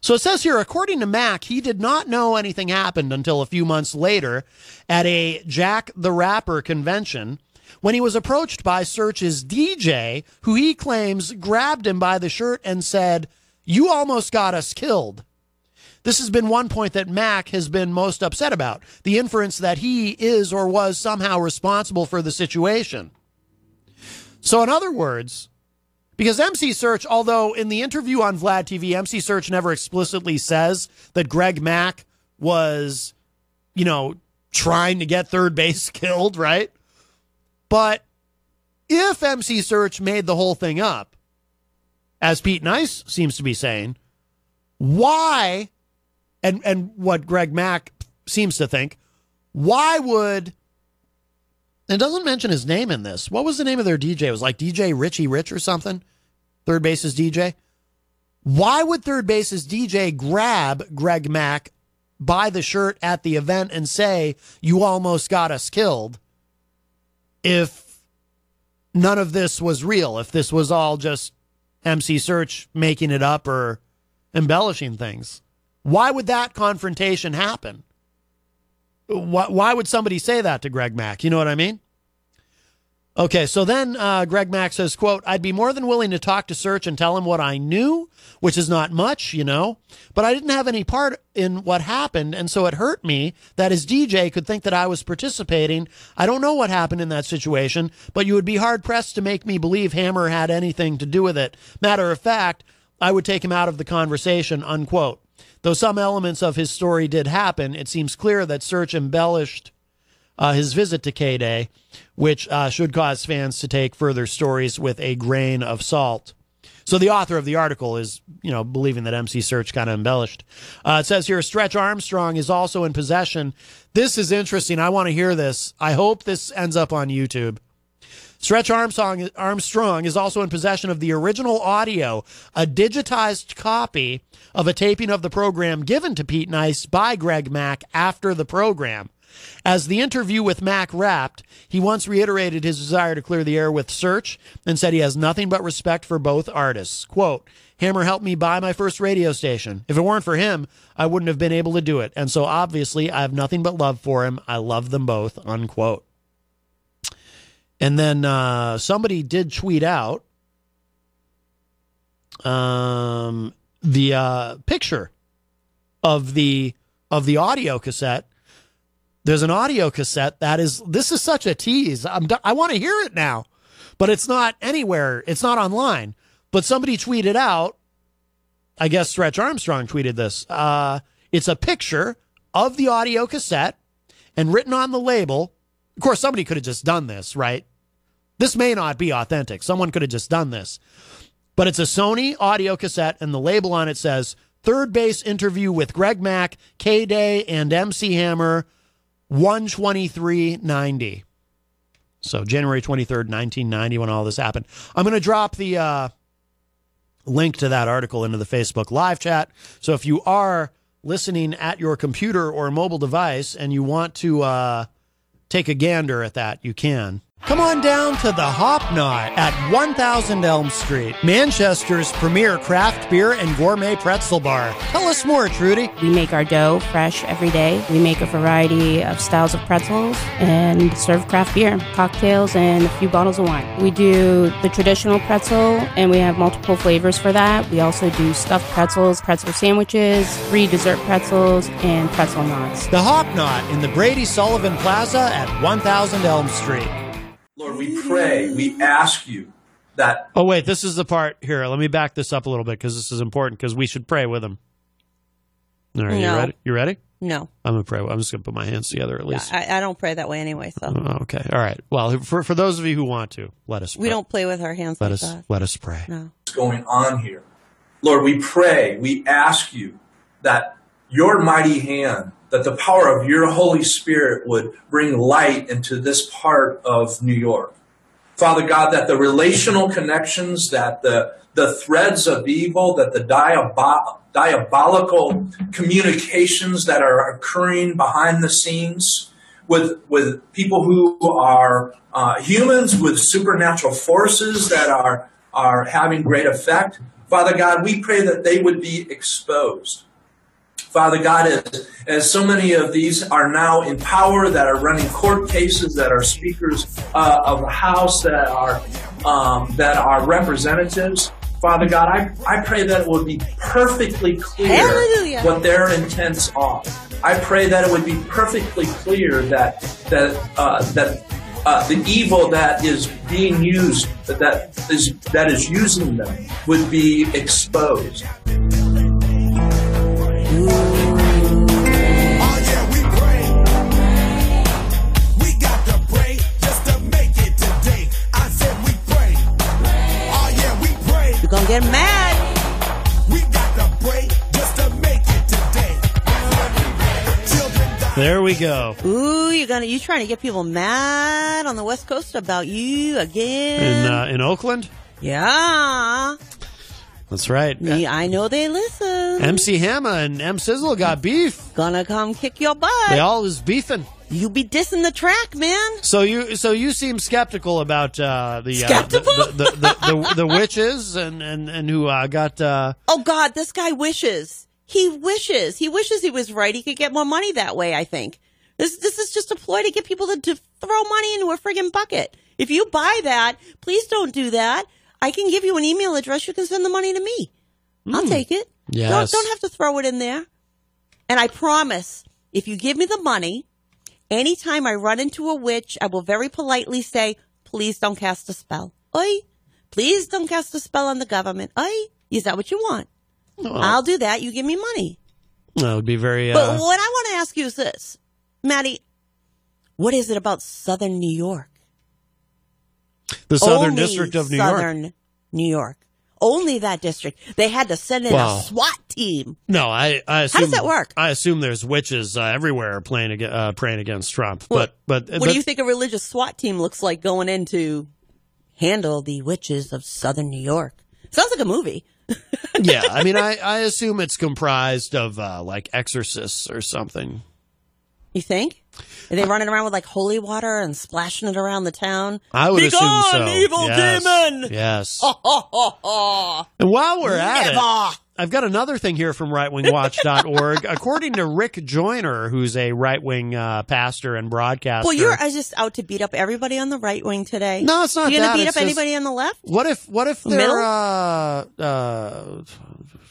So it says here, according to Mac, he did not know anything happened until a few months later at a Jack the Rapper convention when he was approached by Search's DJ, who he claims grabbed him by the shirt and said, You almost got us killed. This has been one point that Mac has been most upset about the inference that he is or was somehow responsible for the situation. So, in other words, because MC Search, although in the interview on Vlad TV, MC Search never explicitly says that Greg Mack was, you know, trying to get third base (laughs) killed, right? But if MC Search made the whole thing up, as Pete Nice seems to be saying, why and and what Greg Mack seems to think, why would it doesn't mention his name in this. What was the name of their DJ? It was like DJ Richie Rich or something. Third base's DJ. Why would third base's DJ grab Greg Mack by the shirt at the event and say, "You almost got us killed"? If none of this was real, if this was all just MC Search making it up or embellishing things, why would that confrontation happen? Why, why would somebody say that to Greg Mack? You know what I mean? Okay, so then uh, Greg Mack says, quote, I'd be more than willing to talk to Search and tell him what I knew, which is not much, you know, but I didn't have any part in what happened, and so it hurt me that his DJ could think that I was participating. I don't know what happened in that situation, but you would be hard-pressed to make me believe Hammer had anything to do with it. Matter of fact, I would take him out of the conversation, unquote. Though some elements of his story did happen, it seems clear that Search embellished uh, his visit to K Day, which uh, should cause fans to take further stories with a grain of salt. So the author of the article is, you know, believing that MC Search kind of embellished. Uh, it says here, Stretch Armstrong is also in possession. This is interesting. I want to hear this. I hope this ends up on YouTube. Stretch Armstrong, Armstrong is also in possession of the original audio, a digitized copy of a taping of the program given to Pete Nice by Greg Mack after the program. As the interview with Mack wrapped, he once reiterated his desire to clear the air with Search and said he has nothing but respect for both artists. Quote, Hammer helped me buy my first radio station. If it weren't for him, I wouldn't have been able to do it. And so obviously, I have nothing but love for him. I love them both, unquote. And then uh, somebody did tweet out um, the uh, picture of the of the audio cassette. There's an audio cassette that is. This is such a tease. I'm. do- I want to hear it now, but it's not anywhere. It's not online. But somebody tweeted out. I guess Stretch Armstrong tweeted this. Uh, it's a picture of the audio cassette, and written on the label. Of course, somebody could have just done this, right? This may not be authentic. Someone could have just done this. But it's a Sony audio cassette, and the label on it says third base interview with Greg Mack, K Day, and MC Hammer, 12390. So January 23rd, 1990, when all this happened. I'm going to drop the uh, link to that article into the Facebook live chat. So if you are listening at your computer or mobile device and you want to uh, take a gander at that, you can. Come on down to the Hop Knot at 1000 Elm Street, Manchester's premier craft beer and gourmet pretzel bar. Tell us more, Trudy. We make our dough fresh every day. We make a variety of styles of pretzels and serve craft beer, cocktails, and a few bottles of wine. We do the traditional pretzel, and we have multiple flavors for that. We also do stuffed pretzels, pretzel sandwiches, free dessert pretzels, and pretzel knots. The Hop Knot in the Brady Sullivan Plaza at 1000 Elm Street. Lord, we pray, we ask you that Oh, wait, this is the part here. Let me back this up a little bit because this is important because we should pray with him. All right, you No. ready? You ready? No, I'm gonna pray. I'm just gonna put my hands together at least. I, I don't pray that way anyway. So Oh, okay. All right. Well, for for those of you who want to, let us. Pray. we don't play with our hands Let like us that. let us pray. No. what's going on here. Lord, we pray, we ask you that your mighty hand, that the power of your Holy Spirit would bring light into this part of New York. Father God, that the relational connections, that the, the threads of evil, that the diabo- diabolical communications that are occurring behind the scenes with, with people who are uh, humans with supernatural forces that are, are having great effect. Father God, we pray that they would be exposed. Father God, as, as so many of these are now in power, that are running court cases, that are speakers uh, of the House, that are um, that are representatives. Father God, I, I pray that it would be perfectly clear Hallelujah. what their intents are. I pray that it would be perfectly clear that that uh, that uh, the evil that is being used, that is that is using them, would be exposed. You're gonna get mad. There we go. Ooh, you're gonna you trying to get people mad on the West Coast about you again? In uh, in Oakland. yeah, That's right. me. I know they listen. MC Hammer and M Sizzle got Uh, beef. Gonna come kick your butt. They all is beefing. You be dissing the track, man. So you so you seem skeptical about uh, the, uh, the, Skeptical? the, the, the the the witches and and and who uh, got uh, Oh God, this guy wishes. He wishes. He wishes he was right. He could get more money that way. I think this this is just a ploy to get people to, to throw money into a friggin' bucket. If you buy that, please don't do that. I can give you an email address. You can send the money to me. I'll take it. Don't, Yes. don't have to throw it in there. And I promise, if you give me the money, anytime I run into a witch, I will very politely say, please don't cast a spell. Oi. Please don't cast a spell on the government. Oi. Is that what you want? I'll do that. You give me money. that would be very. Uh, But what I want to ask you is this, Maddie, what is it about Southern New York? The Southern Only District of New York. Southern New York. Only that district. They had to send in Wow. a SWAT team. No, I, I does assume, that work? I assume there's witches uh, everywhere playing ag- uh, praying against Trump. What- but but What do you think a religious SWAT team looks like going in to handle the witches of Southern New York? Sounds like a movie. (laughs) yeah, I mean, I, I assume it's comprised of uh, like exorcists or something. You think? Are they running around with like holy water and splashing it around the town? I would Be assume gone, so. evil Yes. demon! Yes. Ho, ho, ho, ho. And while we're at Never. it, I've got another thing here from (laughs) rightwingwatch.org. According to Rick Joyner, who's a right wing uh, pastor and broadcaster. Well, you're uh, just out to beat up everybody on the right wing today. No, it's not You're gonna that. beat It's up just- anybody on the left? What if what if they're Middle? uh uh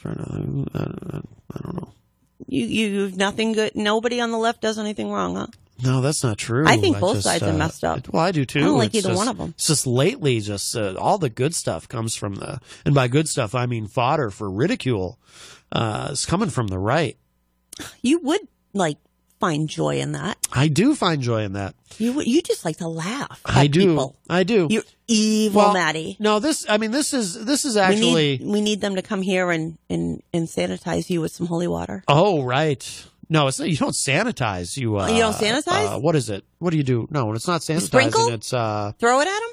I don't know. You you've nothing good. Nobody on the left does anything wrong, huh? No, that's not true. uh, I think both sides are messed up. Well, I do too. I don't like It's either just- one of 'em. It's just lately, just uh, all the good stuff comes from the, and by good stuff I mean fodder for ridicule. Uh, it's coming from the right. You would like find joy in that. I do find joy in that. You would- you just like to laugh. I do. I do. You're evil, Well, Maddie. No, this. I mean, this is this is we actually. need, we need them to come here and and and sanitize you with some holy water. oh right. No, it's not, you don't sanitize. You uh, You don't sanitize? Uh, what is it? What do you do? No, when it's not sprinkle? sanitizing, it's uh, Throw it at them.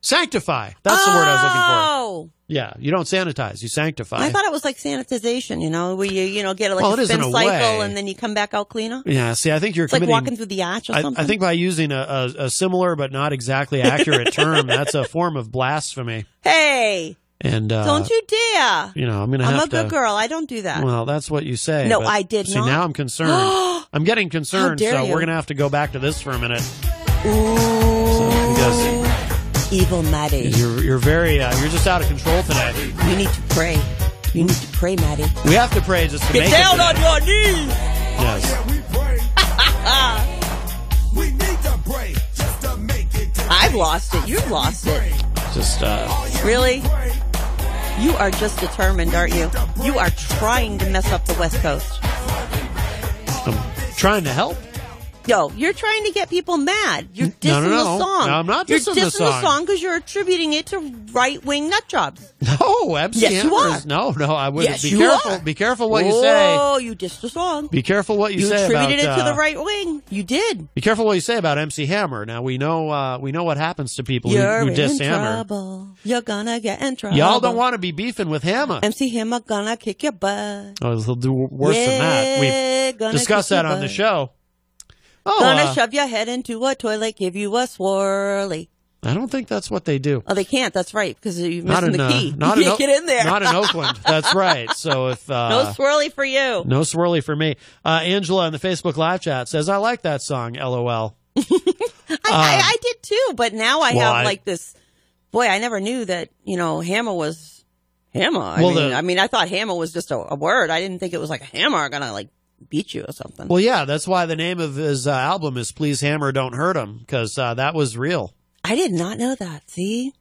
sanctify. That's the word I was looking for. Oh, Yeah, you don't sanitize. You sanctify. I thought it was like sanitization. You know, where you you know get like Well, it a is in spin a cycle way. and then you come back out cleaner. Yeah, see, I think you're It's like committing. walking through the yacht or I, something. I think by using a, a, a similar but not exactly accurate (laughs) term, that's a form of blasphemy. Hey, And uh, don't you dare! You know, I'm gonna. I'm have a good to, girl. I don't do that. Well, that's what you say. No, but- I did see, not. now I'm (gasps) concerned. I'm getting concerned, dare so you. we're gonna have to go back to this for a minute Ooh, because evil Maddie. you're you're very uh, you're just out of control today. You need to pray. You need to pray, Maddie. We have to pray just to Get make down it. on your knees. Yes. I've lost it. You've lost it. Just uh, Really? You are just determined, aren't you? You are trying to mess up the West Coast. I'm trying to help. (laughs) Yo, you're trying to get people mad. You're dissing No, no, no. the song. No, I'm not you're dissing the dissing song. because you're attributing it to right wing nut jobs. No, MC Yes, you Hammers. are. No, no, I wouldn't. Yes, be you careful. are. Be careful what you say. Oh, you dissed the song. Be careful what you, You say about. attributed it to uh, the right wing. You did. Be careful what you say about MC Hammer. Now we know uh, we know what happens to people who, You're who diss in Hammer. trouble. You're gonna get in trouble. Y'all don't want to be beefing with Hammer. MC Hammer gonna kick your butt. Oh, he'll do worse than Yeah, that. We've gonna discussed kick your that on the butt. show. Oh, gonna uh, shove your head into a toilet, give you a swirly. I don't think that's what they do. Oh, they can't. That's right, because you're Not missing in, the uh, key. not (laughs) you in can't O- get in there. Not in Oakland. That's right. So if uh, (laughs) no swirly for you. no swirly for me. Uh, Angela in the Facebook live chat says I like that song. LOL. I, I, I did too, but now I uh, well, have I- like this. Boy, I never knew that. You know, hammer was hammer. I Well, mean, the- I mean, I thought hammer was just a, a word. I didn't think it was like a hammer gonna like beat you or something. Well, yeah, that's why the name of his uh, album is "Please Hammer, Don't Hurt Him" because uh, that was real. I did not know that. See,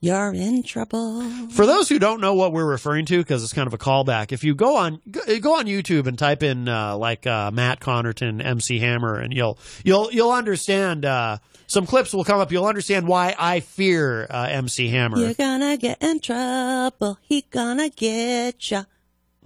you're in trouble. For those who don't know what we're referring to, because it's kind of a callback, if you go on go go on YouTube and type in uh, like uh, Matt Connerton, MC Hammer, and you'll you'll you'll understand. Uh, some clips will come up. You'll understand why I fear uh, MC Hammer. You're gonna get in trouble. He gonna get ya.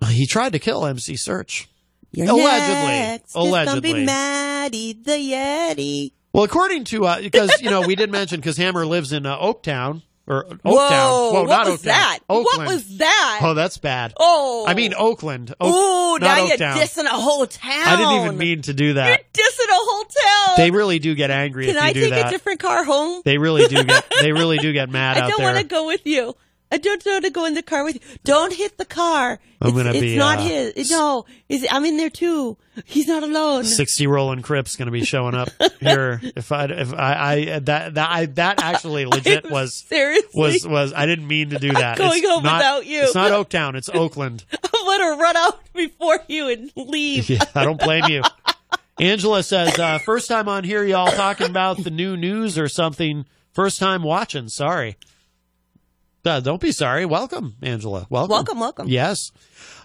He tried to kill MC Search. You're allegedly, next. allegedly. It's gonna be Maddie the Yeti. Well, according to uh, because you know we did mention because Hammer lives in uh, Oaktown, or Oaktown. Whoa, Whoa, what Oh, not was Oaktown. that? What Oakland. was that? Oh, that's bad. Oh. I mean Oakland. Ooh, Oak, not now you're Oaktown. dissing a whole town. I didn't even mean to do that. dissing a whole town. They really do get angry Can if you I do take that. a different car home? they really do get. They really do get mad I out don't there. want to go with you. I don't want to go in the car with you. Don't hit the car. I'm it's gonna it's be, not uh, his. No, is I'm in there too. He's not alone. Sixty rolling Crips going to be showing up here. If I if I, I that that I, that actually (laughs) legit was Seriously, was was I didn't mean to do that. going It's home not- without you. It's not Oaktown. It's Oakland. (laughs) I'm gonna run out before you and leave. Yeah, (laughs) I don't blame you. Angela says, uh, first time on here, y'all talking about the new news or something. First time watching. Sorry. Uh, don't be sorry. Welcome, Angela. Welcome. Welcome, welcome. Yes.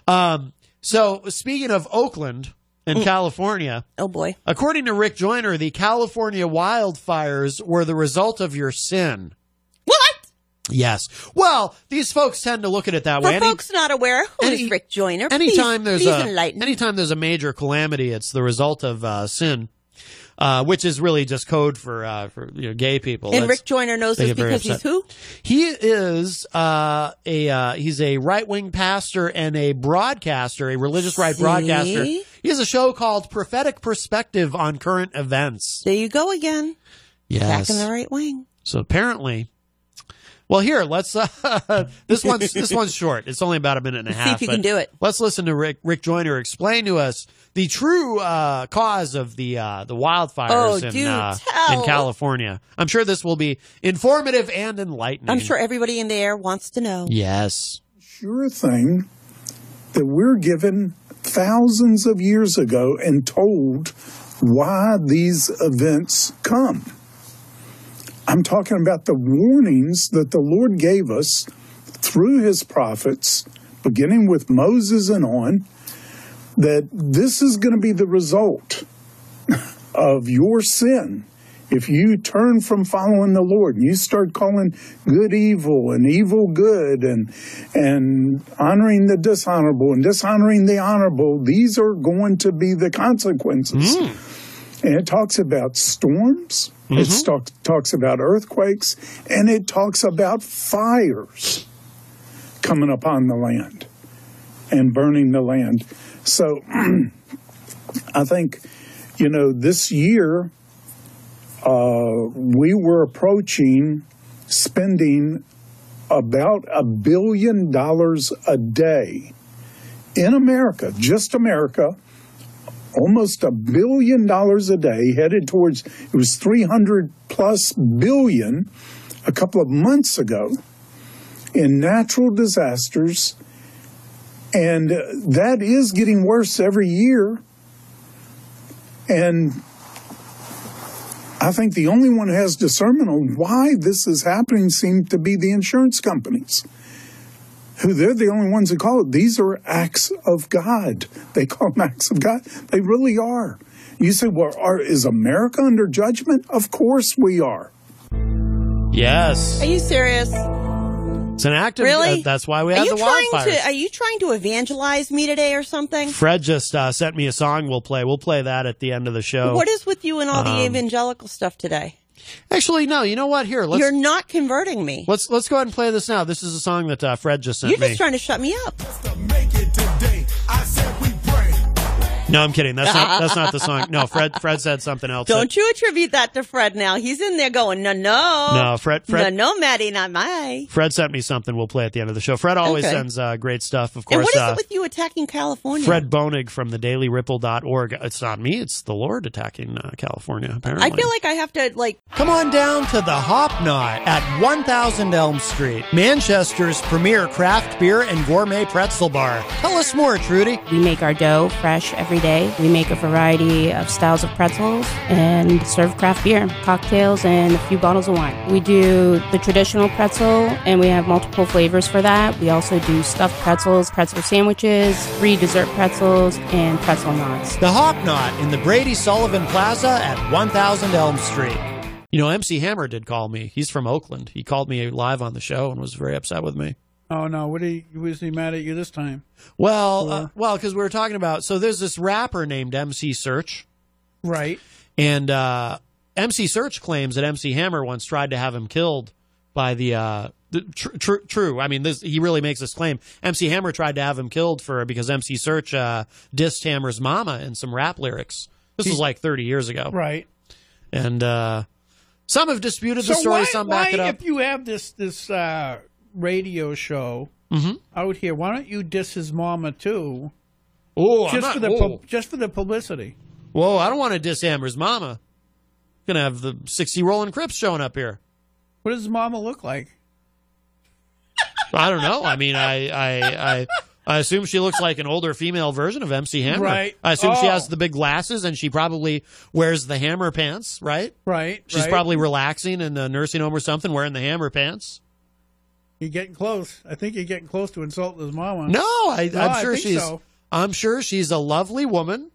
Um, so speaking of Oakland and California. Mm. Oh boy. According to Rick Joyner, the California wildfires were the result of your sin. What? Yes. Well, these folks tend to look at it that (laughs) For way. Any- folks not aware, who is Rick Joyner? Anytime Please- there's please a enlighten. anytime there's a major calamity, it's the result of uh, sin, uh, which is really just code for uh, for you know, gay people. and That's- Rick Joyner knows they get this very because he's upset. who? He is uh, a uh, he's a right wing pastor and a broadcaster, a religious right See? broadcaster. He has a show called Prophetic Perspective on Current Events. There you go again. Yes. Back in the right wing. So apparently, well, here let's. Uh, (laughs) this one's this one's short. It's only about a minute and a Let's half. see if you can but do it. Let's listen to Rick Rick Joyner explain to us the true uh, cause of the uh, the wildfires Oh, in do uh, in tell. California. I'm sure this will be informative and enlightening. I'm sure everybody in the air wants to know. Yes. sure thing that we're given thousands of years ago and told why these events come. I'm talking about the warnings that the Lord gave us through his prophets, beginning with Moses and on, that this is going to be the result of your sin. If you turn from following the Lord and you start calling good evil and evil good and and honoring the dishonorable and dishonoring the honorable, these are going to be the consequences. And it talks about storms, it talk, talks about earthquakes, and it talks about fires coming upon the land and burning the land. So (clears throat) I think, you know, this year uh, we were approaching spending about a billion dollars a day in America, just America, almost a billion dollars a day headed towards it was 300 plus billion a couple of months ago in natural disasters and uh, that is getting worse every year and I think the only one who has discernment on why this is happening seem to be the insurance companies. Who they're the only ones that call it. These are acts of God. They call them acts of God. They really are. You say, well, are, is America under judgment? Of course we are. Yes. Are you serious? It's an active. Really? uh, that's why we are have you the trying wildfires. to? Are you trying to evangelize me today or something? Fred just uh, sent me a song. We'll play. We'll play that at the end of the show. What is with you and all the Um, evangelical stuff today? Actually, no. You know what? Here, let's. You're not converting me. Let's let's go ahead and play this now. This is a song that uh, Fred just sent You're me. just trying to shut me up. No, I'm kidding. That's not that's not the song. No, (laughs) Fred Fred said something else. Don't you attribute that to Fred now. He's in there going, no, no. No, Fred- Fred- No, no, Maddie, not my. Fred sent me something. We'll play at the end of the show. Fred always Okay. sends uh, great stuff. Of course, And what is uh, it with you attacking California? Fred Bonig from the DailyRipple.org. It's not me. It's the Lord attacking uh, California. Apparently, I feel like I have to, like, Come on down to the Hop Knot at 1000 Elm Street, Manchester's premier craft beer and gourmet pretzel bar. Tell us more, Trudy. We make our dough fresh every day. We make a variety of styles of pretzels and serve craft beer, cocktails, and a few bottles of wine. We do the traditional pretzel, and we have multiple flavors for that. We also do stuffed pretzels, pretzel sandwiches, free dessert pretzels, and pretzel knots. The Hop Knot in the Brady Sullivan Plaza at 1000 Elm Street. You know, MC Hammer did call me. He's from Oakland. He called me live on the show and was very upset with me. Oh no! What he was he mad at you this time? Well, uh, well, because we were talking about. So there's this rapper named MC Search, right? And uh, MC Search claims that MC Hammer once tried to have him killed by the uh the, tr- tr- true. I mean, this he really makes this claim. MC Hammer tried to have him killed for because MC Search uh, dissed Hammer's mama in some rap lyrics. This was like 30 years ago, right? And uh, some have disputed the so story, why, some why, back it up. if you have this this uh, radio show Mhm. out here, why don't you diss his mama too? Oh, I'm just not- for the oh. pub- just for the publicity. Whoa, I don't want to diss Hammer's mama. Gonna have the 60 Rolling Crips showing up here. What does his mama look like? I don't know. I mean, I, I, I, I assume she looks like an older female version of MC Hammer. Right. I assume she Oh. has the big glasses and she probably wears the hammer pants, right? Right. She's right. probably relaxing in the nursing home or something wearing the hammer pants. You're getting close. I think you're getting close to insulting his mama. No, I, No, I'm sure Uh, think she's. so. I'm sure she's a lovely woman,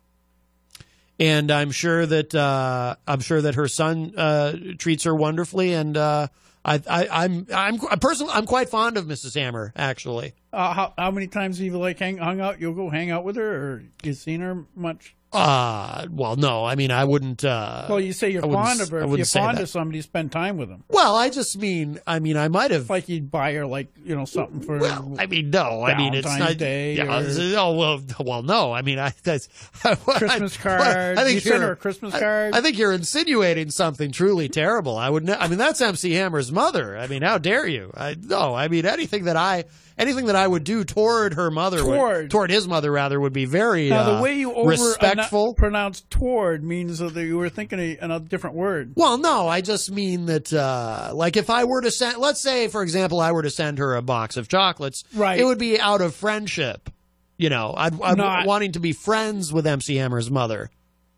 and I'm sure that uh, I'm sure that her son uh, treats her wonderfully. And uh, I, I, I'm I'm personally I'm quite fond of Mrs. Hammer. Actually, Uh, how, how many times have you like hang, hung out? You'll go hang out with her, or you seen her much? uh, well, no, I mean I wouldn't. Uh, well, you say you're I wouldn't fond s- of her. I If wouldn't you're say fond that. of somebody, you spend time with them. Well, I just mean, I mean, I might have like you'd buy her like you know something for. Well, I mean, (laughs) no, I mean it's Valentine's not. Day yeah, or- it's- oh well, well, no. I mean, I that's (laughs) Christmas I- card. I think You sent you're- her a Christmas I- card? I, think you're insinuating something truly terrible. I would. Ne- I mean, that's MC Hammer's mother. I mean, how dare you? I no. I mean, anything that I anything that I would do toward her mother, would- Toward. toward his mother rather, would be very Now uh, the way you over respectful. pronounce toward means that you were thinking a, a different word. Well, no, I just mean that, uh, like, if I were to send, let's say, for example, I were to send her a box of chocolates, Right. It would be out of friendship, you know. I'd, I'd Not- wanting to be friends with MC Hammer's mother,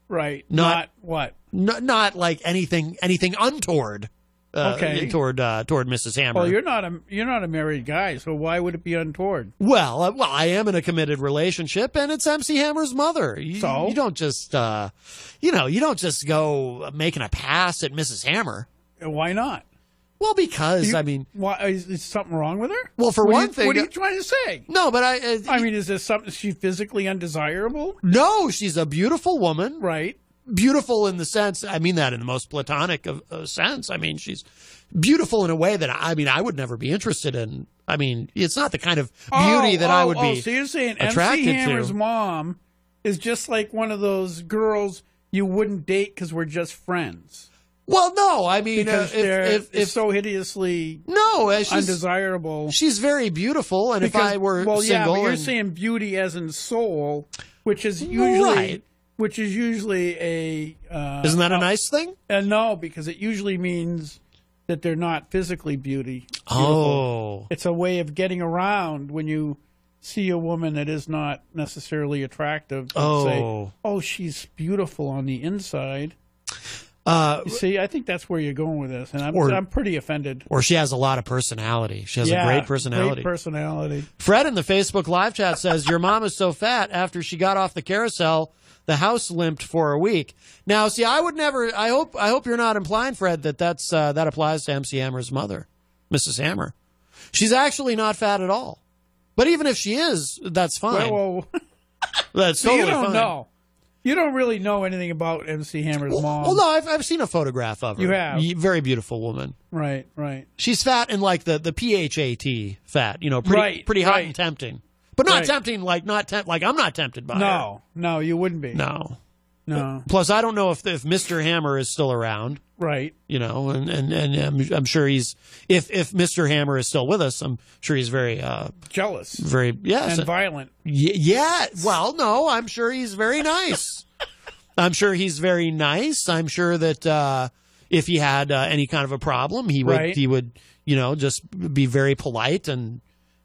Right. Not- what? N- not like anything, anything untoward, uh, Okay. toward uh, toward Mrs. Hammer. Well, you're not a you're not a married guy, so why would it be untoward? Well, uh, well, I am in a committed relationship, and it's MC Hammer's mother. You, So? you don't just, uh, you know, you don't just go making a pass at Mrs. Hammer. Why not? Well, because You- I mean, Why is, is something wrong with her? Well, for What are one you- thing- uh, what are you trying to say? No, but I. Uh, I mean, is this something she physically undesirable? No, she's a beautiful woman. Right. Beautiful in the sense, I mean that in the most platonic of, uh, sense. I mean, she's beautiful in a way that I mean I would never be interested in. I mean, it's not the kind of beauty Oh, that I oh, would oh, be So you're saying attracted MC Hammer's to. mom is just like one of those girls you wouldn't date because we're just friends. Well, no, I mean, uh, because if- they're if- if- so hideously no, uh, she's, undesirable. She's very beautiful, and Because- if I were well, yeah, single, but you're and- saying beauty as in soul, which is usually Right. which is usually a uh, Isn't that a nice thing? Uh, no, because it usually means that they're not physically beauty. Oh. it's a way of getting around when you see a woman that is not necessarily attractive. and Oh. say, oh, she's beautiful on the inside. Uh, you see, I think that's where you're going with this, and I'm Or- I'm pretty offended. or she has a lot of personality. She has Yeah, a great personality. Great personality. Fred in the Facebook live chat says, Your mom is so fat after she got off the carousel, the house limped for a week. Now, see, I would never, I hope, I hope you're not implying, Fred, that that's, uh, that applies to MC Hammer's mother, Mrs. Hammer. She's actually not fat at all. But even if she is, that's fine. Well, (laughs) well, that's so totally you don't fine. know. You don't really know anything about MC Hammer's mom. Well, no, I've, I've seen a photograph of her. You have. Ye- Very beautiful woman. Right, right. She's fat in like the, the PHAT fat, you know, Oh, pretty, Right, pretty hot right. and tempting. But not Right. tempting, like not tempt, like I'm not tempted by her. No, no, you wouldn't be. No. No. Plus, I don't know if if Mr. Hammer is still around. Right. You know, and and, and I'm, I'm sure he's if if Mr. Hammer is still with us, I'm sure he's very uh Jealous. very yes And violent. Y- yeah. Well, no, I'm sure he's very (laughs) nice. I'm sure he's very nice. I'm sure that uh, if he had uh, any kind of a problem, he would Right. he would you know just be very polite and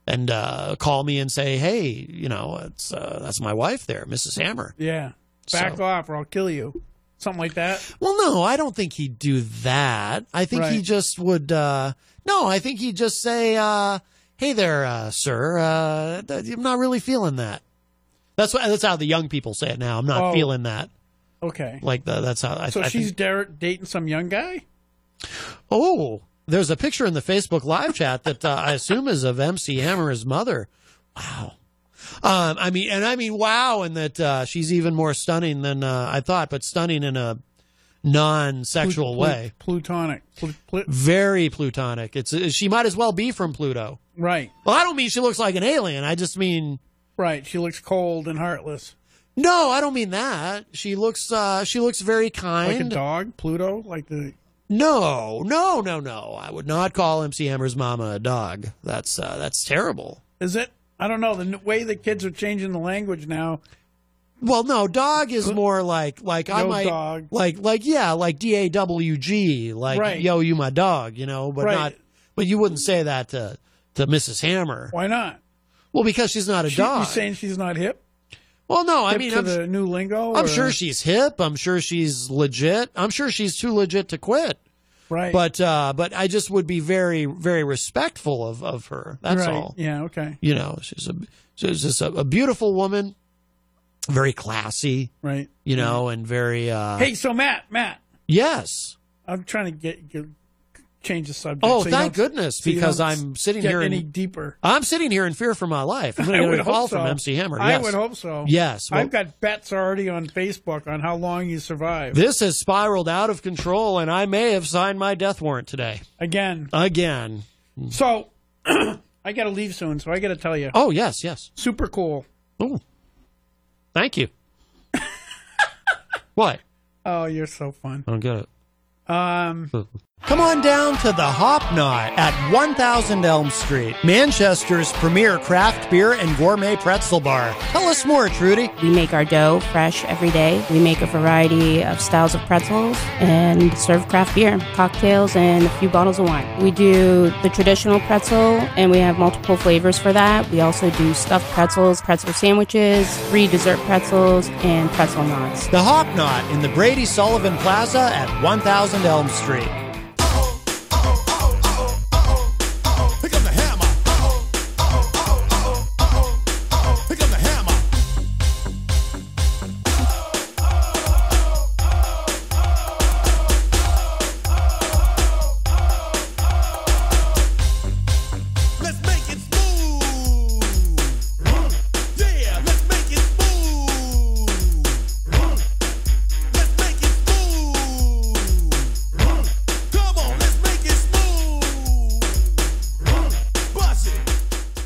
and uh, call me and say, hey, you know, it's uh, that's my wife there, Mrs. Hammer. Yeah. Back So- off or I'll kill you. Something like that. Well, no, I don't think he'd do that. I think he Right. just would. Uh, no, I think he'd just say, uh, "Hey there, uh, sir. Uh, th- I'm not really feeling that." That's what. That's how the young people say it now. I'm not Oh. feeling that. Okay. Like the, that's how. I, so I she's Think, dar- dating some young guy? oh, there's a picture in the Facebook live chat that uh, I assume is of MC Hammer's mother. Wow. Um, I mean, and I mean, wow, and that uh, she's even more stunning than uh, I thought, but stunning in a non-sexual Plut- way. Plutonic. Plut- plut- Very plutonic. It's uh, she might as well be from Pluto. right. Well, I don't mean she looks like an alien. I just mean Right. She looks cold and heartless. no. I don't mean that. She looks. Uh, she looks very kind. Like a dog, Pluto, like the No, no, no, no. I would not call MC Hammer's mama a dog. That's uh, that's terrible. Is it? I don't know. The n- way the kids are changing the language now. Well, no, dog is more like like I Yo, might dog. like like yeah, like D A W G, like Right. yo, you my dog, you know, but Right. not but you wouldn't say that to to Mrs. Hammer. Why not? Well, because she's not a She- dog. You saying she's not hip? well, no, I hip mean to I'm, the new lingo. I'm or- sure she's hip. I'm sure she's legit. I'm sure she's too legit to quit. Right. But uh, but I just would be very very respectful of of her. That's Right. all. Yeah. Okay. you know she's a she's just a, a beautiful woman very classy Right. you know and very uh hey, so Matt, Matt, yes I'm trying to get, get change the subject. oh so you thank don't- goodness so you because don't i'm sitting get here any in, deeper. (laughs) i'm sitting here in fear for my life i'm I gonna get would a call hope so. from mc hammer I yes. would hope so. yes well, I've got bets already on Facebook on how long you survive. this has spiraled out of control and i may have signed my death warrant today Again. again So I got to leave soon, so I got to tell you. oh yes yes Super cool. Ooh. thank you what Oh, you're so fun. i don't get it Um, (laughs) Come on down to the Hop Knot at 1000 Elm Street, Manchester's premier craft beer and gourmet pretzel bar. Tell us more, Trudy. We make our dough fresh every day. We make a variety of styles of pretzels and serve craft beer, cocktails, and a few bottles of wine. We do the traditional pretzel, and we have multiple flavors for that. We also do stuffed pretzels, pretzel sandwiches, free dessert pretzels, and pretzel knots. The Hop Knot in the Brady Sullivan Plaza at 1000 Elm Street. Let's make it smooth. Yeah, let's make it smooth. Let's make it smooth. Come on, let's make it smooth. Bust it.